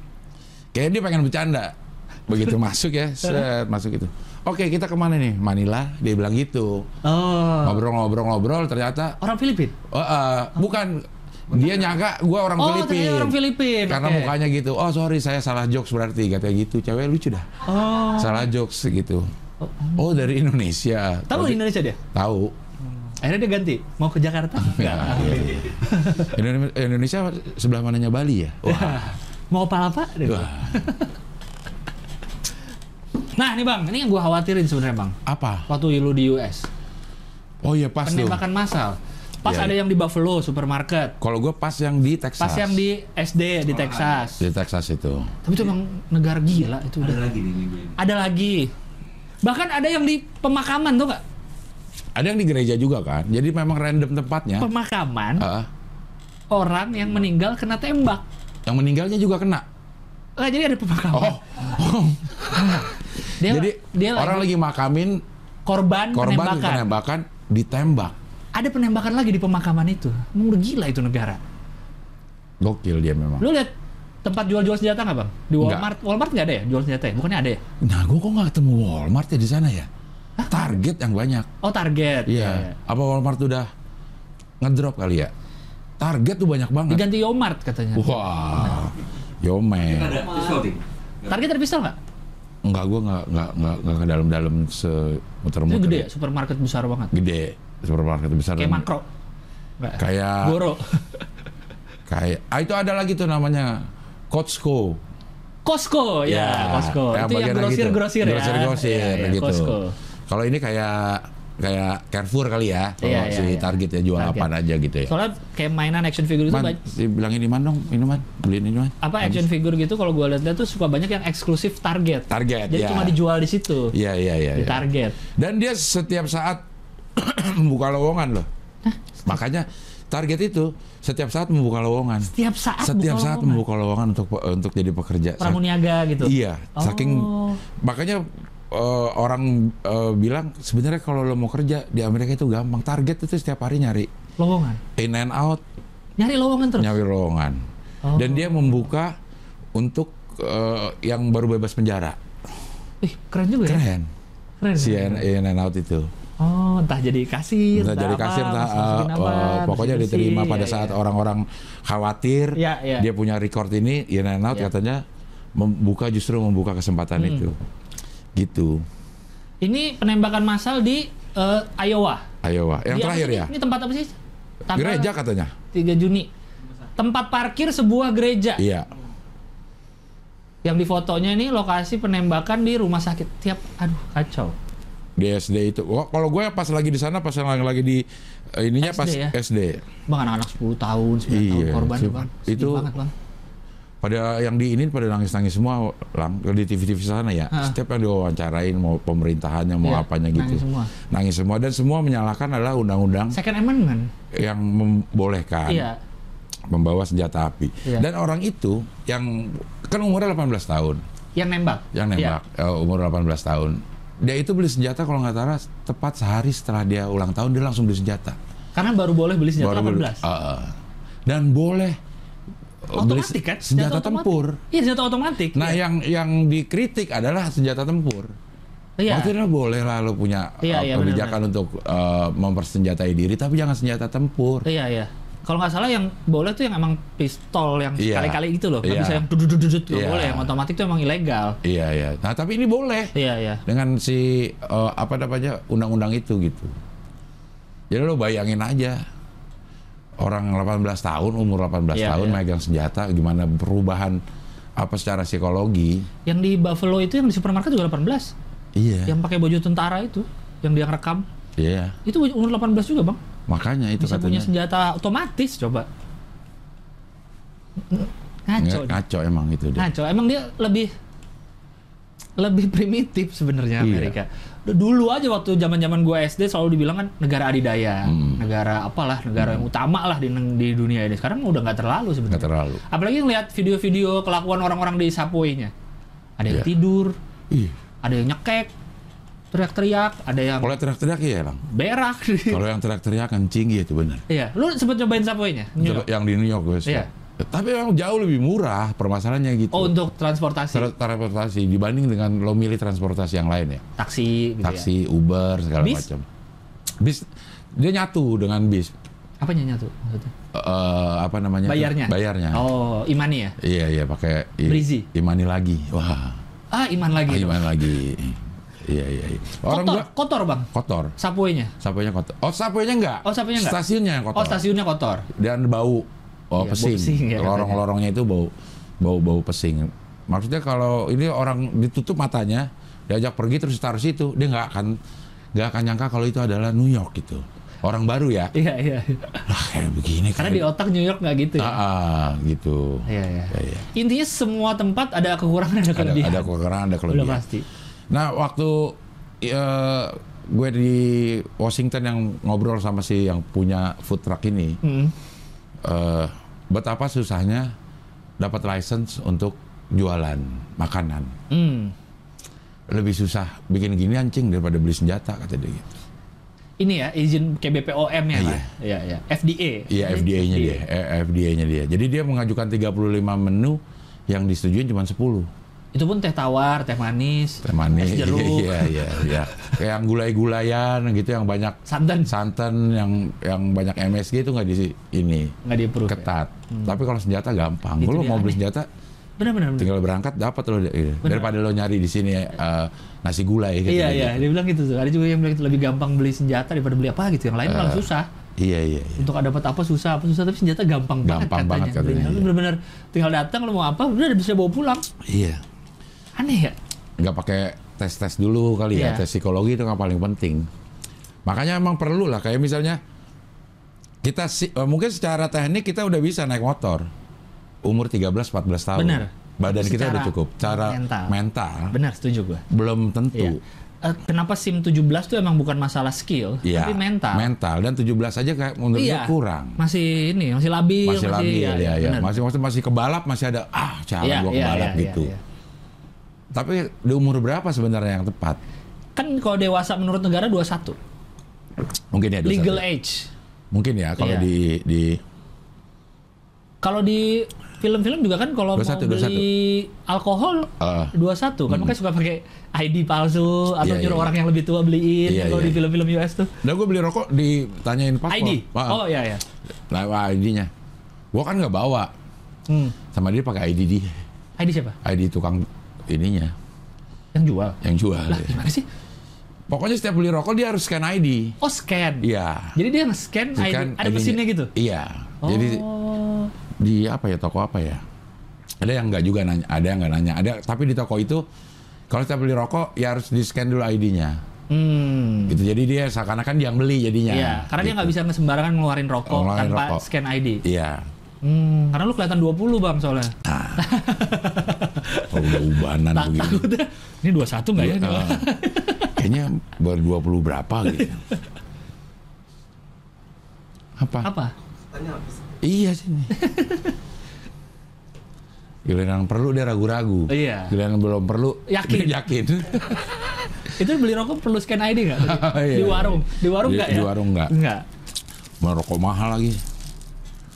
A: Kayaknya dia pengen bercanda. Begitu masuk ya, set masuk itu. Oke, kita kemana nih? Manila. Dia bilang gitu.
B: oh
A: Ngobrol-ngobrol-ngobrol, ternyata
B: orang Filipina
A: Oh, eh, bukan Dia nyangka gue orang
B: Oh,
A: Filipin.
B: ternyata orang Filipin.
A: Karena
B: Oke.
A: mukanya gitu. Oh, sorry saya salah jokes berarti katanya gitu. Cewek lucu dah.
B: Oh.
A: Salah jokes gitu. Oh, dari Indonesia. Oh,
B: Tahu di Indonesia dia?
A: Tahu.
B: Akhirnya dia ganti, mau ke Jakarta.
A: Ya, gitu. Indone- Indonesia sebelah mananya Bali ya? Wah.
B: Mau apa-apa? Dia bilang.
A: Wah.
B: Nah, nih Bang, ini yang gua khawatirin sebenarnya, Bang.
A: Apa?
B: Waktu lu di US,
A: Oh iya pas tuh.
B: penembakan massal. Pas
A: Iya,
B: ada yang di Buffalo supermarket,
A: Kalau gue pas yang di Texas.
B: pas yang di SD di Texas.
A: di Texas itu.
B: Tapi itu emang negara gila itu
C: Ada
B: udah.
C: lagi nih minggu ini.
B: Ada lagi. Bahkan ada yang di pemakaman tuh nggak?
A: Ada yang di gereja juga kan. Jadi memang random tempatnya.
B: Pemakaman
A: Heeh.
B: orang yang meninggal kena tembak.
A: yang meninggalnya juga kena.
B: Nah, jadi ada pemakaman.
A: Oh.
B: dia,
A: Jadi
B: dia
A: orang lagi makamin
B: korban,
A: korban
B: Kan penembakan.
A: penembakan ditembak.
B: Ada penembakan lagi di pemakaman itu. Emang udah gila itu negara.
A: Gokil dia memang.
B: Lu lihat tempat jual-jual senjata nggak bang? Di
A: Nggak.
B: Walmart, Walmart nggak ada ya jual senjata ya? Bukannya ada ya?
A: Nah, gue kok nggak ketemu Walmart ya di sana ya? Target yang banyak.
B: Oh target.
A: Iya.
B: Ya, ya.
A: Apa Walmart udah ngedrop kali ya? Target tuh banyak banget.
B: Diganti Yomart katanya.
A: Wah. Yomen.
C: Kita ada pistol ting.
B: Target ada pistol nggak?
A: Enggak, gue nggak nggak nggak nggak ke dalam-dalam
B: Itu
A: semuter-muter.
B: gede
A: ya.
B: ya, supermarket besar banget.
A: Gede. Supermarket besar.
B: Kayak
A: dan-
B: makro. Nggak.
A: Kayak
B: Goro.
A: kayak. Ah itu ada lagi tuh namanya Costco.
B: Costco, ya, Costco. itu yang grosir, grosir, ya.
A: gitu. Grosir grosir
B: Iya, iya,
A: gitu.
B: Costco.
A: Kalau ini kayak kayak Carrefour kali ya. Kalau
B: Iya, iya,
A: si
B: iya.
A: target ya jual
B: Target.
A: apa aja gitu ya.
B: Soalnya kayak mainan action figure itu
A: Man,
B: banyak.
A: si bilangin ini man dong, ini man, beliin ini man.
B: apa action figure gitu kalau gua lihat tuh suka banyak yang eksklusif target.
A: Target,
B: Jadi
A: ya.
B: cuma dijual di situ.
A: Iya iya iya.
B: Di
A: iya.
B: target.
A: Dan dia setiap saat membuka lowongan loh. Makanya target itu setiap saat membuka lowongan.
B: Tiap saat
A: Setiap
B: buka
A: saat
B: lowongan.
A: membuka lowongan untuk untuk jadi pekerja. Sa-
B: pramuniaga gitu.
A: Iya, saking
B: Oh.
A: makanya eh, orang eh, bilang sebenarnya kalau lo mau kerja di Amerika itu gampang. Target itu setiap hari nyari
B: Lowongan.
A: in and out,
B: Nyari lowongan terus.
A: nyari lowongan.
B: Oh.
A: Dan dia membuka untuk eh, yang baru bebas penjara.
B: Ih, keren juga ya.
A: Keren.
B: Keren.
A: Si
B: ya.
A: in, in and out itu.
B: Oh, entah jadi kasir,
A: Entah jadi kasir, entah,
B: masukin
A: eh,
B: apa,
A: eh, pokoknya
B: bersih-bersih,
A: diterima
B: iya,
A: pada
B: iya.
A: saat orang-orang khawatir,
B: Iya, iya.
A: dia punya record ini, in and out
B: Iya. Hmm.
A: katanya membuka justru membuka kesempatan itu, gitu.
B: Ini penembakan massal di eh, Iowa.
A: Iowa, yang
B: Di apa
A: terakhir
B: sih?
A: ya,
B: Ini tempat apa sih? Tanggal
A: gereja katanya,
B: 3 Juni. Tempat parkir sebuah gereja.
A: iya,
B: Yang di fotonya ini lokasi penembakan di rumah sakit. Tiap aduh kacau.
A: di SD itu. Wah, kalau gue pas lagi di sana, pas lagi lagi di eh, ininya
B: SD
A: pas
B: ya?
A: SD,
B: Bang anak-anak 10 tahun, 9 tahun
A: Iya,
B: korban
A: sih,
B: Bang.
A: itu-
B: banget, Bang.
A: pada yang di ini pada nangis-nangis semua lang di TV-TV sana ya.
B: Ah.
A: Setiap yang diwawancarain mau pemerintahannya mau
B: Iya,
A: apanya
B: nangis
A: gitu.
B: semua.
A: Nangis semua dan semua menyalahkan adalah undang-undang
B: Second amendment.
A: yang membolehkan
B: Iya.
A: membawa senjata api.
B: Iya.
A: Dan orang itu yang kan umurnya 18 tahun,
B: Yang nembak.
A: yang nembak
B: Iya.
A: eh, umur 18 tahun. Dia itu beli senjata kalau nggak salah tepat sehari setelah dia ulang tahun dia langsung beli senjata.
B: Karena baru boleh beli senjata
A: Baru beli-
B: 18.
A: Ah, ah. dan boleh eh, beli
B: otomatis
A: se-
B: kan?
A: senjata
B: otomatis.
A: tempur.
B: Iya, senjata otomatis.
A: Nah,
B: Iya.
A: yang yang dikritik adalah senjata tempur.
B: Iya.
A: Maksudnya boleh lah lo punya
B: Iya,
A: eh,
B: iya,
A: kebijakan untuk eh, mempersenjatai diri, tapi jangan senjata tempur.
B: Iya, iya. Kalau nggak salah yang boleh tuh yang emang pistol yang
A: Iya.
B: sekali-kali gitu loh. Nggak
A: Iya.
B: bisa yang dudut-dudut nggak
A: Iya.
B: boleh. Yang otomatis tuh emang ilegal.
A: Iya, iya. Nah, tapi ini boleh.
B: Iya, iya.
A: dengan si eh, apa namanya undang-undang itu gitu. Jadi lo bayangin aja orang 18 tahun umur 18
B: Iya,
A: tahun
B: iya.
A: megang senjata gimana perubahan apa secara psikologi.
B: Yang di Buffalo itu yang di supermarket juga 18.
A: Iya.
B: Yang pakai baju tentara itu, yang dia rekam.
A: Iya.
B: Itu umur 18 juga, Bang.
A: Makanya itu
B: Bisa punya
A: katanya.
B: senjata otomatis coba. Ng- Ngaco.
A: Nggak,
B: dia.
A: Ngaco emang itu dia.
B: Ngaco. Nah, Emang dia lebih lebih primitif
A: Iya.
B: sebenarnya Amerika. D- Dulu aja waktu zaman-zaman gua SD selalu dibilang kan negara adidaya,
A: Hmm.
B: negara apalah, negara yang utama lah di di dunia ini. Sekarang udah nggak terlalu
A: Nggak
B: sebenarnya.
A: terlalu.
B: Apalagi ngeliat video-video kelakuan orang-orang di Subway-nya. Ada yang
A: Iya.
B: tidur,
A: Ih,
B: ada yang nyekek, teriak-teriak, ada yang
A: kalau teriak-teriak ya, Lang.
B: berak.
A: Kalau yang teriak-teriak kencing ya itu benar.
B: Iya, lu sempet cobain Subway-nya? New York?
A: Yang di New York gue suka.
B: Iya.
A: Tapi memang jauh lebih murah permasalahannya gitu.
B: Oh, untuk transportasi.
A: Tra- transportasi dibanding dengan lo milih transportasi yang lain ya.
B: taksi gitu ya.
A: taksi, Uber segala
B: Bis?
A: macam. Bis dia nyatu dengan bis.
B: Apa nyanyi tuh maksudnya?
A: Eh, apa namanya? tuh?
B: Bayarnya.
A: Bayarnya.
B: Oh, Imani ya?
A: Iya iya pakai i-
B: Brizi.
A: Imani lagi. Wah.
B: Ah, Iman
A: Ah,
B: lagi.
A: Imani lagi. Iya iya. iya. Orang
B: kotor,
A: gua
B: kotor bang.
A: kotor.
B: Sapuenya.
A: Sapunya kotor. Oh sapunya enggak?
B: Oh, sapunya enggak?
A: Stasiunnya yang kotor.
B: Oh, stasiunnya kotor.
A: Dan bau. Oh
B: Iya, bau
A: pesing.
B: pesing ya,
A: Lorong-lorongnya itu bau bau bau pesing. Maksudnya kalau ini orang ditutup matanya, diajak pergi terus taruh situ, dia nggak akan nggak akan nyangka kalau itu adalah New York gitu. Orang baru ya.
B: Iya, iya.
A: Lah kayak begini.
B: Karena di otak New York nggak gitu
A: Ah,
B: ya.
A: ah, gitu.
B: Iya, iya.
A: Ya, ya.
B: Intinya semua tempat ada kekurangan, ada
A: Ada,
B: kelebihan.
A: ada kekurangan, ada
B: Udah
A: kelebihan.
B: pasti.
A: Nah, waktu eh, gue di Washington yang ngobrol sama si yang punya food truck ini,
B: Hmm.
A: eh, betapa susahnya dapat license untuk jualan makanan.
B: Hmm.
A: Lebih susah bikin gini anjing daripada beli senjata kata dia gitu.
B: Ini ya izin KBPOM ya,
A: Iya.
B: Pak? Iya, iya. FDA.
A: Iya, FDA-nya dia, FDA-nya dia. Jadi dia mengajukan 35 menu yang disetujui cuma 10.
B: Itu pun teh tawar, teh manis,
A: Teh manis,
B: es jeruk,
A: iya iya iya. Kayak yang gulai-gulayan gitu yang banyak
B: santan
A: santan yang yang banyak MSG itu nggak di ini
B: nggak di approve. ya?
A: ketat. Tapi kalau senjata gampang.
B: Itu
A: Kalau
B: dia
A: mau beli
B: aneh.
A: senjata
B: Benar, benar, benar.
A: tinggal berangkat dapat lo gitu. daripada lo nyari di sini eh, nasi gulai gitu.
B: Iya, iya. Dia bilang gitu tuh. Ada juga yang bilang gitu, lebih gampang beli senjata daripada beli apa gitu. Yang
A: Eh.
B: lain malah susah.
A: Iya iya. iya.
B: Untuk dapat apa susah, apa susah. Tapi senjata gampang,
A: Gampang banget
B: banget katanya.
A: katanya,
B: Lu
A: iya.
B: benar-benar tinggal datang, lu mau apa, udah bisa bawa pulang.
A: Iya.
B: Aneh ya?
A: Nggak pakai tes tes dulu kali ya tes
B: Iya.
A: psikologi itu yang paling penting. Makanya emang perlu lah kayak misalnya kita si- eh, mungkin secara teknik kita udah bisa naik motor umur 13 14 tahun.
B: Benar.
A: Badan kita
B: Secara
A: udah cukup. Cara
B: mental.
A: mental,
B: Ah, Benar, setuju gua.
A: belum
B: Iya.
A: tentu.
B: Eh, kenapa SIM 17 tuh emang bukan masalah skill,
A: Iya,
B: tapi mental. Iya.
A: Mental dan 17 aja kayak menurut gue kurang.
B: Masih ini, Iya, masih labil,
A: Masih labil ya, ya.
B: benar.
A: Masih masih masih kebalap masih ada ah cara
B: Iya,
A: gua
B: iya,
A: kebalap
B: iya,
A: gitu.
B: iya.
A: Tapi di umur berapa sebenarnya yang tepat?
B: Kan kalau dewasa menurut negara 21,
A: Mungkin ya 21.
B: legal age.
A: Mungkin ya kalau
B: Iya.
A: di di
B: Kalau di film-film juga kan kalau mau
A: 21,
B: beli alkohol
A: Ah.
B: 21 kan makanya suka pakai ID palsu atau
A: Iya,
B: nyuruh
A: iya,
B: orang yang lebih tua beliin
A: Iya,
B: kalau
A: iya,
B: di
A: iya.
B: film-film US tuh.
A: Nah gue beli rokok ditanyain paspor.
B: ID. Oh iya ya.
A: Nah, ID-nya. Gua kan nggak bawa.
B: Hmm.
A: Sama dia pakai ID dia.
B: ID siapa?
A: ID tukang ininya
B: Yang jual.
A: yang jual.
B: Lah, gimana sih?
A: Pokoknya setiap beli rokok dia harus scan ID.
B: Oh, scan.
A: Iya.
B: Jadi dia nge-scan ID,
A: Scan
B: ada
A: ID-nya.
B: mesinnya gitu.
A: Iya. Jadi
B: Oh.
A: di apa ya toko apa ya ada yang nggak juga nanya ada yang nggak nanya ada tapi di toko itu kalau kita beli rokok ya harus di scan dulu ID-nya
B: Hmm.
A: gitu jadi dia seakan-akan dia yang beli jadinya
B: Iya, karena dia nggak bisa sembarangan ngeluarin rokok
A: gitu. Oh, Ngeluarin
B: tanpa
A: rokok.
B: scan ID.
A: iya
B: Hmm, karena lu kelihatan 20 bang soalnya.
A: kalau Oh, udah ubanan
B: Tak
A: begitu
B: takutnya. Ini 21 nggak ya? ini, Bang?
A: Ah, kayaknya baru 20 berapa gitu apa?
B: Apa?
E: Tanya apa sih?
A: iya sini Giliran yang perlu dia ragu-ragu.
B: Iya.
A: Giliran yang belum perlu
B: Yakin.
A: dia yakin.
B: Itu beli rokok perlu scan ID nggak?
A: Iya, iya.
B: di warung, di warung
A: Di-
B: nggak ya?
A: di warung nggak.
B: Nggak.
A: Merokok mahal lagi.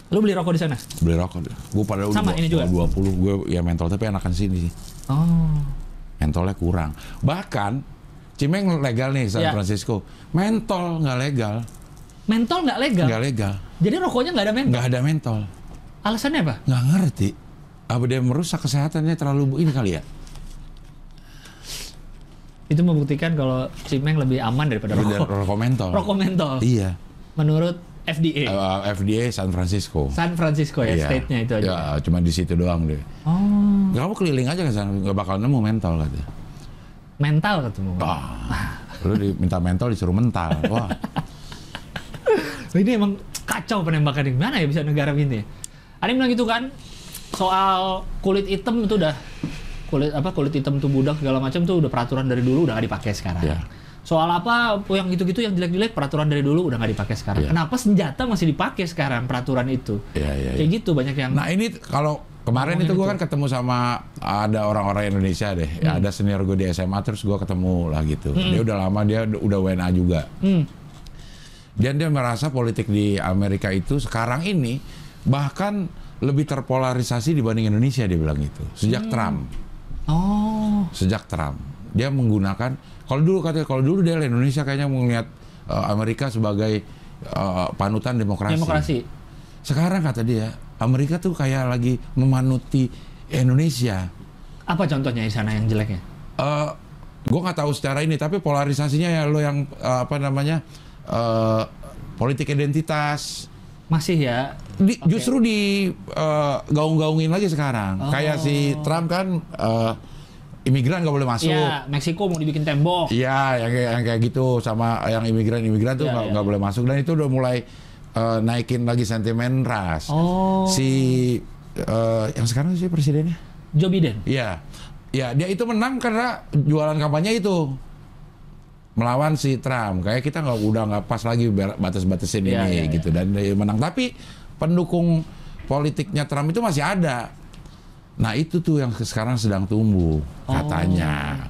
B: Lu beli rokok di sana?
A: beli rokok gue padahal
B: Sama,
A: udah
B: ini juga?
A: 20 gue ya mentol tapi enakan sini sih
B: Oh.
A: mentolnya kurang bahkan Cimeng legal nih San
B: Iya.
A: Francisco mentol nggak legal
B: Mentol nggak legal.
A: nggak legal
B: Jadi rokoknya nggak ada mentol.
A: nggak ada mentol
B: Alasannya apa?
A: nggak ngerti apa dia merusak kesehatannya terlalu ini kali ya
B: Itu membuktikan kalau Cimeng lebih aman daripada
A: Tapi dia
B: rokok.
A: rokok mentol
B: Rokok mentol.
A: iya
B: Menurut FDA,
A: Eh, FDA San Francisco
B: San Francisco ya,
A: Iya.
B: state-nya itu aja.
A: Ya, cuma di situ doang deh.
B: Oh,
A: Kamu keliling aja ke sana, nggak bakal nemu mentol katanya.
B: mental ketemu.
A: Ah, lu diminta mentol disuruh mental. Wah,
B: Ini emang kacau penembakan ini. Mana ya bisa negara gini? Ada yang bilang gitu kan soal kulit hitam itu udah kulit apa kulit hitam tuh budak segala macam tuh udah peraturan dari dulu udah gak dipakai sekarang.
A: Iya.
B: Soal apa oh, yang gitu-gitu yang jelek-jelek peraturan dari dulu udah gak dipakai sekarang.
A: Iya.
B: Kenapa senjata masih dipakai sekarang peraturan itu?
A: Iya, iya,
B: Kayak gitu banyak yang
A: Nah ini kalau kemarin itu gue kan ketemu sama ada orang-orang Indonesia deh. Ya, ada senior gue di SMA terus gue ketemu lah gitu. Dia udah lama dia d- udah WNA juga.
B: Hmm.
A: Dan dia merasa politik di Amerika itu sekarang ini bahkan lebih terpolarisasi dibanding Indonesia dia bilang gitu. Sejak Trump,
B: oh
A: sejak Trump dia menggunakan kalau dulu katanya kalau dulu dia Indonesia kayaknya melihat eh, Amerika sebagai eh, panutan demokrasi.
B: Demokrasi.
A: Sekarang kata dia, Amerika tuh kayak lagi memanuti Indonesia.
B: Apa contohnya di sana yang jeleknya?
A: eh gue nggak tahu secara ini, tapi polarisasinya ya lo yang eh, apa namanya eh, politik identitas.
B: Masih ya.
A: Di-
B: Oke.
A: Justru di eh, gaung-gaungin lagi sekarang.
B: Oh.
A: Kayak si Trump kan eh, imigran nggak boleh masuk.
B: Iya, Meksiko mau dibikin tembok.
A: Iya, yang kayak, yang kayak gitu sama yang imigran-imigran tuh
B: Iya,
A: nggak
B: iya.
A: nggak boleh masuk dan itu udah mulai eh, naikin lagi sentimen ras.
B: Oh.
A: Si eh, yang sekarang sih presidennya?
B: Joe Biden.
A: Iya. Ya, dia itu menang karena jualan kampanye itu melawan si Trump. Kayak kita nggak udah nggak pas lagi ber- batas-batasin ini
B: Iya, iya, iya.
A: gitu dan dia menang. Tapi pendukung politiknya Trump itu masih ada. Nah, itu tuh yang sekarang sedang tumbuh katanya.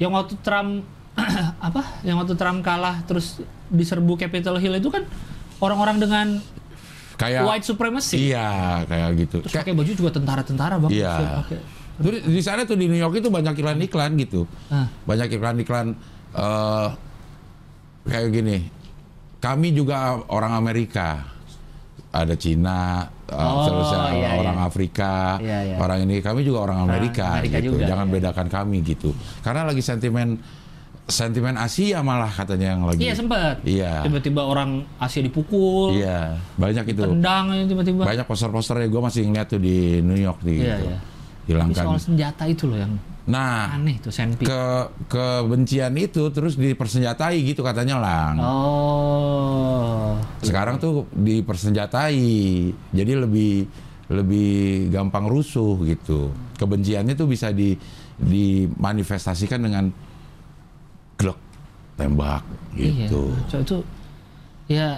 B: Yang waktu Trump apa? Yang waktu Trump kalah terus diserbu Capitol Hill itu kan orang-orang dengan
A: Kayak
B: white supremacy.
A: Iya, kayak gitu.
B: Terus
A: Kayak-
B: pakai baju juga tentara-tentara, Bang.
A: Iya.
B: Terus pakai-
A: Terus di sana tuh di New York itu banyak iklan-iklan gitu.
B: Ah.
A: Banyak iklan-iklan eh kayak gini. Kami juga orang Amerika. Ada Cina, eh,
B: Oh,
A: terus ada
B: iya,
A: orang
B: iya.
A: Afrika,
B: Iya, iya. Ah,
A: orang ini. Kami juga orang Amerika,
B: Amerika
A: gitu.
B: juga,
A: Jangan
B: iya.
A: bedakan kami gitu. Karena lagi sentimen sentimen Asia malah katanya yang lagi.
B: Iya, sempat.
A: Iya.
B: Tiba-tiba orang Asia dipukul,
A: Iya, banyak itu.
B: tendang eh, tiba-tiba.
A: Banyak poster-posternya gue masih ngeliat tuh di New York gitu.
B: Iya, iya. Tapi
A: Hilangkan.
B: soal senjata itu loh yang
A: Nah,
B: aneh tuh senpi.
A: kan. ke kebencian itu terus dipersenjatai gitu katanya lang.
B: Oh.
A: Sekarang tuh dipersenjatai, jadi lebih lebih gampang rusuh gitu. Kebenciannya tuh bisa di dimanifestasikan dengan glek tembak gitu.
B: Iya. So, itu ya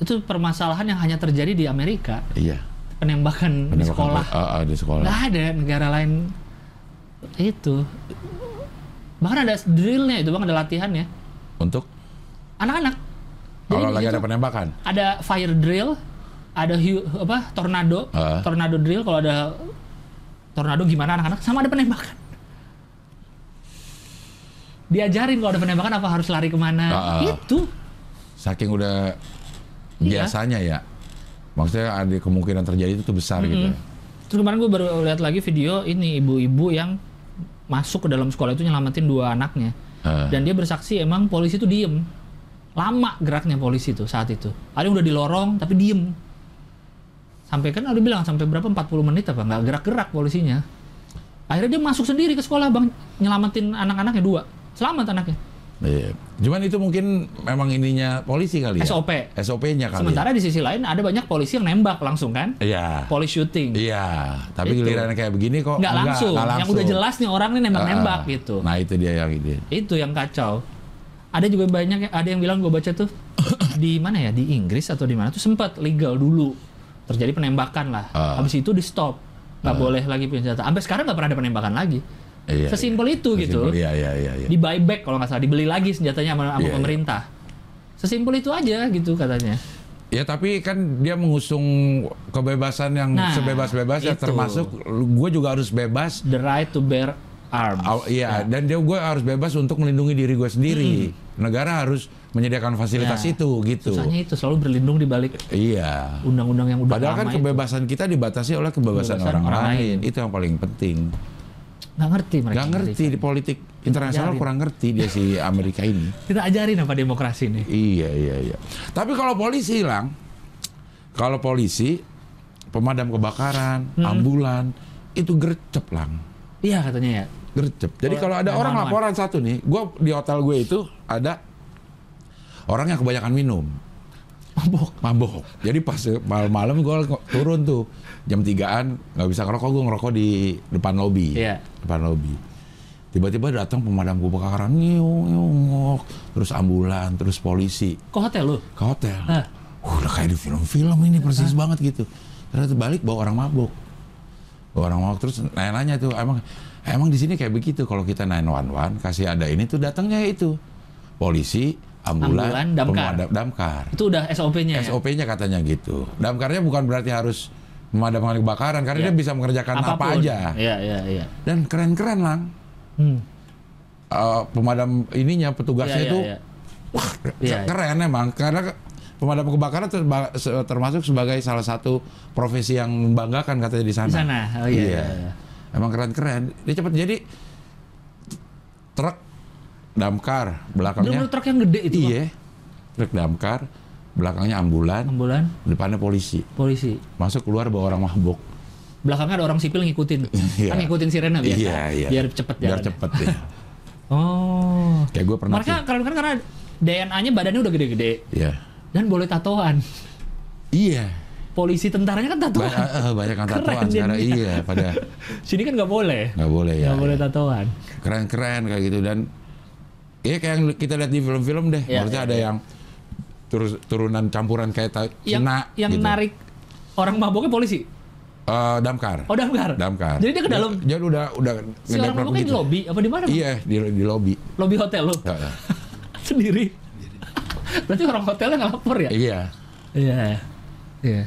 B: itu permasalahan yang hanya terjadi di Amerika.
A: Iya.
B: Penembakan, di
A: Penembakan-
B: sekolah.
A: Ah, ah, di sekolah.
B: Nggak ada negara lain itu. Bahkan ada drillnya itu bang, ada latihannya.
A: Untuk
B: Anak-anak. Jadi gitu.
A: kalau
B: di
A: lagi
B: situ
A: ada penembakan.
B: ada fire drill, ada hu- apa tornado,
A: Ah.
B: tornado drill. Kalau ada tornado gimana anak-anak? Sama ada penembakan. Diajarin kalau ada penembakan apa harus lari kemana?
A: Ah, ah.
B: Itu.
A: saking udah
B: Iya.
A: biasanya ya maksudnya ada kemungkinan terjadi itu tuh besar gitu
B: Terus kemarin gue baru lihat lagi video ini ibu-ibu yang masuk ke dalam sekolah itu nyelamatin dua anaknya.
A: Eh.
B: Dan dia bersaksi emang polisi itu diem. Lama geraknya polisi itu saat itu. Ada yang udah di lorong tapi diem. Sampai kan udah bilang sampai berapa 40 menit apa nggak gerak-gerak polisinya. Akhirnya dia masuk sendiri ke sekolah bang nyelamatin anak-anaknya dua. Selamat anaknya.
A: Iya. cuman itu mungkin memang ininya polisi kali ya
B: SOP.
A: SOP-nya kali
B: Sementara di sisi lain ada banyak polisi yang nembak langsung kan.
A: ya iya
B: Police shooting.
A: iya tapi
B: Itu.
A: giliran kayak begini kok
B: Nggak
A: enggak,
B: langsung.
A: nggak
B: Yang udah jelas nih orang nih nembak-nembak
A: Ah, ah.
B: gitu.
A: nah itu dia yang ini
B: itu yang kacau ada juga banyak ada yang bilang gue baca tuh di mana ya di Inggris atau di mana tuh sempat legal dulu terjadi penembakan lah
A: Ah.
B: habis itu di stop nggak boleh lagi punya senjata sampai sekarang nggak pernah ada penembakan lagi
A: Iya,
B: sesimpel itu gitu
A: Simpel, iya iya iya iya.
B: di buyback kalau nggak salah dibeli lagi senjatanya sama, sama
A: Iya, iya.
B: pemerintah sesimpel itu aja gitu katanya
A: ya tapi kan dia mengusung kebebasan yang
B: Nah,
A: sebebas-bebasnya
B: itu.
A: termasuk gue juga harus bebas
B: the right to bear arms
A: Aw-
B: Ya.
A: iya, dan dia gue harus bebas untuk melindungi diri gue sendiri. Negara harus menyediakan fasilitas
B: Ya,
A: itu gitu.
B: susahnya itu selalu berlindung di balik
A: Iya.
B: undang-undang yang udah
A: Padahal kan
B: lama itu.
A: kebebasan kita dibatasi oleh kebebasan,
B: Kebebasan
A: orang,
B: orang
A: lain. Itu yang paling penting.
B: nggak ngerti mereka
A: Gak ngerti di politik internasional
B: Ajarin.
A: kurang ngerti dia si Amerika ini.
B: kita ajarin apa demokrasi nih
A: Iya iya iya. Tapi kalau polisi hilang, kalau polisi pemadam kebakaran,
B: Hmm.
A: ambulan itu gercep lang.
B: iya katanya ya
A: gercep. Jadi kalau
B: Kalau
A: ada
B: yang
A: orang laporan
B: mana-mana.
A: satu nih, gua di hotel gue itu ada orang yang kebanyakan minum. Mabok. Mabok. Jadi pas malam-malam gue turun tuh jam 3-an nggak bisa ngerokok gue ngerokok di depan lobi.
B: Iya.
A: Depan lobi. Tiba-tiba datang pemadam kebakaran, nyung, nyung, ngok. terus ambulan, terus polisi
B: ke hotel lu
A: ke hotel.
B: Hah.
A: Wah, udah kayak di film-film ini persis banget gitu. Ternyata balik bawa orang mabuk. Bawa orang mabuk terus nanya-nanya tuh emang emang di sini kayak begitu kalau kita 911 kasih ada ini tuh datangnya itu. Polisi,
B: Ambulan,
A: ambulan,
B: damkar.
A: pemadam damkar.
B: itu udah SOP-nya ya?
A: SOP-nya katanya gitu. Damkarnya bukan berarti harus memadamkan kebakaran karena
B: Iya.
A: dia bisa mengerjakan apa
B: Apapun.
A: aja.
B: Iya, iya, iya.
A: Dan keren-keren lang.
B: Hmm.
A: Eh, pemadam ininya petugasnya
B: Iya, iya,
A: tuh
B: iya.
A: Wah,
B: Iya, iya.
A: keren emang karena pemadam kebakaran terba- se- termasuk sebagai salah satu profesi yang membanggakan katanya di sana.
B: Di sana, oh iya.
A: Emang keren-keren. Dia cepat jadi truk damkar belakangnya.
B: Bener-bener truk yang gede itu.
A: iya. Truk damkar belakangnya ambulan,
B: Bang. Ambulan,
A: depannya polisi.
B: polisi.
A: Masuk keluar bawa orang mabuk.
B: Belakangnya ada orang sipil ngikutin.
A: Iya.
B: Kan ngikutin sirena biasa.
A: Iya, iya.
B: Biar cepet
A: Biar
B: jalannya.
A: cepet ya.
B: Oh.
A: Kayak gue pernah
B: Mereka
A: tuh.
B: kalau kan karena DNA-nya badannya udah gede-gede
A: Iya.
B: dan boleh tatoan.
A: Iya.
B: Polisi tentaranya kan
A: Banyak,
B: tatoan.
A: eh, banyak yang
B: Keren
A: tatoan sekarang.
B: jadinya.
A: Iya, pada
B: Sini kan nggak boleh.
A: nggak boleh ya.
B: Nggak boleh
A: ya.
B: tatoan.
A: Keren-keren kayak gitu dan ya kayak yang kita lihat di film-film deh.
B: Iya,
A: Maksudnya
B: iya,
A: ada
B: iya.
A: yang turus- turunan campuran kayak ta-
B: Yang
A: Cina
B: yang
A: gitu.
B: narik orang maboknya polisi.
A: Eh, damkar.
B: Oh damkar.
A: Damkar.
B: Jadi dia ke dalam.
A: Jadi udah udah
B: Si
A: ngedeplok
B: orang maboknya di
A: gitu.
B: lobby kan? apa di mana? Bang?
A: Iya, di di lobi.
B: Lobby hotel lo.
A: Heeh.
B: Sendiri. Berarti orang hotelnya nggak lapor ya?
A: Iya.
B: Iya. Iya.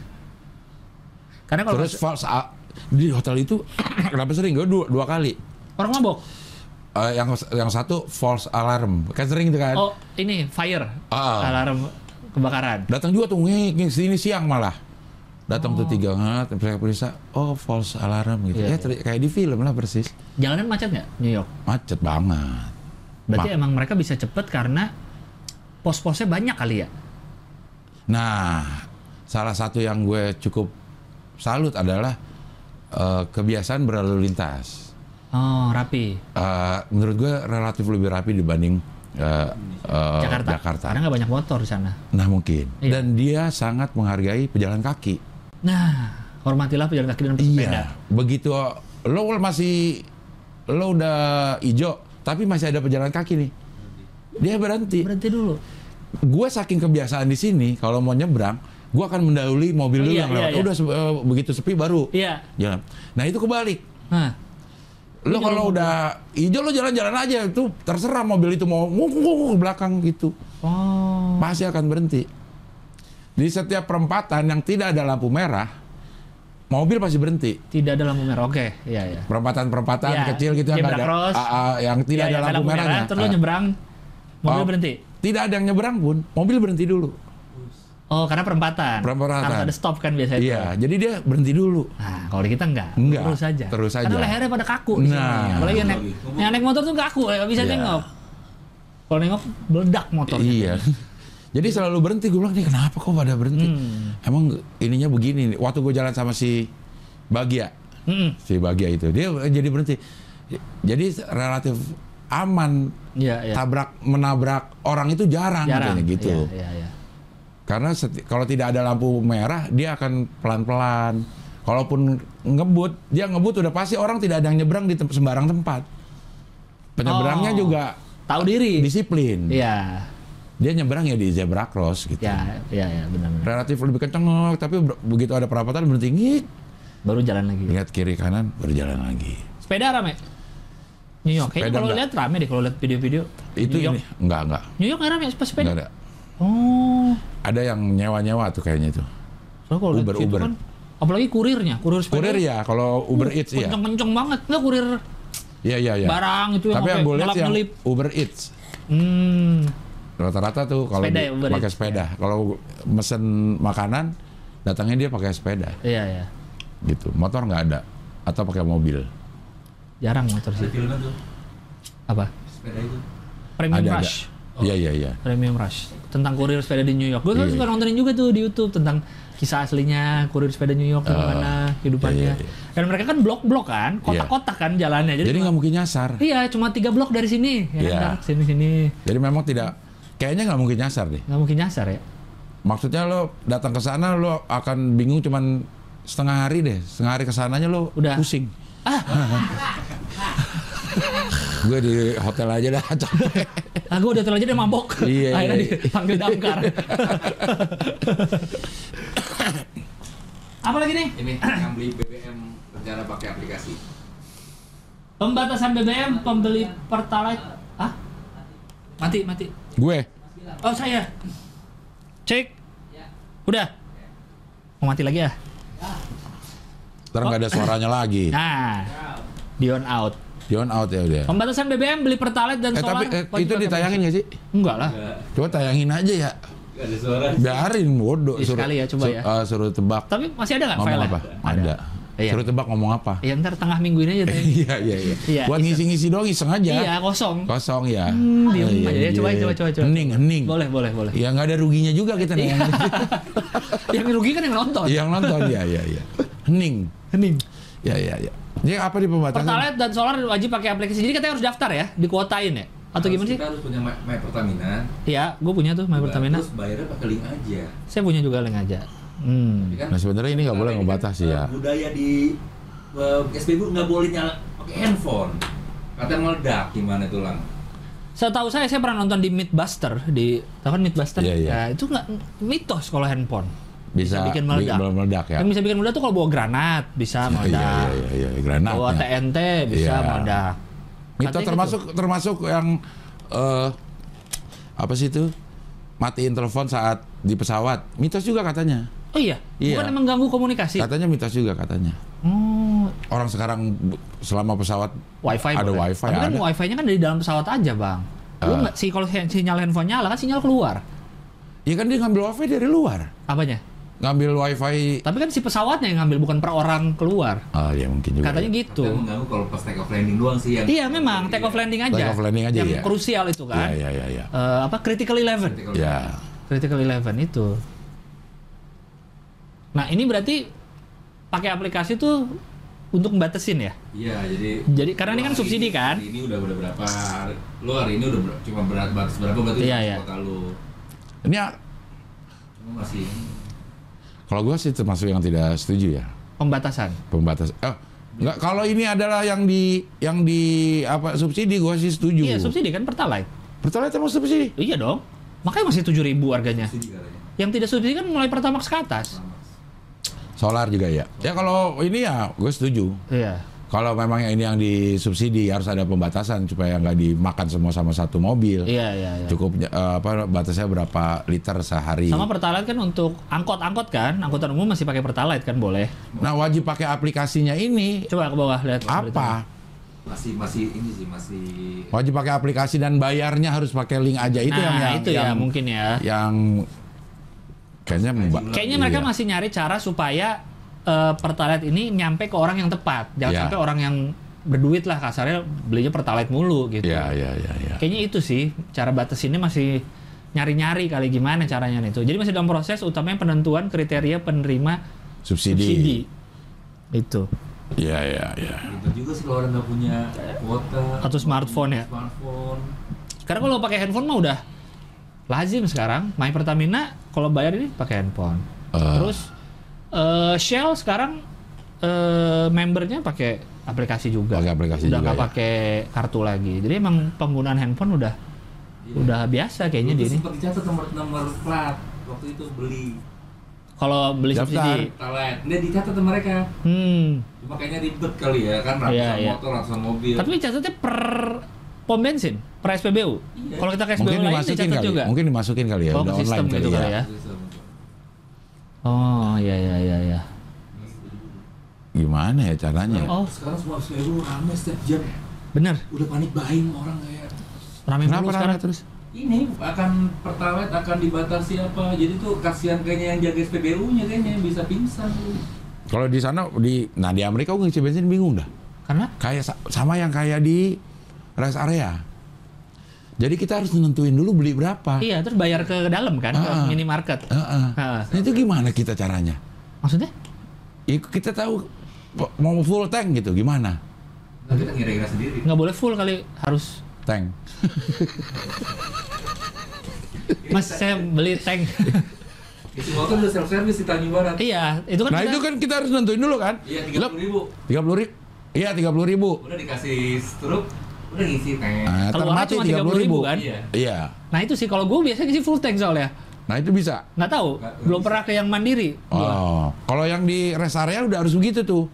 B: Karena kalau
A: Terus false a- di hotel itu kenapa sering gue dua, dua kali.
B: orang mabok,
A: Eh, yang yang satu false alarm. Kan sering itu kan.
B: oh ini fire,
A: Ah.
B: alarm kebakaran.
A: Datang juga tuh ngik, ngik, sini siang malah. Datang tuh tiga ngat, periksa periksa, oh false alarm gitu.
B: Oh. Iya,
A: ya teri- kayak di film lah persis.
B: Jalanan macet nggak New York?
A: Macet banget.
B: Berarti
A: Ma-
B: emang mereka bisa cepet karena pos-posnya banyak kali ya.
A: Nah, salah satu yang gue cukup salut adalah eh, kebiasaan berlalu lintas.
B: Oh rapi.
A: Eh, menurut gue relatif lebih rapi dibanding eh, eh,
B: Jakarta. Karena nggak banyak motor di sana.
A: Nah mungkin.
B: Iya.
A: Dan dia sangat menghargai pejalan kaki.
B: Nah, hormatilah pejalan kaki dan pesepeda.
A: Iya. Begitu lo masih lo udah ijo, tapi masih ada pejalan kaki nih. Dia berhenti.
B: Berhenti dulu.
A: Gue saking kebiasaan di sini, kalau mau nyebrang, gue akan mendahului mobil dulu
B: Iya,
A: yang
B: iya,
A: lewat.
B: iya.
A: Udah se- eh, begitu sepi baru
B: Iya.
A: jalan. Nah itu kebalik.
B: Nah,
A: Lo
B: Ini
A: kalau
B: jalan
A: udah ijo lo jalan-jalan aja itu terserah mobil itu mau ngung- ngung- ngung ke belakang gitu.
B: oh.
A: pasti akan berhenti. Di setiap perempatan yang tidak ada lampu merah, mobil pasti berhenti.
B: Tidak ada lampu merah. Oke, iya iya.
A: Perempatan-perempatan
B: Ya,
A: kecil gitu yang
B: zebra
A: nggak ada,
B: cross.
A: Ah, ah, yang tidak
B: Iya,
A: ada
B: iya,
A: lampu, merahnya.
B: Terus lo
A: Ah,
B: nyebrang, mobil
A: Oh.
B: berhenti.
A: tidak ada yang nyebrang pun, mobil berhenti dulu.
B: Oh, karena perempatan.
A: Perempatan.
B: Harus ada stop kan biasanya. itu.
A: Iya, jadi dia berhenti dulu.
B: Nah, kalau di kita enggak.
A: Enggak,
B: Terus aja.
A: terus
B: Karena
A: aja.
B: lehernya pada kaku di sini.
A: Nah.
B: Apalagi yang naik, yang naik motor tuh kaku, nggak bisa
A: Iya.
B: nengok. Kalau nengok meledak motornya.
A: Iya. Jadi selalu berhenti gue bilang nih kenapa kok pada berhenti?
B: Hmm.
A: Emang ininya begini nih. Waktu gue jalan sama si Bagia,
B: Mm-mm.
A: si Bagia itu dia jadi berhenti jadi relatif aman
B: Iya, iya.
A: tabrak menabrak orang itu jarang,
B: Jarang.
A: katanya gitu
B: Iya, iya, iya.
A: karena seti- kalau tidak ada lampu merah dia akan pelan pelan kalaupun ngebut dia ngebut udah pasti orang tidak ada yang nyebrang di tem- sembarang tempat penyeberangnya
B: Oh.
A: juga
B: Tahu diri.
A: disiplin
B: Iya.
A: dia nyebrang ya di zebra cross gitu
B: Iya, iya, iya, benar benar.
A: relatif lebih kenceng tapi ber- begitu ada perapatan berhenti ngik,
B: Baru jalan lagi.
A: lihat kiri kanan berjalan lagi
B: Sepeda rame. New York.
A: Sepeda
B: Kayaknya kalau
A: enggak.
B: lihat rame deh kalau lihat video-video.
A: itu
B: New York.
A: ini enggak enggak
B: New York nggak rame pas sepeda.
A: enggak ada
B: Oh.
A: ada yang nyewa-nyewa tuh kayaknya tuh.
B: Soalnya kalau lihat
A: Uber,
B: situ
A: Uber.
B: kan apalagi kurirnya, kurir sepeda.
A: Kurir ya, kalau Uber
B: Uh,
A: Eats ya.
B: Kenceng-kenceng banget. Enggak kurir
A: Iya iya iya.
B: barang itu yang
A: Tapi yang
B: sampai
A: gue lihat sih yang
B: ngelap-ngelip.
A: Uber Eats.
B: Hmm.
A: Rata-rata tuh kalau
B: Sepeda
A: di-
B: ya, Uber
A: pakai
B: Eats,
A: sepeda. Kalau mesen makanan datangnya dia pakai sepeda
B: Iya, iya.
A: gitu. Motor nggak ada atau pakai mobil.
B: Jarang motor
C: Ada
B: sih.
C: filmnya tuh,
B: Apa?
C: sepeda itu.
B: Premium
A: ada
B: Rush.
A: ada. Iya iya iya.
B: Premium Rush. Tentang kurir sepeda di New York. Gue kan
A: Iya,
B: suka
A: iya.
B: nontonin juga tuh di YouTube tentang kisah aslinya kurir sepeda New York gimana kehidupannya.
A: Ah. iya, iya.
B: Dan mereka kan blok-blok kan, kotak-kotak kan jalannya. Jadi,
A: Jadi
B: cuma-
A: nggak mungkin nyasar.
B: Iya, cuma tiga blok dari sini. Ya,
A: Iya.
B: kan? sini sini.
A: Jadi memang tidak kayaknya nggak mungkin nyasar deh.
B: Nggak mungkin nyasar ya.
A: Maksudnya lo datang ke sana lo akan bingung cuman setengah hari deh. Setengah hari kesananya lo
B: Udah. Ah.
A: pusing. gue di hotel aja dah capek.
B: Ah, gue udah terlalu aja dia mabok.
A: Iya,
B: Akhirnya
A: iya, iya.
B: dipanggil damkar. Apa lagi nih?
C: Ini yang beli BBM rencana pakai aplikasi.
B: Pembatasan BBM pembeli Pertalite. Ah? Mati, mati.
A: gue
B: Oh, saya. Cek. Udah. Mau mati lagi ya?
A: Ntar nggak ada suaranya lagi.
B: Nah. Dion out.
A: John out ya udah.
B: Pembatasan BBM beli Pertalite dan
A: Eh
B: solar.
A: tapi eh,
B: wajib
A: itu
B: pakai
A: ditayangin ya? nggak sih?
B: bensin. Enggak lah.
C: Enggak.
A: Coba tayangin aja ya.
C: Ada suara.
A: Biarin bodoh.
B: Ih, sekali ya, coba ya.
A: eh, suruh tebak.
B: Tapi masih ada nggak
A: ngomong
B: filenya?
A: apa? Ada.
B: Iya.
A: Suruh tebak ngomong apa?
B: Ya ntar tengah minggu ini aja. Teh.
A: Iya, iya,
B: Iya,
A: iya. Buat
B: iseng.
A: ngisi-ngisi doang iseng aja.
B: Iya kosong.
A: Kosong ya.
B: Hmm,
A: Iya,
B: diem aja. Ya, coba,
A: iya.
B: coba, coba, coba.
A: Hening, hening.
B: Boleh, boleh, boleh. Iya,
A: Ya nggak ada ruginya juga kita nih.
B: yang rugi kan yang nonton.
A: Yang nonton ya, ya, ya. Hening.
B: Hening.
A: Ya, ya, ya. Jadi apa di pembatasan?
B: Pertalite dan solar wajib pakai aplikasi. Jadi katanya harus daftar ya, dikuotain ya. Atau
C: Harus
B: gimana sih?
C: Kita harus punya My, My Pertamina.
B: Ya, gue punya tuh My Pertamina.
C: Terus bayarnya pakai link aja.
B: Saya punya juga link aja. Hmm.
C: Ya kan?
A: Nah sebenarnya ini nggak boleh
C: Karena ini kan,
A: ngebatasi
C: eh,
A: ya.
C: Budaya di eh, SPBU nggak boleh nyala pakai handphone. Katanya meledak gimana itu lang.
B: Setahu saya saya pernah nonton di Mythbuster di tahu kan Mythbuster?
A: Iya, iya.
B: Ya, itu nggak mitos kalau handphone.
A: Bisa,
B: bikin
A: bi-
B: meledak.
A: meledak ya.
B: Yang bisa bikin meledak tuh kalau bawa granat bisa
A: Iya,
B: meledak.
A: iya, iya, iya, iya. Granat.
B: Bawa
A: ya.
B: TNT bisa
A: Iya.
B: meledak.
A: Itu
B: Katanya gitu.
A: termasuk termasuk yang eh apa sih itu? Matiin telepon saat di pesawat. Mitos juga katanya.
B: gitu. Oh iya,
A: Iya.
B: bukan mengganggu komunikasi.
A: Katanya mitos juga katanya.
B: Oh,
A: Orang sekarang bu- selama pesawat
B: wifi
A: Ada
B: boleh.
A: wifi,
B: Tapi kan
A: ada.
B: wifi-nya kan dari dalam pesawat aja, Bang.
A: Ah.
B: Lu nggak- si kalau he- sinyal handphone nyala kan sinyal keluar.
A: ya kan dia ngambil wifi dari luar.
B: Apanya?
A: Ngambil wifi
B: Tapi kan si pesawatnya yang ngambil bukan per orang keluar.
A: Ah ya mungkin juga.
B: Katanya
A: ya.
B: gitu.
C: Katanya mengganggu kalau pas take off landing doang sih yang.
B: Iya memang take off
C: Iya.
B: landing aja.
A: Take off landing aja,
B: yang
A: iya.
B: krusial itu kan.
A: Iya, iya, iya, iya.
B: Eh, apa critical eleven?
C: Take off
A: Ya.
C: landing.
B: Critical Eleven itu. Nah ini berarti pakai aplikasi tuh untuk membatasin ya.
C: Iya, jadi
B: Jadi, karena ini kan
C: Lu hari
B: subsidi,
C: ini-
B: kan?
C: hari Ini udah udah berapa? Lu hari ini udah ber- cuma berat batas berapa berarti
B: Iya,
C: untuk
B: iya.
C: kuota lu.
A: Ini ya,
C: Cuma masih
A: kalau gua sih termasuk yang tidak setuju ya.
B: Pembatasan.
A: pembatas eh enggak kalau ini adalah yang di yang di apa subsidi gua sih setuju.
B: Iya subsidi kan Pertalite.
A: Pertalite emang subsidi.
B: Iya dong. Makanya masih 7.000 harganya.
C: subsidi katanya.
B: Yang tidak subsidi kan mulai Pertamax ke atas.
A: Solar juga ya. Ya kalau ini ya gue setuju.
B: Iya.
A: Kalau memang yang ini yang disubsidi harus ada pembatasan supaya nggak dimakan semua sama satu mobil.
B: Iya iya. iya.
A: Cukup eh, apa batasnya berapa liter sehari.
B: Sama Pertalite kan untuk angkot-angkot kan, angkutan umum masih pakai Pertalite kan boleh.
A: Nah wajib pakai aplikasinya ini
B: Coba ke bawah lihat beritanya.
A: apa?
C: Masih masih ini sih masih
A: Wajib pakai aplikasi dan bayarnya harus pakai link aja itu
B: nah,
A: yang yang
B: itu
A: yang,
B: ya mungkin ya.
A: yang kayaknya memba-
B: Kayaknya mereka
A: iya.
B: masih nyari cara supaya eh, Pertalite ini nyampe ke orang yang tepat. Jangan
A: Ya.
B: sampai orang yang berduit lah kasarnya belinya Pertalite mulu gitu.
A: Iya iya iya iya.
B: Kayaknya itu sih cara batasinnya masih nyari-nyari kali gimana caranya itu. Jadi masih dalam proses utamanya penentuan kriteria penerima
A: Subsidi.
B: subsidi. Itu.
A: Iya iya iya.
C: ribet juga sih kalau orang nggak punya kuota
B: Atau smartphone ya?
C: Smartphone.
B: Karena kalau pakai handphone mah udah lazim sekarang. My Pertamina kalau bayar ini pakai handphone.
A: Ah.
B: Terus eh, Shell sekarang eh, membernya pakai aplikasi juga.
A: Pakai aplikasi
B: udah
A: juga,
B: nggak
A: ya.
B: pakai kartu lagi. Jadi emang penggunaan handphone udah
C: Iya.
B: udah biasa kayaknya
C: Dulu
B: di
C: tuh
B: ini.
C: Sempat dicatat nomor nomor plat waktu itu beli
B: Kalau beli
A: Daftar.
B: subsidi,
C: talent. Nggak dicatat sama mereka.
B: hmm.
C: Cuma kayaknya ribet kali ya kan ratusan
B: Iya, iya.
C: motor, ratusan mobil.
B: Tapi catatnya per pom bensin, per SPBU.
C: Iya.
B: Kalau kita ke SPBU
A: Mungkin
B: lain
A: dimasukin
B: dicatat
A: kali. ya,
B: juga.
A: Mungkin dimasukin kali ya.
B: Oh, ke
A: udah
B: sistem
A: online kali
B: gitu kali
A: ya.
B: ya. Oh, iya iya iya iya.
A: Gimana ya caranya?
B: Oh.
C: Iya. Sekarang semua SPBU rame setiap jam.
B: Bener.
C: Udah panik buying orang kayak
B: Rame
A: Kenapa
B: mulu
A: rame
B: sekarang.
A: terus?
C: ini akan pertalite akan dibatasi apa jadi tuh kasihan kayaknya yang jaga SPBU nya kayaknya bisa pingsan tuh.
A: Kalau di sana di nah di Amerika gue ngisi bensin bingung dah.
B: Karena
A: Kayak sa- sama yang kayak di rest area. Jadi kita harus nentuin dulu beli berapa.
B: Iya, terus bayar ke dalam kan, ke
A: Ah.
B: minimarket.
A: Heeh.
B: Heeh.
A: Nah, itu gimana kita caranya?
B: Maksudnya?
A: Ya, kita tahu po- mau full tank gitu gimana?
C: nah kita ngira-ngira sendiri
B: Nggak boleh full kali, harus.
A: Tank.
C: Iya,
B: Mas, saya beli tank.
C: isi motor udah self service di Tanjung Barat
B: iya, itu kan
A: Nah
B: kita
A: itu kan kita harus nentuin dulu kan?
C: iya tiga puluh ribu
A: Tiga puluh ribu. Iya tiga puluh ribu.
C: udah dikasih struk udah ngisi tank
A: Nah,
B: Keluarnya
A: termati
B: cuma
A: tiga puluh
B: 30.000
A: ribu
B: kan?
C: Iya.
A: Iya.
B: Nah, itu sih kalau gue biasanya ngisi full tank soalnya.
A: Nah itu bisa.
B: Nggak tahu,
C: Nggak- nggak
B: belum
C: bisa.
B: pernah ke yang mandiri. gua.
A: Oh, kalau yang di rest area udah harus begitu tuh.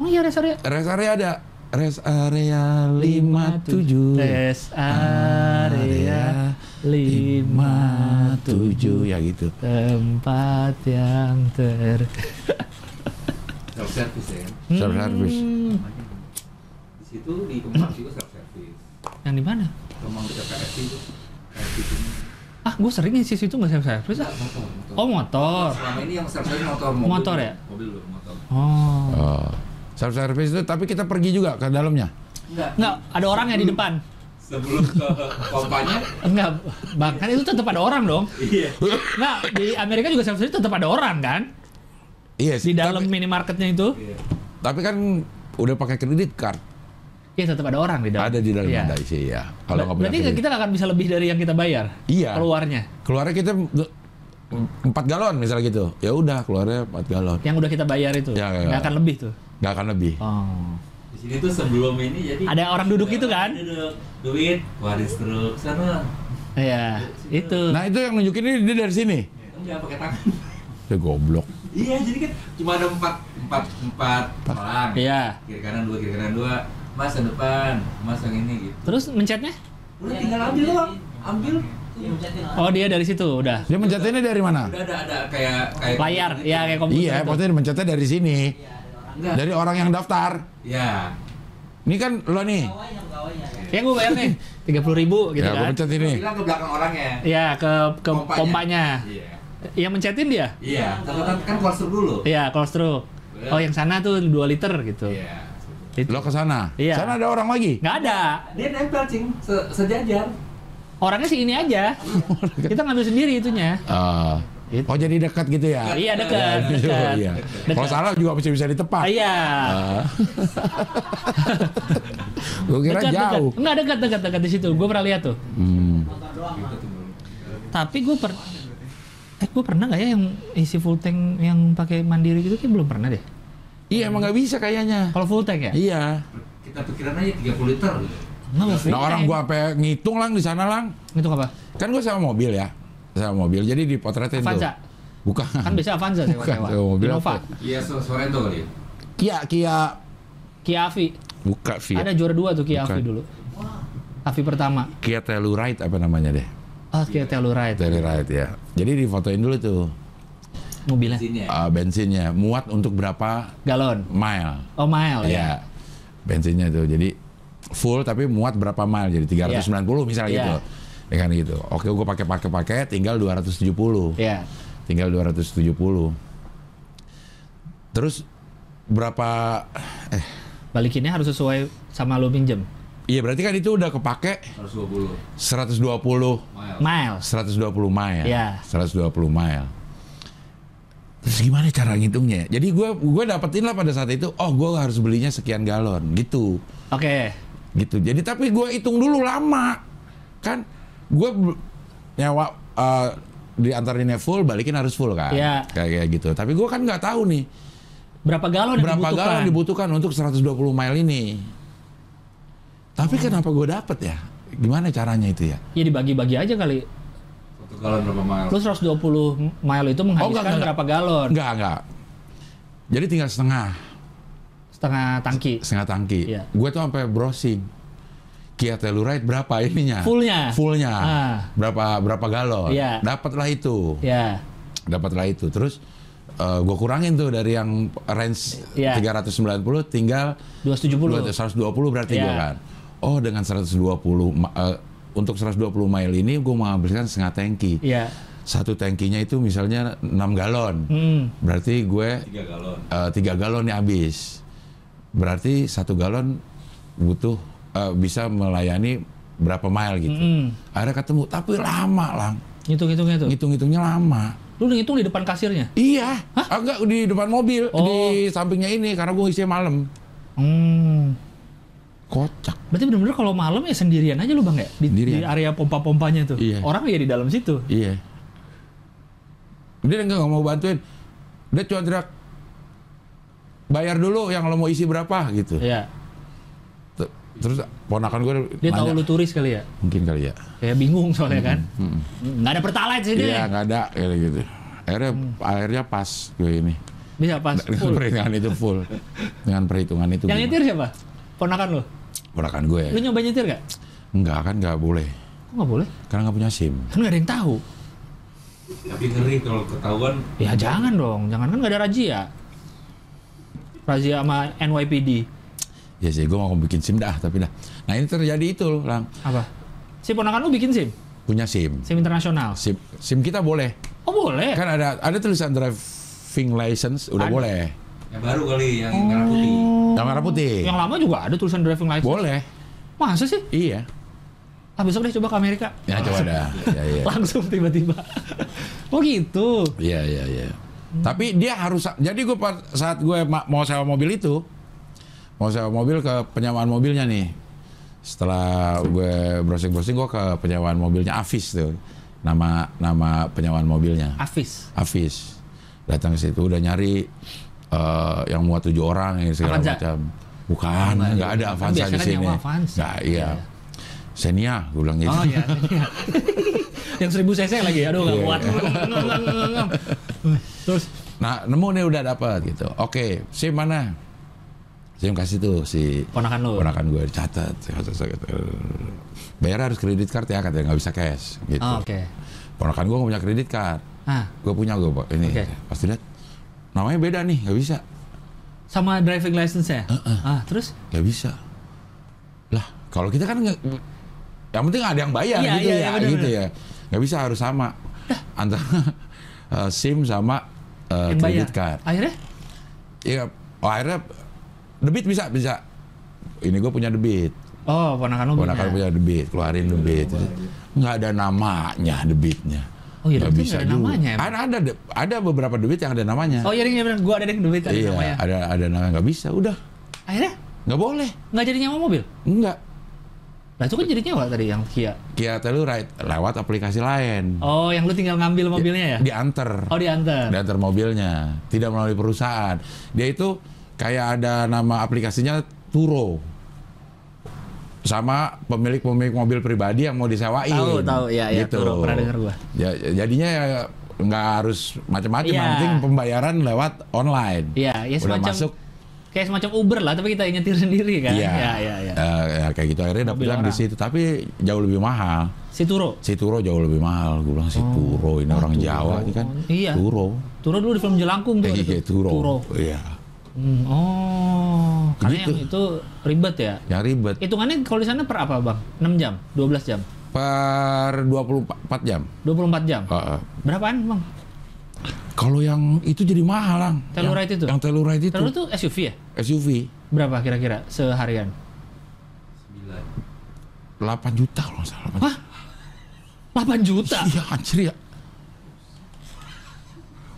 B: Oh iya, rest area.
A: Rest area ada rest area 57.
B: Rest area 57.
A: ya gitu.
B: Tempat yang ter...
C: self service ya
A: Self service.
B: Hmm,
C: di situ di Kemang juga self service
B: Yang di mana?
C: gitu. Kemang dekat KFC itu KFC itu
B: ah gue sering ngisi situ nggak self service ah.
C: motor, motor.
B: oh motor
C: Selama ini yang self service motor mobil.
B: Motor ya?
C: Mobil belum motor.
B: oh
A: Oh. Self service itu tapi kita pergi juga ke dalamnya.
C: Enggak.
B: nggak ada orangnya di depan
C: Sebelum ke pompanya.
B: Enggak, bahkan itu tetap ada orang dong.
C: Iya.
B: Nah, di Amerika juga self service tetap ada orang kan?
A: Iya sih.
B: Di dalam
A: Tapi,
B: minimarketnya itu,
C: Iya.
A: tapi kan udah pakai kredit card.
B: ya tetap ada orang di dalam.
A: Ada di dalam
B: Iya.
A: ada isi ya. Kalau nggak
B: Ber-
A: punya
B: Berarti
A: kredit.
B: kita nggak akan bisa lebih dari yang kita bayar.
A: Iya.
B: Keluarnya,
A: Keluarnya kita nge- empat galon misalnya gitu. Ya udah keluarnya empat galon.
B: yang udah kita bayar itu,
A: Iya, iya,
B: nggak
A: iya.
B: akan lebih tuh.
A: Nggak akan lebih.
B: Oh.
C: Di sini tuh sebelum ini jadi
B: Ada orang duduk gitu kan?
C: Duduk, duit, waris terus sana.
B: Iya, itu.
A: Nah itu yang nunjukin ini dia dari sini.
C: Enggak pakai tangan.
A: Ya goblok.
C: Iya, jadi kan cuma ada empat empat empat orang.
B: Iya.
C: Kiri kanan dua, kiri kanan dua. Mas yang depan, mas yang ini gitu.
B: Terus mencetnya?
C: Udah tinggal ambil doang. Ambil.
D: Iya, mencetin lah.
B: Oh, dia dari situ udah.
A: Dia mencetinnya dari mana?
C: Udah ada ada kayak kayak
B: Layar,
C: gitu.
B: ya kayak komputer.
A: Iya,
B: itu.
A: maksudnya dia mencetnya dari sini.
D: Iya, ada orang.
C: Enggak.
A: Dari orang yang daftar.
C: Ya.
A: Ini kan lo nih.
D: Gawainya, gawainya. ya.
B: Ya gue bayar nih, tiga puluh ribu gitu
A: ya, gue
B: kan?
A: mencet ini.
C: Bilang ke belakang orangnya.
B: Iya, ke ke pompanya.
C: Iya.
B: Yang mencetin dia?
C: Iya, kan kan, kan closer dulu.
B: Iya, kalau stroke. Oh, yang sana tuh 2 liter gitu.
C: Iya.
B: Itu.
A: Lo ke sana.
B: Iya.
A: Sana ada orang lagi.
B: Nggak ada.
C: Dia nempel cing se- sejajar.
B: Orangnya sih ini aja. Kita ngambil sendiri itunya.
A: Ah.
B: Gitu.
A: oh jadi dekat gitu ya?
B: Iya, dekat,
A: Oh,
B: dekat.
A: iya.
B: Dekat.
A: Kalau salah juga masih bisa
B: Ah,
A: ditepat.
B: Iya.
A: Gue kira
B: Dekat, dekat.
A: jauh.
B: Enggak dekat, dekat, dekat di situ. Gue pernah lihat tuh.
A: Hmm.
D: Motor doang mah.
B: Tapi gue per Eh, gue pernah nggak ya yang isi full tank yang pakai mandiri gitu? Kayak belum pernah deh.
A: Iya emang nggak bisa kayaknya.
B: Kalau full tank ya?
A: Iya.
C: Kita pikiran aja 30 liter. gitu.
B: Nggak mau full
A: Nah orang gua apa ngitung lang di sana lang.
B: Itu apa?
A: Kan gua sama mobil ya. Sama mobil. Jadi dipotretin
B: Avanza.
A: tuh. Bukan.
B: Kan biasa Avanza
A: Bukan,
B: sewa-sewa.
A: sewa mobil
B: Innova.
A: apa?
C: Iya, so- Sorento kali. ya?
A: Kia Kia.
B: Kia Avi.
A: Buka Fiat.
B: Ada juara dua tuh Kia
A: Bukan.
B: Avi dulu. Avi pertama.
A: Kia Telluride apa namanya deh?
B: Ah, Kia Telluride.
A: Telluride ya. Jadi difotoin dulu tuh
B: Mobilnya.
C: Bensinnya.
A: ah, bensinnya muat untuk berapa
B: Galon.
A: mile?
B: Oh, mile ya.
A: Iya. Bensinnya tuh. Jadi full tapi muat berapa mile? Jadi 390 misalnya
B: Iya.
A: gitu. Ya kan gitu. Oke, gua pakai-pakai-pakai tinggal 270.
B: Iya.
A: Tinggal 270. Terus berapa eh
B: Balikinnya harus sesuai sama lu pinjem.
A: iya berarti kan itu udah kepake
C: 120
A: 120
C: mile.
B: Miles.
A: 120 mile.
B: Iya.
A: 120 mile. Terus gimana cara ngitungnya? Jadi gue gue dapetin lah pada saat itu, oh gue harus belinya sekian galon gitu.
B: Oke.
A: gitu jadi tapi gue hitung dulu lama kan gue b- nyawa eh, diantarinnya full balikin harus full kan
B: Iya.
A: kayak kayak gitu tapi gue kan nggak tahu nih
B: Berapa galon yang
A: berapa
B: dibutuhkan?
A: galon dibutuhkan untuk 120 mile ini tapi
B: Hmm.
A: kenapa gue dapet ya gimana caranya itu ya
B: Ya dibagi-bagi aja kali.
C: Satu galon berapa mile?
B: Lu 120 mile itu menghabiskan
A: Oh, enggak, enggak.
B: berapa galon?
A: nggak nggak jadi tinggal setengah
B: Setengah tangki.
A: setengah tangki
B: Iya.
A: gue tuh sampai browsing Kia Telluride berapa ininya
B: Fullnya.
A: fullnya
B: Ah.
A: berapa berapa galon
B: Iya.
A: dapatlah itu
B: Ya.
A: dapatlah itu terus eh, gua kurangin tuh dari yang range
B: Iya.
A: 390 tinggal
B: 270.
A: 120 berarti
B: Iya.
A: gua kan oh dengan 120 ma- eh, untuk 120 mile ini gua menghabiskan setengah tangki
B: Iya.
A: satu tangkinya itu misalnya 6 galon
B: Hmm.
A: berarti gue
C: 3 galon.
A: eh, tiga galon yang habis berarti satu galon butuh eh, bisa melayani berapa mile gitu
B: Mm-mm.
A: akhirnya ketemu tapi lama lang
B: Ngitung-hitungnya tuh.
A: hitung-hitungnya lama
B: Lu ngitung di depan kasirnya.
A: Iya, Ah, enggak di depan mobil,
B: Oh.
A: di sampingnya ini karena gue isinya malam.
B: Hmm.
A: Kocak.
B: Berarti bener-bener kalau malam ya sendirian aja lu Bang ya di,
A: Sendirian.
B: di area pompa-pompanya tuh.
A: Iya.
B: Orang ya di dalam situ.
A: Iya. Dia enggak nggak mau bantuin. Dia cuma teriak bayar dulu yang lo mau isi berapa gitu.
B: Iya.
A: Ter- Terus ponakan gue
B: Dia tahu lu turis kali ya.
A: mungkin kali ya.
B: Kayak bingung soalnya kan. Nggak ada pertalite sih
A: hmm, Iya
B: dia.
A: nggak ada kayak gitu. Akhirnya akhirnya pas gue ini
B: Bisa pas
A: dengan
B: Hmm. full.
A: perhitungan itu full dengan perhitungan itu.
B: Yang
A: gimana?
B: nyetir siapa? Ponakan lo?
A: Ponakan gue.
B: Lu nyoba nyetir gak?
A: Enggak kan nggak boleh
B: Kok nggak boleh?
A: karena nggak punya sim.
B: Kan nggak ada yang tahu.
C: Tapi ngeri kalau ketahuan
B: Ya jangan dong, jangan kan nggak ada razia. Razia sama NYPD.
A: Ya sih, gue mau bikin SIM dah, tapi dah. Nah ini terjadi itu, Lang.
B: Apa? Si ponakan lu bikin SIM?
A: punya SIM.
B: SIM internasional.
A: SIM, SIM kita boleh.
B: Oh boleh.
A: Kan ada ada tulisan driving license udah
B: Ada.
A: boleh.
C: Yang baru kali yang
B: Oh.
C: merah putih.
A: Yang merah putih.
B: Yang lama juga ada tulisan driving license.
A: Boleh.
B: Masa sih?
A: Iya.
B: Ah besok deh coba ke Amerika.
A: Ya coba dah. Ya, ya.
B: Langsung tiba-tiba. oh gitu.
A: Iya iya iya. Tapi dia harus jadi gue saat gue ma- mau sewa mobil itu mau sewa mobil ke penyewaan mobilnya nih. Setelah gue browsing-browsing gue ke penyewaan mobilnya Afis tuh. Nama nama penyewaan mobilnya
B: Afis.
A: Afis. Datang ke situ udah nyari eh, yang muat tujuh orang yang segala
B: Avanza?
A: macam. Bukan, nggak ada Avanza di
B: biasanya kan
A: sini.
B: nyewa Avanza.
A: Nggak, iya. Xenia, gue bilang gitu.
B: Oh iya. yang seribu cc lagi. Aduh nggak
A: Iya,
B: kuat. Terus
A: Nah, nemu nih udah dapat gitu. Oke, SIM mana? SIM kasih tuh si
B: ponakan lo.
A: ponakan gue dicatat. Catat, catat, catat. Bayar harus kredit card ya katanya nggak bisa cash gitu.
B: Oh, Oke.
A: Ponakan gue nggak punya kredit card.
B: Ah
A: Gue punya gue Pak. ini.
B: Oke.
A: Pasti lihat namanya beda nih nggak bisa
B: sama driving license ya. Ah terus?
A: nggak bisa. Lah kalau kita kan nggak- yang penting ada yang bayar
B: Iya,
A: gitu
B: iya,
A: ya
B: iya, benar,
A: gitu ya nggak bisa harus sama antara eh, SIM sama eh,
B: yang bayar.
A: kredit card.
B: Akhirnya?
A: Iya, oh, akhirnya debit bisa bisa. Ini gue punya debit,
B: Oh ponakan lo.
A: ponakan punya
B: punya.
A: debit, keluarin debit. Nggak ada namanya debitnya.
B: iya. Oh, iya,
A: Nggak
B: debit nggak ada
A: juga.
B: namanya emang?
A: Ada ada de- ada beberapa debit yang ada namanya.
B: Oh iya dia bilang gue ada deh duit ada
A: iya,
B: namanya.
A: ada ada namanya nggak bisa, udah
B: Akhirnya
A: nggak boleh,
B: nggak jadi nyawa mobil.
A: nggak.
B: Nah itu kan jadi nyawa tadi yang Kia.
A: Kia Telluride lewat aplikasi lain,
B: Oh yang lu tinggal ngambil mobilnya ya?
A: Iya. diantar,
B: Oh diantar.
A: diantar mobilnya, tidak melalui perusahaan. Dia itu kayak ada nama aplikasinya Turo sama pemilik-pemilik mobil pribadi yang mau disewain.
B: Tahu, tahu. Iya, iya,
A: gitu.
B: Turo. Pernah dengar gua.
A: Ya, jadinya ya nggak harus macam-macam,
B: Iya.
A: yang penting pembayaran lewat online.
B: Iya, ya
A: Udah
B: semacam
A: masuk.
B: kayak semacam Uber lah, tapi kita yang nyetir sendiri kan.
A: Iya.
B: Iya, iya, iya.
A: Eh, ya, kayak gitu akhirnya
B: Mobil
A: dapetan di
B: orang.
A: situ, tapi jauh lebih mahal.
B: Si Turo.
A: Si Turo jauh lebih mahal. Gue bilang si Turo ini orang Jawa ini kan.
B: Oh, Iya.
A: Turo.
B: Turo dulu di film Jelangkung
A: Eh,
B: tuh. ada
A: iya,
B: tuh.
A: Turo. Iya.
B: Hmm, oh, karena
A: Gitu.
B: yang itu ribet ya.
A: Yang ribet.
B: Hitungannya kalau di sana per apa, Bang? 6 jam, 12 jam,
A: per 24 jam.
B: 24 jam.
A: Heeh.
B: Berapaan, Bang?
A: Kalau yang itu jadi mahal, Lang.
B: Telluride
A: yang,
B: itu?
A: Yang Telluride itu.
B: Terus tuh SUV ya?
A: SUV
B: Berapa kira-kira seharian?
C: Sembilan.
A: 8 juta kalau nggak salah.
B: Hah? 8 juta.
A: Iya, anjir ya.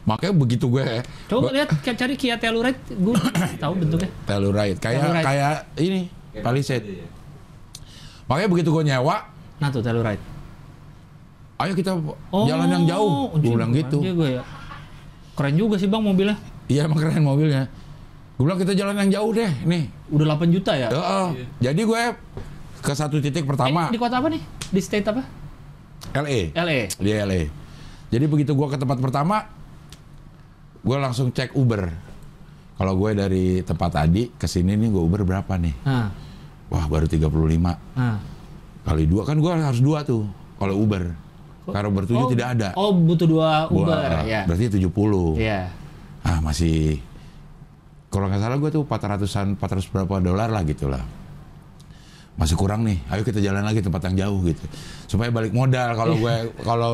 A: Makanya begitu gue
B: Coba
A: gue-
B: lihat kayak cari Kia Telluride, gue tahu bentuknya.
A: Telluride kayak
B: Telluride.
A: kayak ini
C: Kayak
A: Palisade.
C: gitu ya.
A: Makanya begitu gue nyewa,
B: Nah tuh Telluride.
A: ayo kita
B: Oh,
A: jalan yang jauh. Gue
B: anjing,
A: bilang
B: keren
A: gitu.
B: juga ya. Keren juga sih Bang mobilnya.
A: Iya, emang keren mobilnya. Gue bilang kita jalan yang jauh deh, nih.
B: Udah 8 juta ya?
A: Heeh. Jadi gue ke satu titik pertama, E.
B: Eh, di kota apa nih? Di state apa?
A: LA.
B: LA.
A: di LA. Jadi begitu gua ke tempat pertama, gua langsung cek Uber. Kalau gue dari tempat tadi ke sini nih gue Uber berapa nih?
B: Nah,
A: Wah baru 35
B: nah.
A: kali dua kan gua harus dua tuh kalau Uber. Karena Uber 7
B: Oh,
A: tidak ada.
B: Oh, butuh dua Uber
A: Gua-
B: ya.
A: Berarti 70.
B: Iya.
A: Ah masih kalau nggak salah gue tuh 400-an 400 berapa dolar lah gitu lah. Masih kurang nih. Ayo kita jalan lagi tempat yang jauh gitu. Supaya balik modal kalau gue
B: Iya.
A: kalau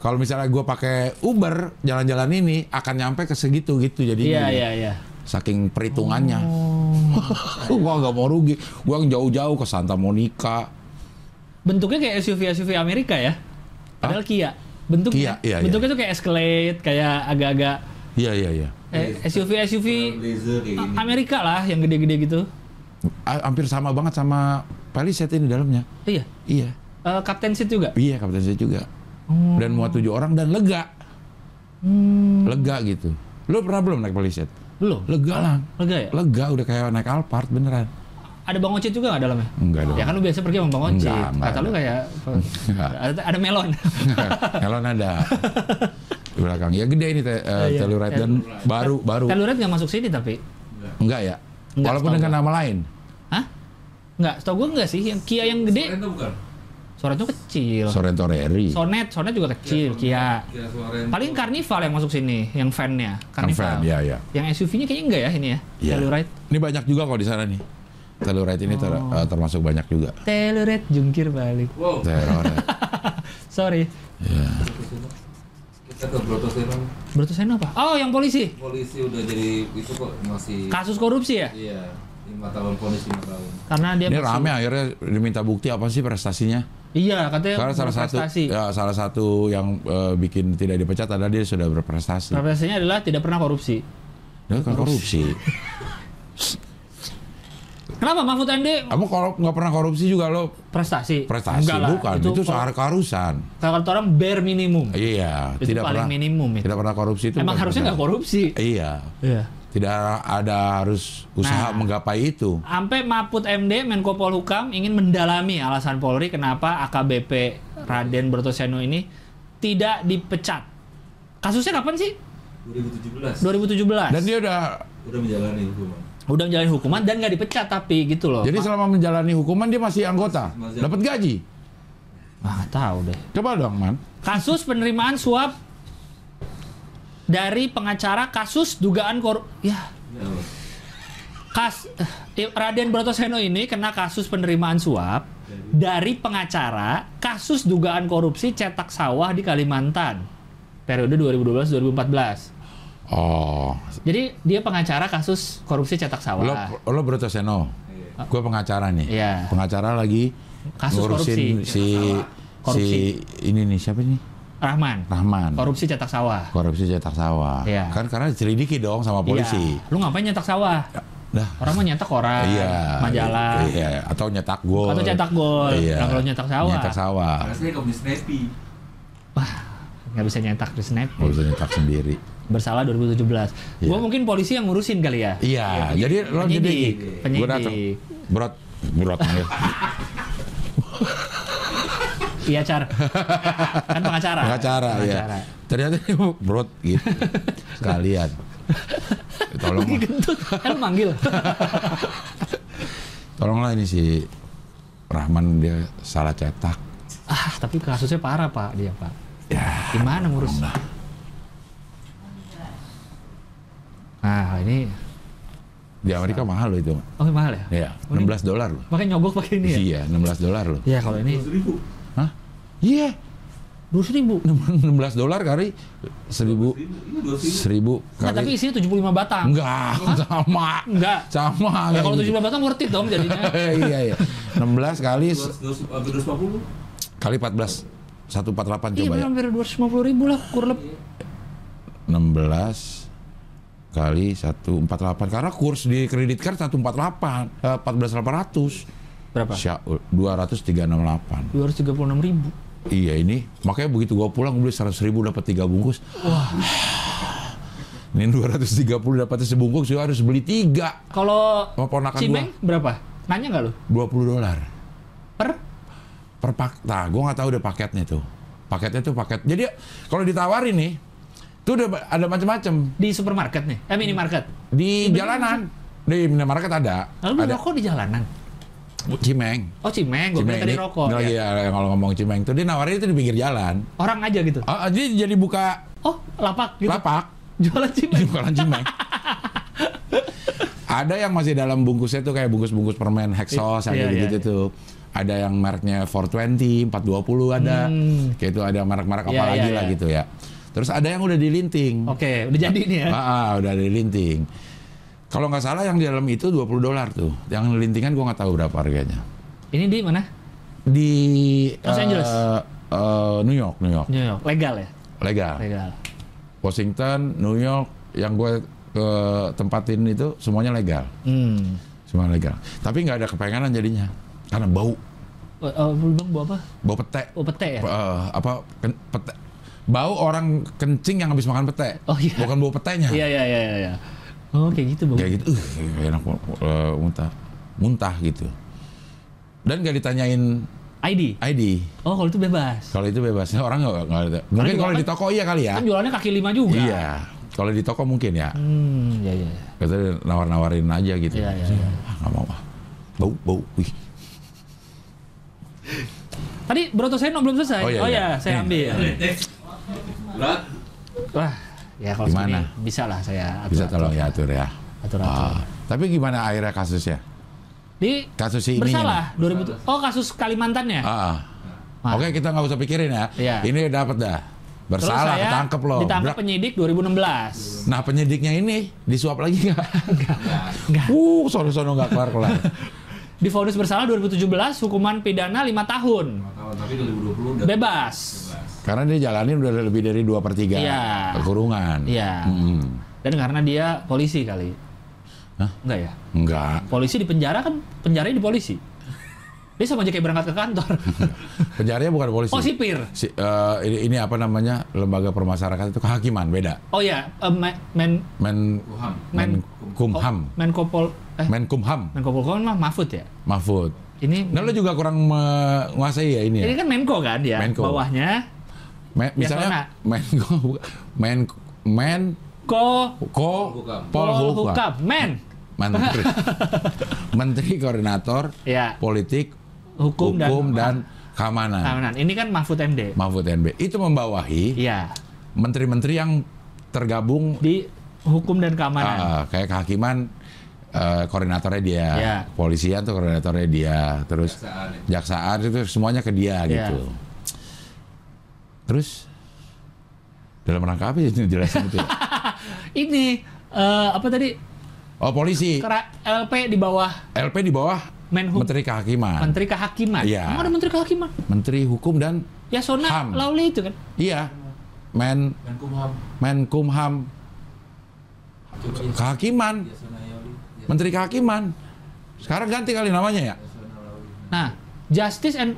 A: kalau misalnya gue pakai Uber jalan-jalan ini akan nyampe ke segitu gitu
B: Iya,
A: jadinya.
B: iya, iya.
A: Saking perhitungannya.
B: Oh.
A: gua nggak mau rugi. Gua yang jauh-jauh ke Santa Monica.
B: Bentuknya kayak SUV SUV Amerika ya. Padahal Kia. Bentuknya.
A: Kia, iya, iya.
B: bentuknya tuh kayak Escalade, kayak agak-agak
A: Iya iya iya.
B: eh, SUV SUV
C: Blazer kayak gini.
B: Amerika lah yang gede-gede gitu.
A: A- hampir sama banget sama Palisade ini dalamnya.
B: Iya.
A: Iya.
B: Eh, Captain Seat juga.
A: Iya kapten saya juga.
B: Hmm.
A: Dan muat tujuh orang dan lega. Lega gitu. Lo pernah belum naik Palisade?
B: Belum.
A: Lega lah.
B: Lega ya?
A: Lega udah kayak naik Alphard beneran.
B: Ada Bang Ocit juga nggak dalamnya?
A: Enggak dong.
B: Ya kan lu biasa pergi sama Bang Ocit.
A: Enggak, enggak
B: Kata
A: ada.
B: lu kayak
A: Enggak.
B: ada, ada melon.
A: Kalau ada di belakang ya gede ini te- eh,
B: iya.
A: Telluride dan baru baru
B: Teluret nggak masuk sini tapi.
A: enggak ya.
B: Enggak,
A: Walaupun
B: setahu
A: dengan
B: gua.
A: nama lain.
B: Hah? Nggak, setahu gue nggak sih. Yang Kia Iya, yang
C: Keren
B: gede,
C: tuh bukan? Iya,
B: suaranya kecil.
A: Sorrento Reri.
B: Sonet, Sonet juga
A: Iya,
B: kecil, Kia.
C: Kira Sorrento.
B: Paling Carnival yang masuk sini, yang van-nya. Carnival.
A: Van, ya, ya.
B: Yang SUV-nya kayaknya enggak ya ini ya?
A: Iya.
B: Telluride.
A: Ini banyak juga kok di sana nih.
B: Oh.
A: Telluride ini ter- eh, termasuk banyak juga.
B: Telluride jungkir balik.
C: Wow.
A: Telluride.
B: Sorry.
A: Ya.
C: Kita ke Broto Seno,
B: Brutus Seno apa? Oh, yang polisi.
C: polisi udah jadi itu kok masih
B: Kasus korupsi ya?
C: iya lima tahun ponis lima tahun.
B: Karena dia
A: Ini
B: masuk-
A: rame akhirnya diminta bukti apa sih prestasinya?
B: Iya, katanya
A: Karena salah satu
B: berprestasi.
A: ya, salah satu yang eh, bikin tidak dipecat adalah dia sudah berprestasi.
B: Berprestasinya adalah tidak pernah korupsi.
A: Dia kan korupsi.
B: Kenapa Mahfud MD
A: Kamu kalau nggak pernah korupsi juga lo
B: prestasi?
A: prestasi
B: Enggak lah,
A: bukan? Itu,
B: kalau-
A: seharusnya keharusan.
B: kalau kata orang bare minimum.
A: Iya,
B: Itu
A: tidak
B: paling
A: pernah
B: minimum itu.
A: Tidak pernah korupsi itu.
B: Emang
A: bukan
B: harusnya nggak
A: prestasi.
B: korupsi.
A: Iya,
B: Iya.
A: tidak ada harus usaha
B: Nah.
A: menggapai itu.
B: Sampai Mahfud MD Menko Polhukam ingin mendalami alasan Polri kenapa AKBP Raden Bertoseno ini tidak dipecat. Kasusnya kapan sih?
C: 2017
B: 2017.
A: Dan dia udah
C: udah menjalani hukuman.
B: udah menjalani hukuman dan nggak dipecat tapi gitu loh.
A: jadi
B: Ma-
A: selama menjalani hukuman dia masih anggota,
C: Masih-
A: dapat gaji.
B: Ah, nggak tahu deh.
A: Coba dong, Man.
B: Kasus penerimaan suap dari pengacara kasus dugaan korup ya
C: Ya, Allah.
B: kas eh, Raden Brotoseno ini kena kasus penerimaan suap dari pengacara kasus dugaan korupsi cetak sawah di Kalimantan periode 2012-2014.
A: Oh,
B: Jadi dia pengacara kasus korupsi cetak
A: lo
B: sawah.
A: lo ya, Broto Seno.
C: Iya.
A: Gue pengacara nih.
B: Iya.
A: Pengacara lagi
B: Kasus
A: ngurusin
B: korupsi.
A: si
B: Korupsi.
A: si ini nih siapa nih?
B: Rahman,
A: Rahman.
B: korupsi cetak sawah.
A: Korupsi cetak sawah.
B: Iya.
A: Kan karena diselidiki dong sama polisi.
B: Iya. Lu ngapain nyetak sawah?
A: Dah.
B: Orang mau nyetak koran,
A: Iya.
B: majalah.
A: Iya, atau nyetak gol. Iya.
B: Atau cetak gol. Nah, kalau nyetak sawah.
A: Nyetak sawah.
C: Rasanya kamu snappy.
B: Wah, nggak bisa nyetak di snap.
A: Nggak bisa nyetak sendiri.
B: Bersalah 2017. Gua
A: Iya.
B: mungkin polisi yang ngurusin kali ya.
A: Iya, jadi lo jadi
B: Penyidik,
A: gue
B: penyidik.
A: datang. Brot, brot manggil.
B: Iya, Car. kan pengacara.
A: Pengacara, ya.
B: Pengacara.
A: Ternyata dia brot gitu. Sekalian. Tolong
B: Lagi kentut. Eh, lu manggil.
A: tolonglah ini si Rahman dia salah cetak.
B: ah, tapi kasusnya parah, Pak, dia, Pak.
A: Ya.
B: Gimana ngurus? Nah, ini
A: Di Amerika mahal loh itu.
B: oh mahal
A: Iya,
B: ya?
A: 16 dolar loh.
B: Makanya nyogok pakai ini
A: Iya,
B: ya.
A: 16 dolar loh.
B: Iya, kalau ini
C: 100 ribu.
A: Hah? Iya,
B: 200 ribu.
A: 16 dolar kali 1000
C: Ini 200 ribu.
A: 1000
B: Nah, tapi
A: kali.
B: isinya 75 batang.
A: Enggak, sama.
B: Enggak.
A: Sama.
B: Ya
A: kayak
B: kalau
A: gitu.
B: 75 batang worth it dong jadinya.
A: iya, iya. 16 kali
C: 200, hampir 250.
A: kali 14 148
B: Iya,
A: coba ya.
B: hampir 250 ribu lah kurang lebih.
A: 16 kali 148 karena kurs di kredit card 148 eh, 14800
B: Berapa?
A: Sya- 238
B: 236 ribu.
A: iya ini makanya begitu gua pulang gua beli 100 ribu dapat 3 bungkus wah ini 230 dapatnya sebungkus gua harus beli 3
B: Kalau
A: sama ponakan gua
B: Cimeng berapa? Nanya nggak lu?
A: 20 dolar
B: Per?
A: per pak nah gua nggak tahu udah paketnya tuh paketnya tuh paket jadi kalau ditawarin nih tuh udah ba- ada macam-macam
B: Di supermarket nih? Eh minimarket?
A: di
B: Di
A: jalanan di minimarket ada
B: Iya, Lalu beli
A: ada
B: rokok di jalanan?
A: Cimeng
B: Oh Cimeng, gue
A: Cimeng
B: kira tadi
A: ini
B: rokok.
A: ini lagi
B: ya.
A: ya, kalau ngomong Cimeng tuh dia nawarin itu di pinggir jalan
B: Orang aja gitu?
A: Ah, ah, jadi jadi buka
B: Oh, lapak gitu?
A: lapak
B: Jualan
A: di
B: Cimeng?
A: bukan Cimeng ada yang masih dalam bungkusnya tuh kayak bungkus-bungkus permen Hexos
B: Iya,
A: ada
B: iya,
A: gitu
B: iya.
A: tuh ada yang mereknya 420, 420 ada
B: Hmm.
A: kayak itu ada merek-merek
B: Iya,
A: apa lagi
B: iya,
A: lah
B: iya.
A: gitu ya terus ada yang udah dilinting
B: Oke, udah jadi nih ya?
A: Ah, ah, udah ada linting. Kalau nggak salah yang di dalam itu 20 dolar tuh. Yang lintingan gua nggak tahu berapa harganya.
B: Ini di mana?
A: Di
B: Los
A: eh,
B: Angeles?
A: eh, New York, New York.
B: New York. Legal ya?
A: Legal.
B: Legal.
A: Washington, New York yang gue ke tempatin itu semuanya legal.
B: Hmm.
A: Semua legal. Tapi nggak ada kepengenan jadinya. Karena bau,
B: Oh, oh, lu bilang bawa apa?
A: bau pete.
B: Oh, pete ya?
A: Eh, apa ken- pete. Bau orang kencing yang habis makan pete.
B: Oh, iya.
A: Bukan bau petenya.
B: Iya, iya, iya, iya. iya. Oh, kayak gitu, Bang.
A: kayak gitu uh enak uh, muntah muntah gitu dan gak ditanyain
B: ID?
A: ID
B: Oh, kalau itu bebas.
A: kalau itu bebasnya orang nggak nggak ada mungkin
B: juga
A: kalau
B: kan-
A: di toko iya kali ya
B: Kan jualannya kaki lima juga.
A: iya kalau di toko mungkin ya
B: Hmm, iya, iya. iya.
A: katanya nawar-nawarin aja gitu
B: Iya, iya, iya.
A: Ah, nggak mau ah bau bau wih
B: Tadi Broto Seno belum selesai.
A: Oh,
B: Oh
A: iya,
B: iya,
A: iya.
B: saya ambil.
C: Berat.
B: Wah, ya kalau
A: Gimana?
B: segini bisa lah saya atur.
A: bisa tolong ya atur ya
B: Atur, atur.
A: Ah, tapi gimana akhirnya kasusnya
B: Di
A: kasus si ini
B: bersalah 2000 Oh, kasus Kalimantan ya?
A: ah ah.
B: Wah.
A: Oke, kita nggak usah pikirin ya.
B: Iya.
A: Ini dapat dah. Bersalah,
B: Terus saya
A: tangkep loh.
B: Ditangkap
A: Brak.
B: penyidik 2016.
A: Nah, penyidiknya ini disuap lagi nggak?
B: Nggak.
A: Uh, sono-sono nggak kelar-kelar.
B: Difonis bersalah 2017 hukuman pidana 5 tahun.
C: Nggak tahu, tapi
B: Bebas.
C: 2020 udah bebas.
A: Karena dia jalanin udah lebih dari 2 per 3
B: Iya.
A: kurungan.
B: Iya.
A: Mm-mm.
B: Dan karena dia polisi kali.
A: Hah?
B: Enggak ya?
A: Enggak.
B: Polisi di penjara kan penjaranya di polisi. Dia sama aja kayak berangkat ke kantor.
A: Penjaranya bukan polisi.
B: Oh sipir.
A: Si, eh, ini, ini apa namanya lembaga permasyarakatan itu kehakiman beda.
B: Oh ya, eh, men, men oh,
A: Men
C: Kuham.
A: Men Oh. Kumham,
B: Menkopol
A: Hmm.
B: eh
A: Menkumham,
B: Menkopol mah Mahfud ya.
A: Mahfud.
B: Ini
A: Nah lu juga kurang menguasai ya ini ya.
B: ini kan Menko kan ya.
A: Menko.
B: Bawahnya
A: Men- misalnya Menko, Men, Men,
B: Ko
A: Ko,
C: Polhukam.
A: Polhukam,
B: Men
A: Menteri, Menteri Koordinator
B: ya
A: Politik,
B: hukum,
A: Hukum, dan, Keamanan,
B: keamanan. Ini kan Mahfud MD.
A: Mahfud NB. Itu membawahi
B: Iya,
A: menteri-menteri yang tergabung
B: di hukum dan keamanan.
A: Ah, kayak kehakiman eh, koordinatornya dia,
B: Iya.
A: polisian tuh koordinatornya dia, terus
C: Kejaksaan ya.
A: jaksaan itu semuanya ke dia
B: Iya.
A: gitu. Terus dalam rangka apa itu jelasin itu? ya?
B: Ini eh, apa tadi?
A: Oh polisi,
B: Kera- LP di bawah
A: LP di bawah
B: Menhub
A: Menteri Kehakiman,
B: Menteri Kehakiman.
A: Iya.
B: Emang ada Menteri Kehakiman?
A: Menteri Hukum dan
B: Yasona
A: Ham.
B: Lauli itu kan.
A: iya Men
C: Dan Kumham.
A: Menkumham
C: Coba ya.
A: Kehakiman,
C: Yasona Yoli. Ya-
A: Menteri Kehakiman. Sekarang ganti kali namanya ya?
C: Yasona Lauli.
B: Nah, Justice and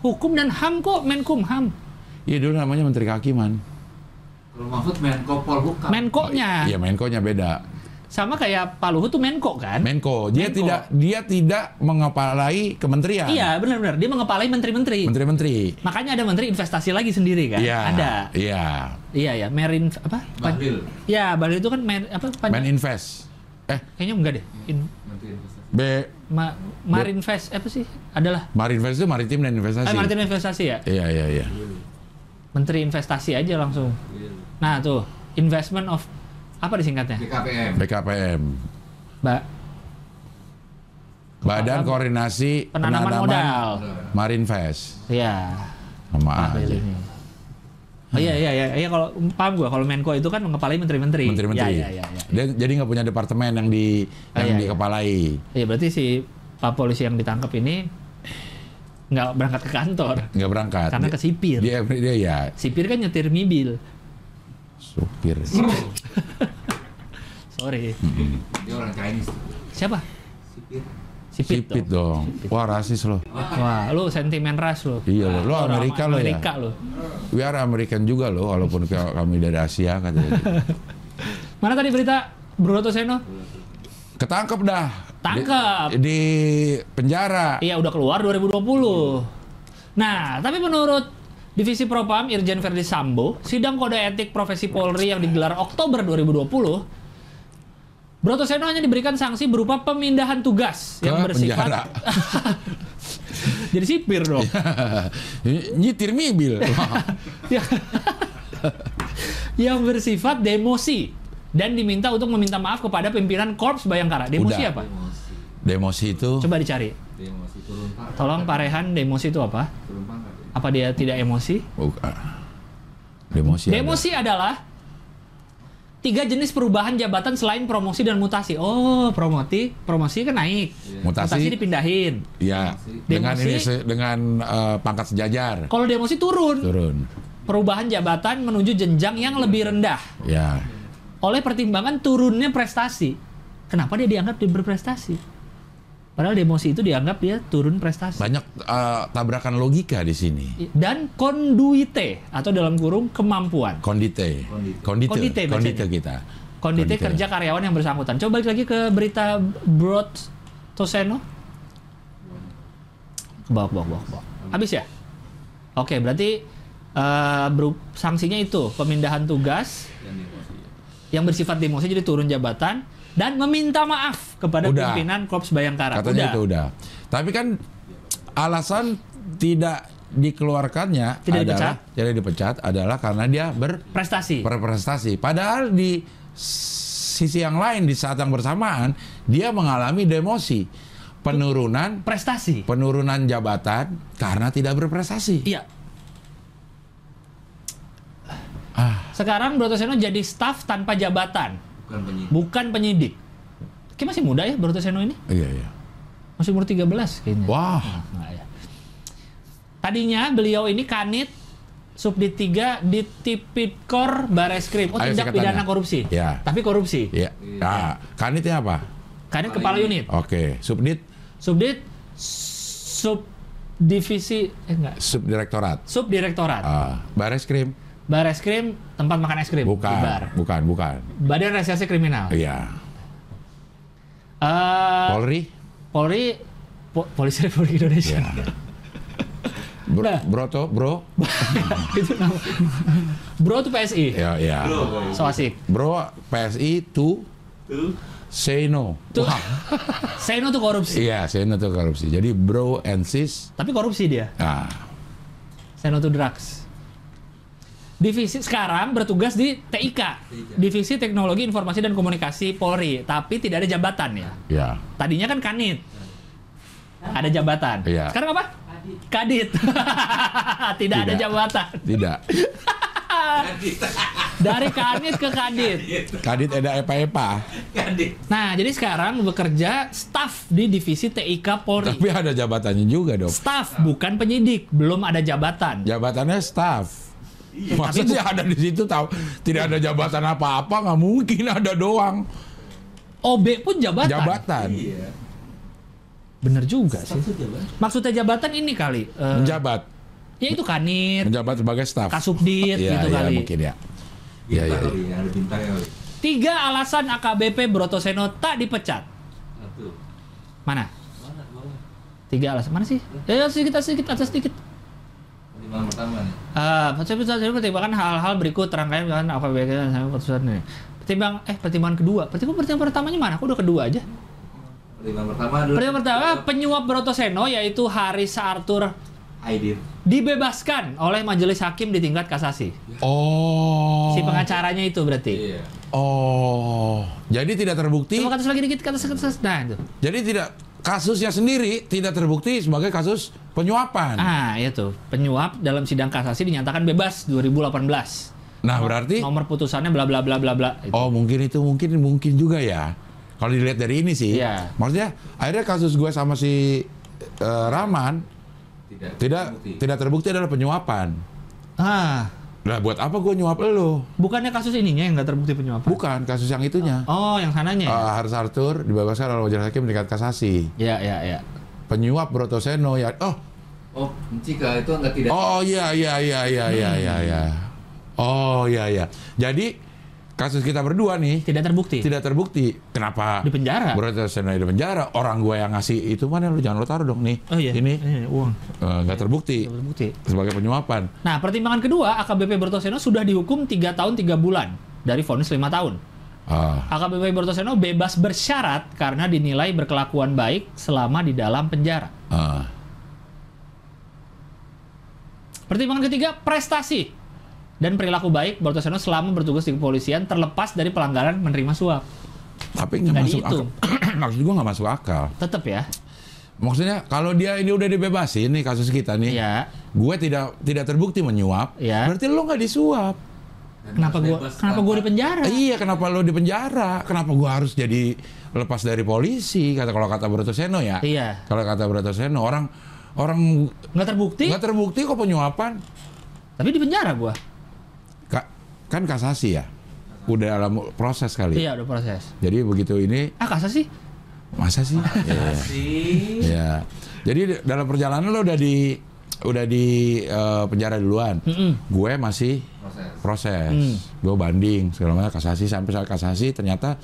B: Hukum dan HAM kok Menkumham.
A: Iya dulu namanya Menteri Kehakiman.
C: Kalau Mahfud Menko Polhukam.
B: Menkoknya.
A: Ah, Iya Menko-nya beda.
B: Sama kayak Pak Luhut tuh Menko kan?
A: Menko, dia
B: Menko.
A: tidak dia tidak mengepalai kementerian.
B: Iya, benar-benar. Dia mengepalai menteri-menteri.
A: Menteri-menteri.
B: Makanya ada menteri investasi lagi sendiri kan?
A: Iya.
B: Ada.
A: Iya.
B: Iya ya, Merin apa? Pan-
C: Bahlil.
B: Ya, Bahlil itu kan Mer- apa? Pan-
A: Meninvest. Eh,
B: Kayaknya enggak deh. In-
C: Menteri Investasi.
A: B
B: ma- Marinvest apa sih? Adalah.
A: Marinvest itu maritim dan investasi.
B: Eh, Maritim Investasi ya.
A: Iya, iya, iya.
B: Menteri Investasi aja langsung.
C: Bahlil.
B: Nah tuh, investment of apa disingkatnya?
C: BKPM.
A: BKPM.
B: Mbak,
A: Badan Koordinasi
B: penanaman, modal.
A: Marinvest.
B: Iya.
A: Sama
B: Pak
A: aja.
B: Bahlil ini. Oh, iya iya iya, iya kalau paham gua kalau Menko itu kan mengepalai menteri-menteri.
A: Menteri-menteri.
B: Iya iya iya. Iya,
A: Dia jadi nggak punya departemen yang di
B: Ah,
A: yang
B: iya, iya.
A: dikepalai.
B: Iya, berarti si Pak polisi yang ditangkap ini nggak berangkat ke kantor
A: Nggak berangkat.
B: karena ke sipir.
A: dia, dia, dia ya
B: Sipir kan nyetir mobil.
A: supir.
B: Sorry.
A: Hmm.
C: Dia orang Chinese.
B: Siapa?
C: Sipir.
B: Sipit,
A: Sipit
B: dong.
A: dong. Wah, rasis loh.
B: Wah, lu sentimen ras lu.
A: Iya lo, lo
B: orang
A: Amerika lo ya.
B: Amerika lu.
A: We are American juga loh, walaupun ke- kami dari Asia katanya. gitu.
B: Mana tadi berita Broto
A: Ah.
B: Seno?
A: Ketangkep dah. Di,
B: Tangkep.
A: di penjara.
B: Iya udah keluar
A: Hmm.
B: 2020. Nah, tapi menurut Divisi Propam Irjen Verdi Sambo, sidang kode etik profesi Polri yang digelar Oktober 2020, Broto Seno hanya diberikan sanksi berupa pemindahan tugas
A: Ke
B: yang bersifat
A: penjara.
B: jadi sipir dong.
A: Nyitir mobil.
B: Ya. yang bersifat demosi dan diminta untuk meminta maaf kepada pimpinan Korps Bayangkara. Demosi
A: Udah.
B: apa?
C: Emosi.
A: Demosi itu
B: Coba dicari.
C: Dia emosi turun pangkat.
B: Tolong Pak Rehan, demosi itu apa?
C: Turun pangkat. ya.
B: Apa dia tidak emosi?
A: Buka. Oh, ah. Demosi. ada.
B: Demosi adalah tiga jenis perubahan jabatan selain promosi dan mutasi. Oh, promoti, promosi kan naik.
A: Mutasi.
B: Mutasi dipindahin.
A: Ya, dengan
B: Demosi.
A: ini se- dengan eh, pangkat sejajar
B: Kalau demosi turun,
A: turun.
B: perubahan jabatan menuju jenjang yang lebih rendah
A: Ya.
B: oleh pertimbangan turunnya prestasi. Kenapa dia dianggap dia berprestasi? Padahal demosi itu dianggap dia turun prestasi.
A: Banyak eh, tabrakan logika di sini.
B: Iya. Dan konduite atau dalam kurung kemampuan.
A: Kondite.
C: Kondite.
A: Kondite.
B: Kondite bacanya.
A: kita.
B: Kondite kerja karyawan yang bersangkutan. Coba balik lagi ke berita Brot Toseno. Ke bawah, ke bawah, ke bawah, ke bawah. Habis ya? Oke, berarti eh, beru- sanksinya itu pemindahan tugas
C: Dan dia kan emosi.
B: yang bersifat demosi jadi turun jabatan dan meminta maaf kepada
A: Udah.
B: pimpinan Korps Bayangkara.
A: Katanya
B: Udah.
A: itu udah. Tapi kan alasan tidak dikeluarkannya
B: Tidak
A: adalah tidak dipecat adalah karena dia
B: Prestasi.
A: berprestasi. Padahal di sisi yang lain di saat yang bersamaan dia mengalami demosi. penurunan
B: prestasi.
A: penurunan jabatan karena tidak berprestasi.
B: Iya.
A: Ah,
B: Sekarang Brotoseno jadi staf tanpa jabatan,
C: bukan penyidik.
B: bukan penyidik. Kayak masih muda ya Brotoseno ini?
A: iya iya.
B: Masih umur 13 kayaknya.
A: Wah,
B: Nah, ya. Tadinya beliau ini kanit Subdit 3 di Tipikor Bareskrim. Oh,
A: Ayo
B: tindak
A: singkatannya.
B: pidana korupsi.
A: Ya.
B: Tapi korupsi.
A: iya. Nah, kanitnya apa?
B: Kanit kepala unit.
A: Oke, subdit,
B: Subdit subdivisi eh enggak,
A: subdirektorat.
B: subdirektorat.
A: Ah, bareskrim?
B: Bareskrim tempat makan es krim.
A: Bukan,
B: di bar.
A: bukan, bukan.
B: Badan Reserse Kriminal.
A: Iya.
B: Eh,
A: Polri?
B: Polri Po- Polisi Republik Indonesia.
A: Iya. Bro,
B: Nah.
A: broto, bro?
B: Itu nama. Bro itu PSI.
A: Ya, ya.
C: Bro,
B: So asik.
A: Bro, PSI to
C: tuh
A: say no.
B: Tuh. Say no to korupsi.
A: Iya, say no to korupsi. Jadi bro and sis.
B: Tapi korupsi dia.
A: Nah,
B: Say no to drugs. Divisi sekarang bertugas di TIK, Divisi Teknologi Informasi dan Komunikasi Polri, tapi tidak ada jabatan ya.
A: ya.
B: Tadinya kan Kanit. Ada jabatan.
A: Iya.
B: Sekarang apa? Kadit. tidak, ada
A: Tidak.
B: jabatan.
A: Tidak.
C: Kadit.
B: Dari Kanit ke Kadit.
A: Kadit ada epa-epa,
C: Kadit.
B: Nah, jadi sekarang bekerja staff di divisi TIK Polri.
A: tapi ada jabatannya juga dong.
B: Staff bukan penyidik, belum ada
A: Ya.
B: jabatan.
A: Jabatannya staff.
B: Iya.
A: Maksudnya ada di situ tahu tidak ada jabatan apa-apa nggak mungkin ada doang
B: OB pun jabatan.
A: jabatan
C: Iya.
B: Bener juga sih.
C: Satu jabat.
B: Maksudnya jabatan ini kali. eh,
A: menjabat
B: ya itu kanit,
A: menjabat sebagai staff
B: kasubdit
A: Iya,
B: gitu
A: iya,
B: kali.
A: mungkin ya Iya,
C: Bintang
A: iya, iya.
C: kali ya, ada bintang kali.
B: Tiga alasan AKBP Broto Seno tak dipecat.
C: Satu.
B: Mana?
C: Mana bawah?
B: Tiga alasan. Mana sih? Ya sedikit sedikit atas sedikit.
C: Lima pertama nih.
B: Eh, pertimbangan saya pertimbangkan hal-hal berikut rangkaian kan apa baiknya sama putusannya. Pertimbang eh pertimbangan kedua. Pertimbang pertimbangan pertamanya mana? Aku udah kedua aja.
C: Lima pertama dulu.
B: Pertimbangan pertama penyuap Broto Seno yaitu Haris Arthur
C: Aidin.
B: dibebaskan oleh majelis hakim di tingkat kasasi.
A: oh
B: Si pengacaranya itu berarti.
C: Iya.
A: oh jadi tidak terbukti
B: Coba kasus lagi dikit kasus kasus nah itu.
A: jadi tidak kasusnya sendiri tidak terbukti sebagai kasus penyuapan
B: Ah, itu. Penyuap dalam sidang kasasi dinyatakan bebas 2018.
A: nah berarti
B: Nomor putusannya bla bla bla bla bla. Itu.
A: oh mungkin itu mungkin mungkin juga ya kalau dilihat dari ini sih
B: Iya.
A: maksudnya akhirnya kasus gue sama si eh, Rahman
C: Tidak.
A: tidak
C: terbukti.
A: tidak terbukti adalah penyuapan
B: Ah,
A: Lah buat apa gue nyuap elo?
B: bukannya kasus ininya yang nggak terbukti penyuapan?
A: Bukan kasus yang itunya.
B: Oh, yang sananya. ya?
A: Eh, Haris Arthur dibebaskan oleh majelis hakim tingkat kasasi.
B: Ya, ya, ya.
A: Penyuap Broto Seno ya. Oh,
C: Oh, Cika itu enggak tidak.
A: oh iya iya iya iya iya iya. iya. Oh iya iya. Jadi kasus kita berdua nih
B: Tidak terbukti.
A: tidak terbukti. Kenapa?
B: Di penjara.
A: Broto Seno di penjara. Orang gue yang ngasih itu mana lu jangan lu taruh dong nih.
B: Oh iya.
A: Ini
B: Iya, uang.
A: eh, nggak terbukti
B: Tidak terbukti.
A: sebagai penyuapan.
B: Nah, pertimbangan kedua, AKBP Bertoseno sudah dihukum 3 tahun 3 bulan dari vonis 5 tahun.
A: Ah,
B: AKBP Bertoseno bebas bersyarat karena dinilai berkelakuan baik selama di dalam penjara.
A: ah.
B: Pertimbangan ketiga, prestasi dan perilaku baik Bertoseno selama bertugas di kepolisian terlepas dari pelanggaran menerima suap.
A: Tapi nggak
B: Nggak
A: masuk akal.
B: dihitung.
A: Maksud gue nggak masuk akal.
B: Tetap ya.
A: Maksudnya kalau dia ini udah dibebasin nih kasus kita nih,
B: Iya.
A: gue tidak tidak terbukti menyuap,
B: Iya.
A: berarti lo nggak disuap.
C: Dan
B: Kenapa
C: harus
B: gua
C: bebas
B: kenapa gua di penjara?
A: Iya, kenapa lo di penjara? Kenapa gue harus jadi lepas dari polisi? Kata kalau kata Broto Seno ya.
B: Iya.
A: Kalau kata Broto Seno orang orang
B: Nggak terbukti,
A: nggak terbukti kok penyuapan.
B: tapi di penjara gua.
A: Ka- kan kasasi ya, udah dalam proses kali.
B: Iya, udah proses.
A: Jadi begitu ini
B: Ah, kasasi sih?
A: masa sih? Iya.
C: Si.
A: Iya. Jadi di- dalam perjalanan lo udah di udah di eh, penjara duluan.
B: Mm-mm.
A: Gue masih
C: Proses.
A: proses.
B: Hmm.
A: Gue banding segala macam kasasi sampai saat kasasi ternyata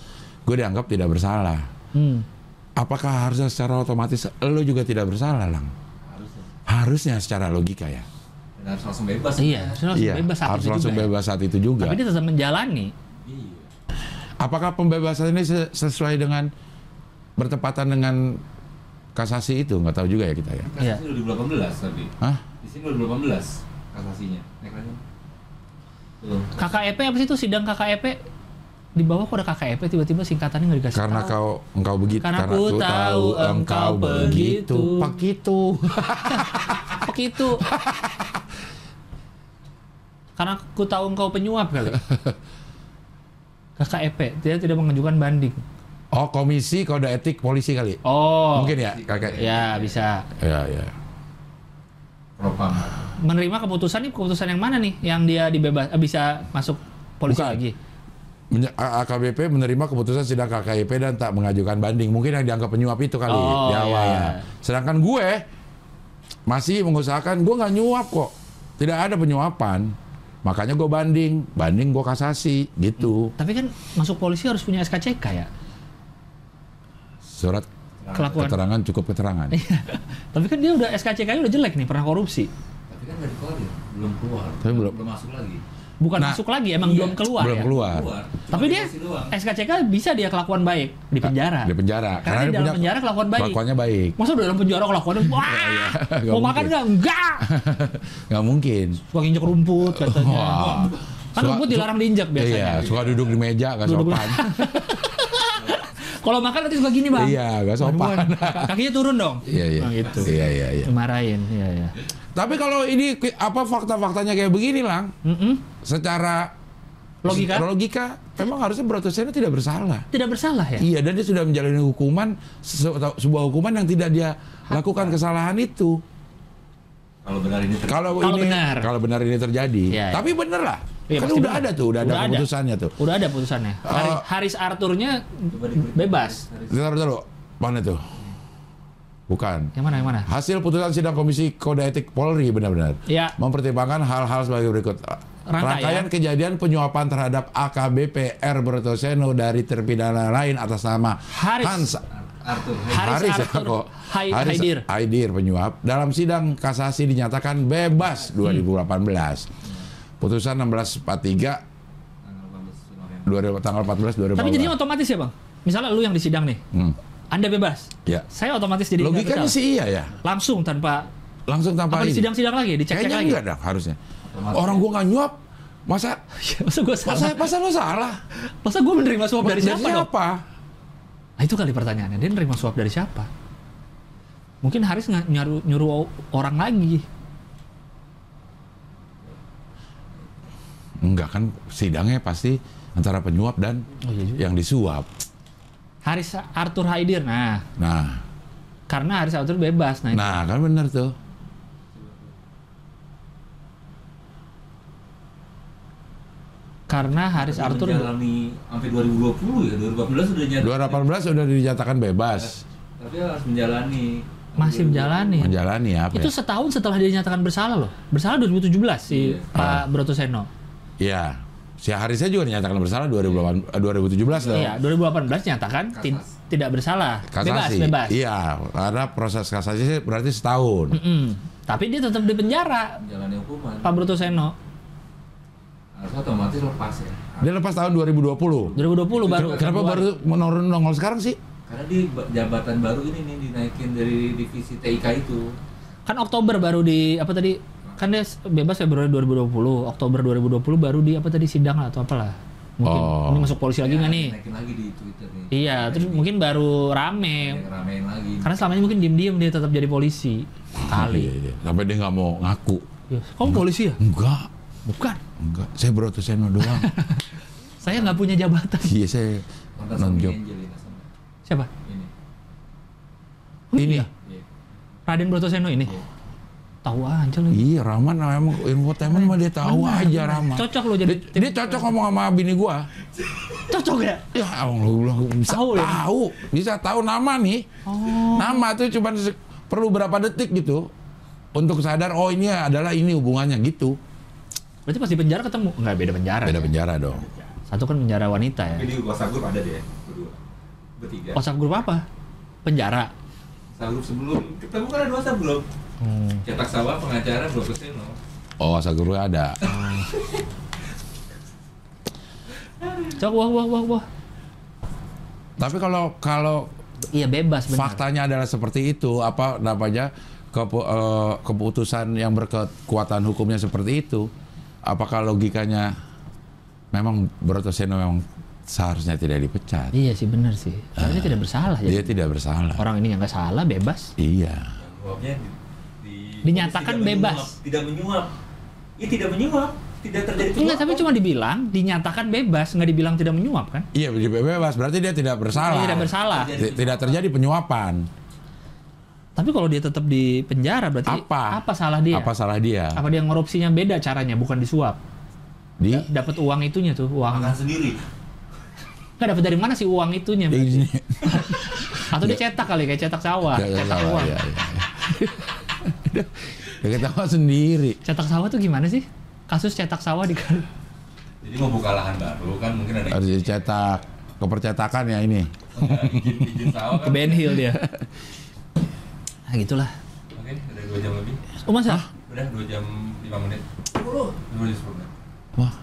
A: gue dianggap tidak bersalah.
B: Hmm.
A: Apakah harusnya secara otomatis lo juga tidak bersalah, Lang?
C: Harusnya.
A: Harusnya secara logika ya.
C: Dan harus langsung bebas.
B: Iya, harus langsung bebas saat
A: harus
B: itu
A: langsung
B: juga ya.
A: bebas saat itu juga.
B: Tapi dia tetap menjalani.
C: Iya.
A: Apakah pembebasan ini se- sesuai dengan bertepatan dengan kasasi itu? Nggak tahu juga ya kita ya.
B: Iya.
C: Kasasi Kan udah 2018 tapi.
A: Hah?
C: Di sini udah 2018 kasasinya. Naik lagi. Tuh.
B: E KKEP apa sih itu sidang KKEP? E di bawah kok ada KKP tiba-tiba singkatannya nggak dikasih
A: Karena
B: tahu.
A: kau engkau begitu,
B: Karena ku
A: ku
B: tahu engkau begitu.
A: Begitu.
B: begitu. Karena ku tahu engkau penyuap kali. KKP dia tidak mengajukan banding.
A: Oh, komisi kode etik polisi kali.
B: Oh.
A: Mungkin ya, kakek.
B: Ya, bisa.
A: Ya, ya.
C: Propam.
B: Menerima keputusan ini keputusan yang mana nih? Yang dia dibebas eh, bisa masuk polisi
A: Bukan.
B: lagi.
A: Menye- A- AKBP menerima keputusan sidang KKIP dan tak mengajukan banding. Mungkin yang dianggap penyuap itu kali
B: Oh,
A: di awal.
B: iya, iya.
A: Sedangkan gue masih mengusahakan gue nggak nyuap kok. Tidak ada penyuapan. Makanya gue banding, banding gue kasasi gitu.
B: Tapi kan masuk polisi harus punya SKCK ya.
A: Surat
B: Kelakuan.
A: keterangan cukup keterangan.
B: Tapi kan dia udah SKCK-nya udah jelek nih, pernah korupsi.
C: Tapi kan nggak dikeluarin, belum keluar.
A: Tapi belum-
C: belum masuk lagi.
B: Bukan
A: Nah,
B: masuk lagi, emang
C: iya,
B: belum keluar
A: Belum
B: ya.
A: keluar.
C: Cuma
B: Tapi dia
C: dikasih doang.
B: SKCK bisa dia kelakuan baik di penjara.
A: Ah, Di penjara.
B: Karena di dalam penjara kelakuan baik.
A: Kelakuannya baik.
B: Masa udah dalam penjara kelakuannya wah.
A: Iya, Nggak
B: Mau makan
A: mungkin.
B: nggak? Enggak.
A: Nggak mungkin.
B: Suka nginjek rumput katanya.
A: Wah.
B: Kan
A: Suka-
B: rumput dilarang diinjak
A: Iya,
B: biasanya.
A: suka duduk di meja gak
B: Duduk-
A: sopan.
B: Kalau makan nanti suka gini, Bang.
A: Iya, nggak sopan.
B: Aduan. Kakinya turun dong.
A: Iya, iya.
B: Nah, gitu.
A: Iya, iya, iya.
B: Dimarahin, iya, iya.
A: Tapi kalau ini ki- apa fakta-faktanya kayak begini, Lang?
B: Mm-mm.
A: secara
B: Logika?
A: secara logika memang harusnya Broto Seno tidak bersalah.
B: Tidak bersalah ya?
A: Iya, dan dia sudah menjalani hukuman se- sebuah hukuman yang tidak dia lakukan kesalahan itu.
C: Kalau benar ini ter-
A: Kalau
B: Kalau
A: ini
B: benar.
A: kalau benar ini terjadi.
B: Iya, iya.
A: Tapi benar lah.
B: Iya,
A: kan
B: pasti
A: udah
B: benar.
A: ada tuh, udah, ada keputusannya tuh.
B: Udah ada putusannya. Hari-
A: Eh,
B: Haris Arturnya
C: Coba diklik.
B: bebas.
A: Taruh taruh. Mana tuh? Bukan.
B: Yang mana yang mana?
A: Hasil putusan sidang Komisi Kode Etik Polri benar-benar
B: Ya.
A: mempertimbangkan hal-hal sebagai berikut. Rangkaian kejadian penyuapan terhadap AKBP R Broto Seno dari terpidana lain atas nama
B: Haris.
A: Hans
C: Arthur.
B: Haris ya,
A: Haris,
B: Arthur
A: Yaakob.
B: Hai-
A: Haris
B: Haidir.
A: Haidir penyuap dalam sidang kasasi dinyatakan
B: Hmm.
A: bebas 2018. Putusan 1643
C: Tanggal 18 November.
A: 2000 tanggal 14 2018.
B: Tapi jadinya otomatis ya, Bang? Misalnya lu yang di sidang nih.
A: Hmm,
B: Anda bebas.
A: Ya.
B: Saya otomatis jadi nggak
A: Logikanya
B: bersalah.
A: sih iya ya.
B: Langsung tanpa
A: Langsung tanpa
B: apa di
A: ini.
B: sidang-sidang lagi, dicek-cek
A: Kayaknya
B: lagi.
A: enggak dah harusnya.
C: Otomatis.
A: Orang gua nggak nyuap, masa
B: Masa gue salah?
A: masa masa lo salah?
B: Masa gue menerima suap dari siapa, dong?
A: siapa?
B: Nah, itu kali pertanyaannya. Dia nerima suap dari siapa? Mungkin Haris nggak nyuruh, nyuruh o- orang lagi.
A: Enggak kan sidangnya pasti antara penyuap dan
B: Oh iya juga.
A: yang disuap.
B: Haris Arthur Haidir. Nah,
A: Nah,
B: karena Haris Arthur bebas. Nah, itu.
A: nah kan benar tuh.
B: karena Haris
C: Tapi
B: Arthur
C: menjalani sampai 2020 ya, 2018 sudah
B: Iya.
C: nyata.
A: 2018 sudah dinyatakan bebas
C: Tapi harus menjalani.
B: masih menjalani.
A: menjalani apa?
B: Iya. Itu
A: ya?
B: setahun setelah dia dinyatakan bersalah loh. Bersalah 2017 si
C: Iya.
B: Pak Broto Seno.
A: Iya. Si Harisnya juga dinyatakan bersalah 2018, eh, 2017 tuh.
B: Iya, 2018 nyatakan ti-
C: Kasasi.
B: tidak bersalah. Bebas,
A: Kasasi.
B: bebas.
A: Iya, karena proses kasasi sih berarti setahun.
B: Mm-mm. Tapi dia tetap di penjara,
C: Menjalani hukuman.
B: Pak Broto Seno.
C: Harus otomatis lepas ya.
B: Hmm.
A: Dia lepas tahun 2020.
B: 2020 baru.
A: Kenapa
B: keluar.
A: baru menurun nongol sekarang sih?
C: Karena di ba- jabatan baru ini nih dinaikin dari divisi TIK itu.
B: Kan Oktober baru di apa tadi? Kan dia s- bebas Februari 2020, Oktober 2020 baru di apa tadi sidang lah atau apalah. Mungkin
A: Oh.
B: ini masuk polisi lagi
C: Ya,
B: nggak nih?
C: Dinaikin lagi di Twitter nih.
B: Iya, terus mungkin baru rame.
C: Yang ramein lagi.
B: Karena selama ini mungkin diem-diem dia tetap jadi polisi.
A: Iya,
B: Kali.
A: iya. Sampai dia nggak mau ngaku.
B: Ya, Kamu polisi ya?
A: Enggak,
B: Bukan.
A: enggak. Saya Broto Seno doang.
B: Saya nggak punya jabatan.
A: Iya, saya
C: Kontak
A: non
C: sama
A: job.
C: Angel ya, sama.
B: Siapa?
C: Ini.
B: Oh,
A: Ini.
C: Iya.
B: Raden Brotoseno ini. Tahu aja lu.
A: Iya, Rahman emang infotainment mah dia tahu
B: Benar,
A: aja
B: benar.
A: Rahman.
B: Cocok lu jadi
A: Dia, dia cocok ngomong sama bini gua.
B: cocok ya?
A: Ya, abang lu bilang bisa
B: Tahu
A: tahu,
B: ya?
A: bisa tahu nama nih.
B: Oh.
A: Nama tuh cuma se- perlu berapa detik gitu untuk sadar oh ini adalah ini hubungannya gitu.
B: Berarti pas di penjara ketemu? Enggak, beda penjara.
A: Beda
B: ya?
A: penjara dong.
B: Satu kan penjara wanita ya.
C: Tapi di WhatsApp grup ada deh, berdua. Bertiga.
B: WhatsApp grup apa? Penjara.
C: WhatsApp grup sebelum ketemu kan ada WhatsApp belum?
B: Hmm.
C: Cetak sawah pengacara belum kesini
A: Oh, Saguru ada.
B: Cok, wah, wah, wah, wah.
A: Tapi kalau kalau
B: Iya, bebas benar.
A: faktanya adalah seperti itu, apa namanya kepu- eh, keputusan yang berkekuatan hukumnya seperti itu, apakah logikanya memang Broto Seno memang seharusnya tidak dipecat.
B: Iya sih benar sih. Soalnya tidak bersalah ya.
A: Dia tidak bersalah.
B: Orang ini nggak salah bebas.
A: Iya.
C: Jawabnya di- di-
B: Dinyatakan
C: tidak
B: bebas.
C: menyuap, Tidak menyuap. Iya tidak menyuap. Tidak terjadi
B: Enggak, tapi
C: penyuapan.
B: cuma dibilang, dinyatakan bebas, nggak dibilang tidak menyuap kan?
A: Iya dia bebas berarti dia tidak bersalah.
B: Dia tidak bersalah.
C: Jadi-
A: Ti- Tidak terjadi penyuapan.
B: Tapi kalau dia tetap di penjara berarti
A: Apa?
B: salah dia?
A: Apa
B: Apa, Iya.
A: salah dia?
B: dia ngorupsinya beda caranya, bukan disuap.
A: Di
B: Dapat uang itunya tuh,
C: Makan
B: uang.
C: sendiri.
B: Nggak dapat dari mana sih uang itunya?
A: Di-
B: Atau dicetak kali kayak cetak sawah,
A: Nggak- nggak
B: Iya. cetak
A: salah,
B: uang.
A: iya, iya. Dia ketawa sendiri.
B: Cetak sawah tuh gimana sih? Kasus cetak sawah di
C: Jadi mau buka lahan baru kan mungkin ada
A: Harus dicetak kepercetakan ya ini.
C: Enggak, izin izin sawah
B: ke
C: kan.
B: Ben Hill dia. Nah, gitulah.
C: Oke, udah 2 jam lebih.
B: Oh, masa?
C: Udah 2 jam 5 menit. 10 jam 10 menit.
A: Wah.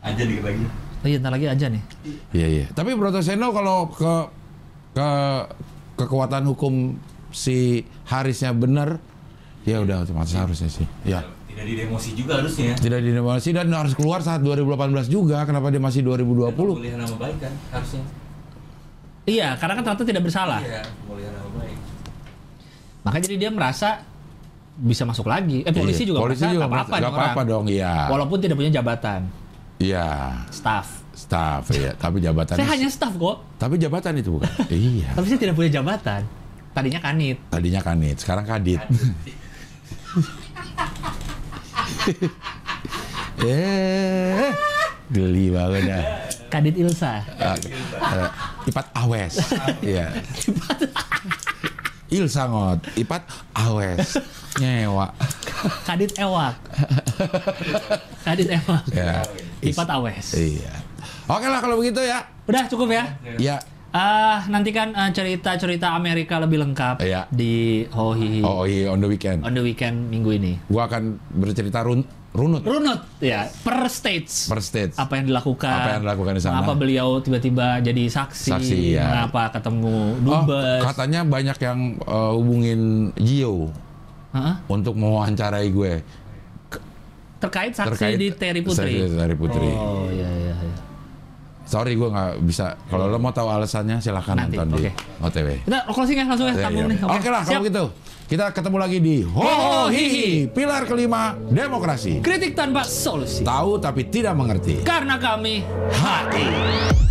C: Aja dikit lagi.
B: Oh iya, ntar lagi aja nih.
A: Iya iya. Tapi Broto Seno kalau ke ke kekuatan hukum si Harisnya benar, ya udah otomatis harusnya sih. Ya.
C: Tidak didemosi juga harusnya.
A: Tidak didemosi dan harus keluar saat 2018 juga. Kenapa dia masih 2020?
C: Pemulihan nama baik kan harusnya.
B: Iya, karena kan ternyata tidak bersalah.
C: Iya, pemulihan nama baik.
B: Maka jadi dia merasa bisa masuk lagi. Eh polisi
A: Iya,
B: juga
A: polisi
B: merasa
A: juga
B: nggak apa-apa
A: merasa-
B: nih
A: nggak apa-apa
B: orang.
A: dong, iya.
B: Walaupun tidak punya jabatan,
A: Iya,
B: staff.
A: staff ya. Tapi jabatan.
B: saya hanya staff kok,
A: Tapi jabatan itu bukan. iya.
B: tapi saya tidak punya jabatan. Tadinya kanit.
A: Tadinya kanit, sekarang kadit. eh, geli banget ya.
B: Kadit Ilsa.
A: Ah, eh, Ipat awes. Iya. Il sangot, ipat awes. Nyewa.
B: Kadit Ewak. Kadit Ewak.
A: Ya.
B: Ipat Awes.
A: Iya. Oke lah kalau begitu ya.
B: Udah cukup ya.
A: Ya.
B: Ah, nantikan eh, cerita-cerita Amerika lebih lengkap
A: Iya.
B: di Hohihi
A: Oh iya on the weekend.
B: on the weekend minggu ini.
A: Gua akan bercerita run- runut
B: Runut ya per stage.
A: per stage.
B: apa yang dilakukan
A: Apa yang dilakukan di sana.
B: mengapa beliau tiba-tiba jadi saksi,
A: Saksi, ya.
B: mengapa ketemu
A: Oh,
B: dubes
A: katanya banyak yang eh, hubungin Gio
B: Hah?
A: untuk mewawancarai gue
B: terkait saksi di Terry
A: Saksi
B: Putri
A: di Terry Putri.
B: oh iya iya iya
A: Sorry gue nggak bisa. Kalau lo mau tahu alasannya silahkan
B: Nanti,
A: nonton di
B: oke.
A: OTW.
B: kita closing ya langsung ya
A: Ya,
B: tanggung
A: ya.
B: nih
A: Oke lah kalau gitu. Kita ketemu lagi di Ho Hihi, pilar kelima demokrasi.
B: kritik tanpa solusi
A: Tahu tapi tidak mengerti.
B: karena kami
A: Hati.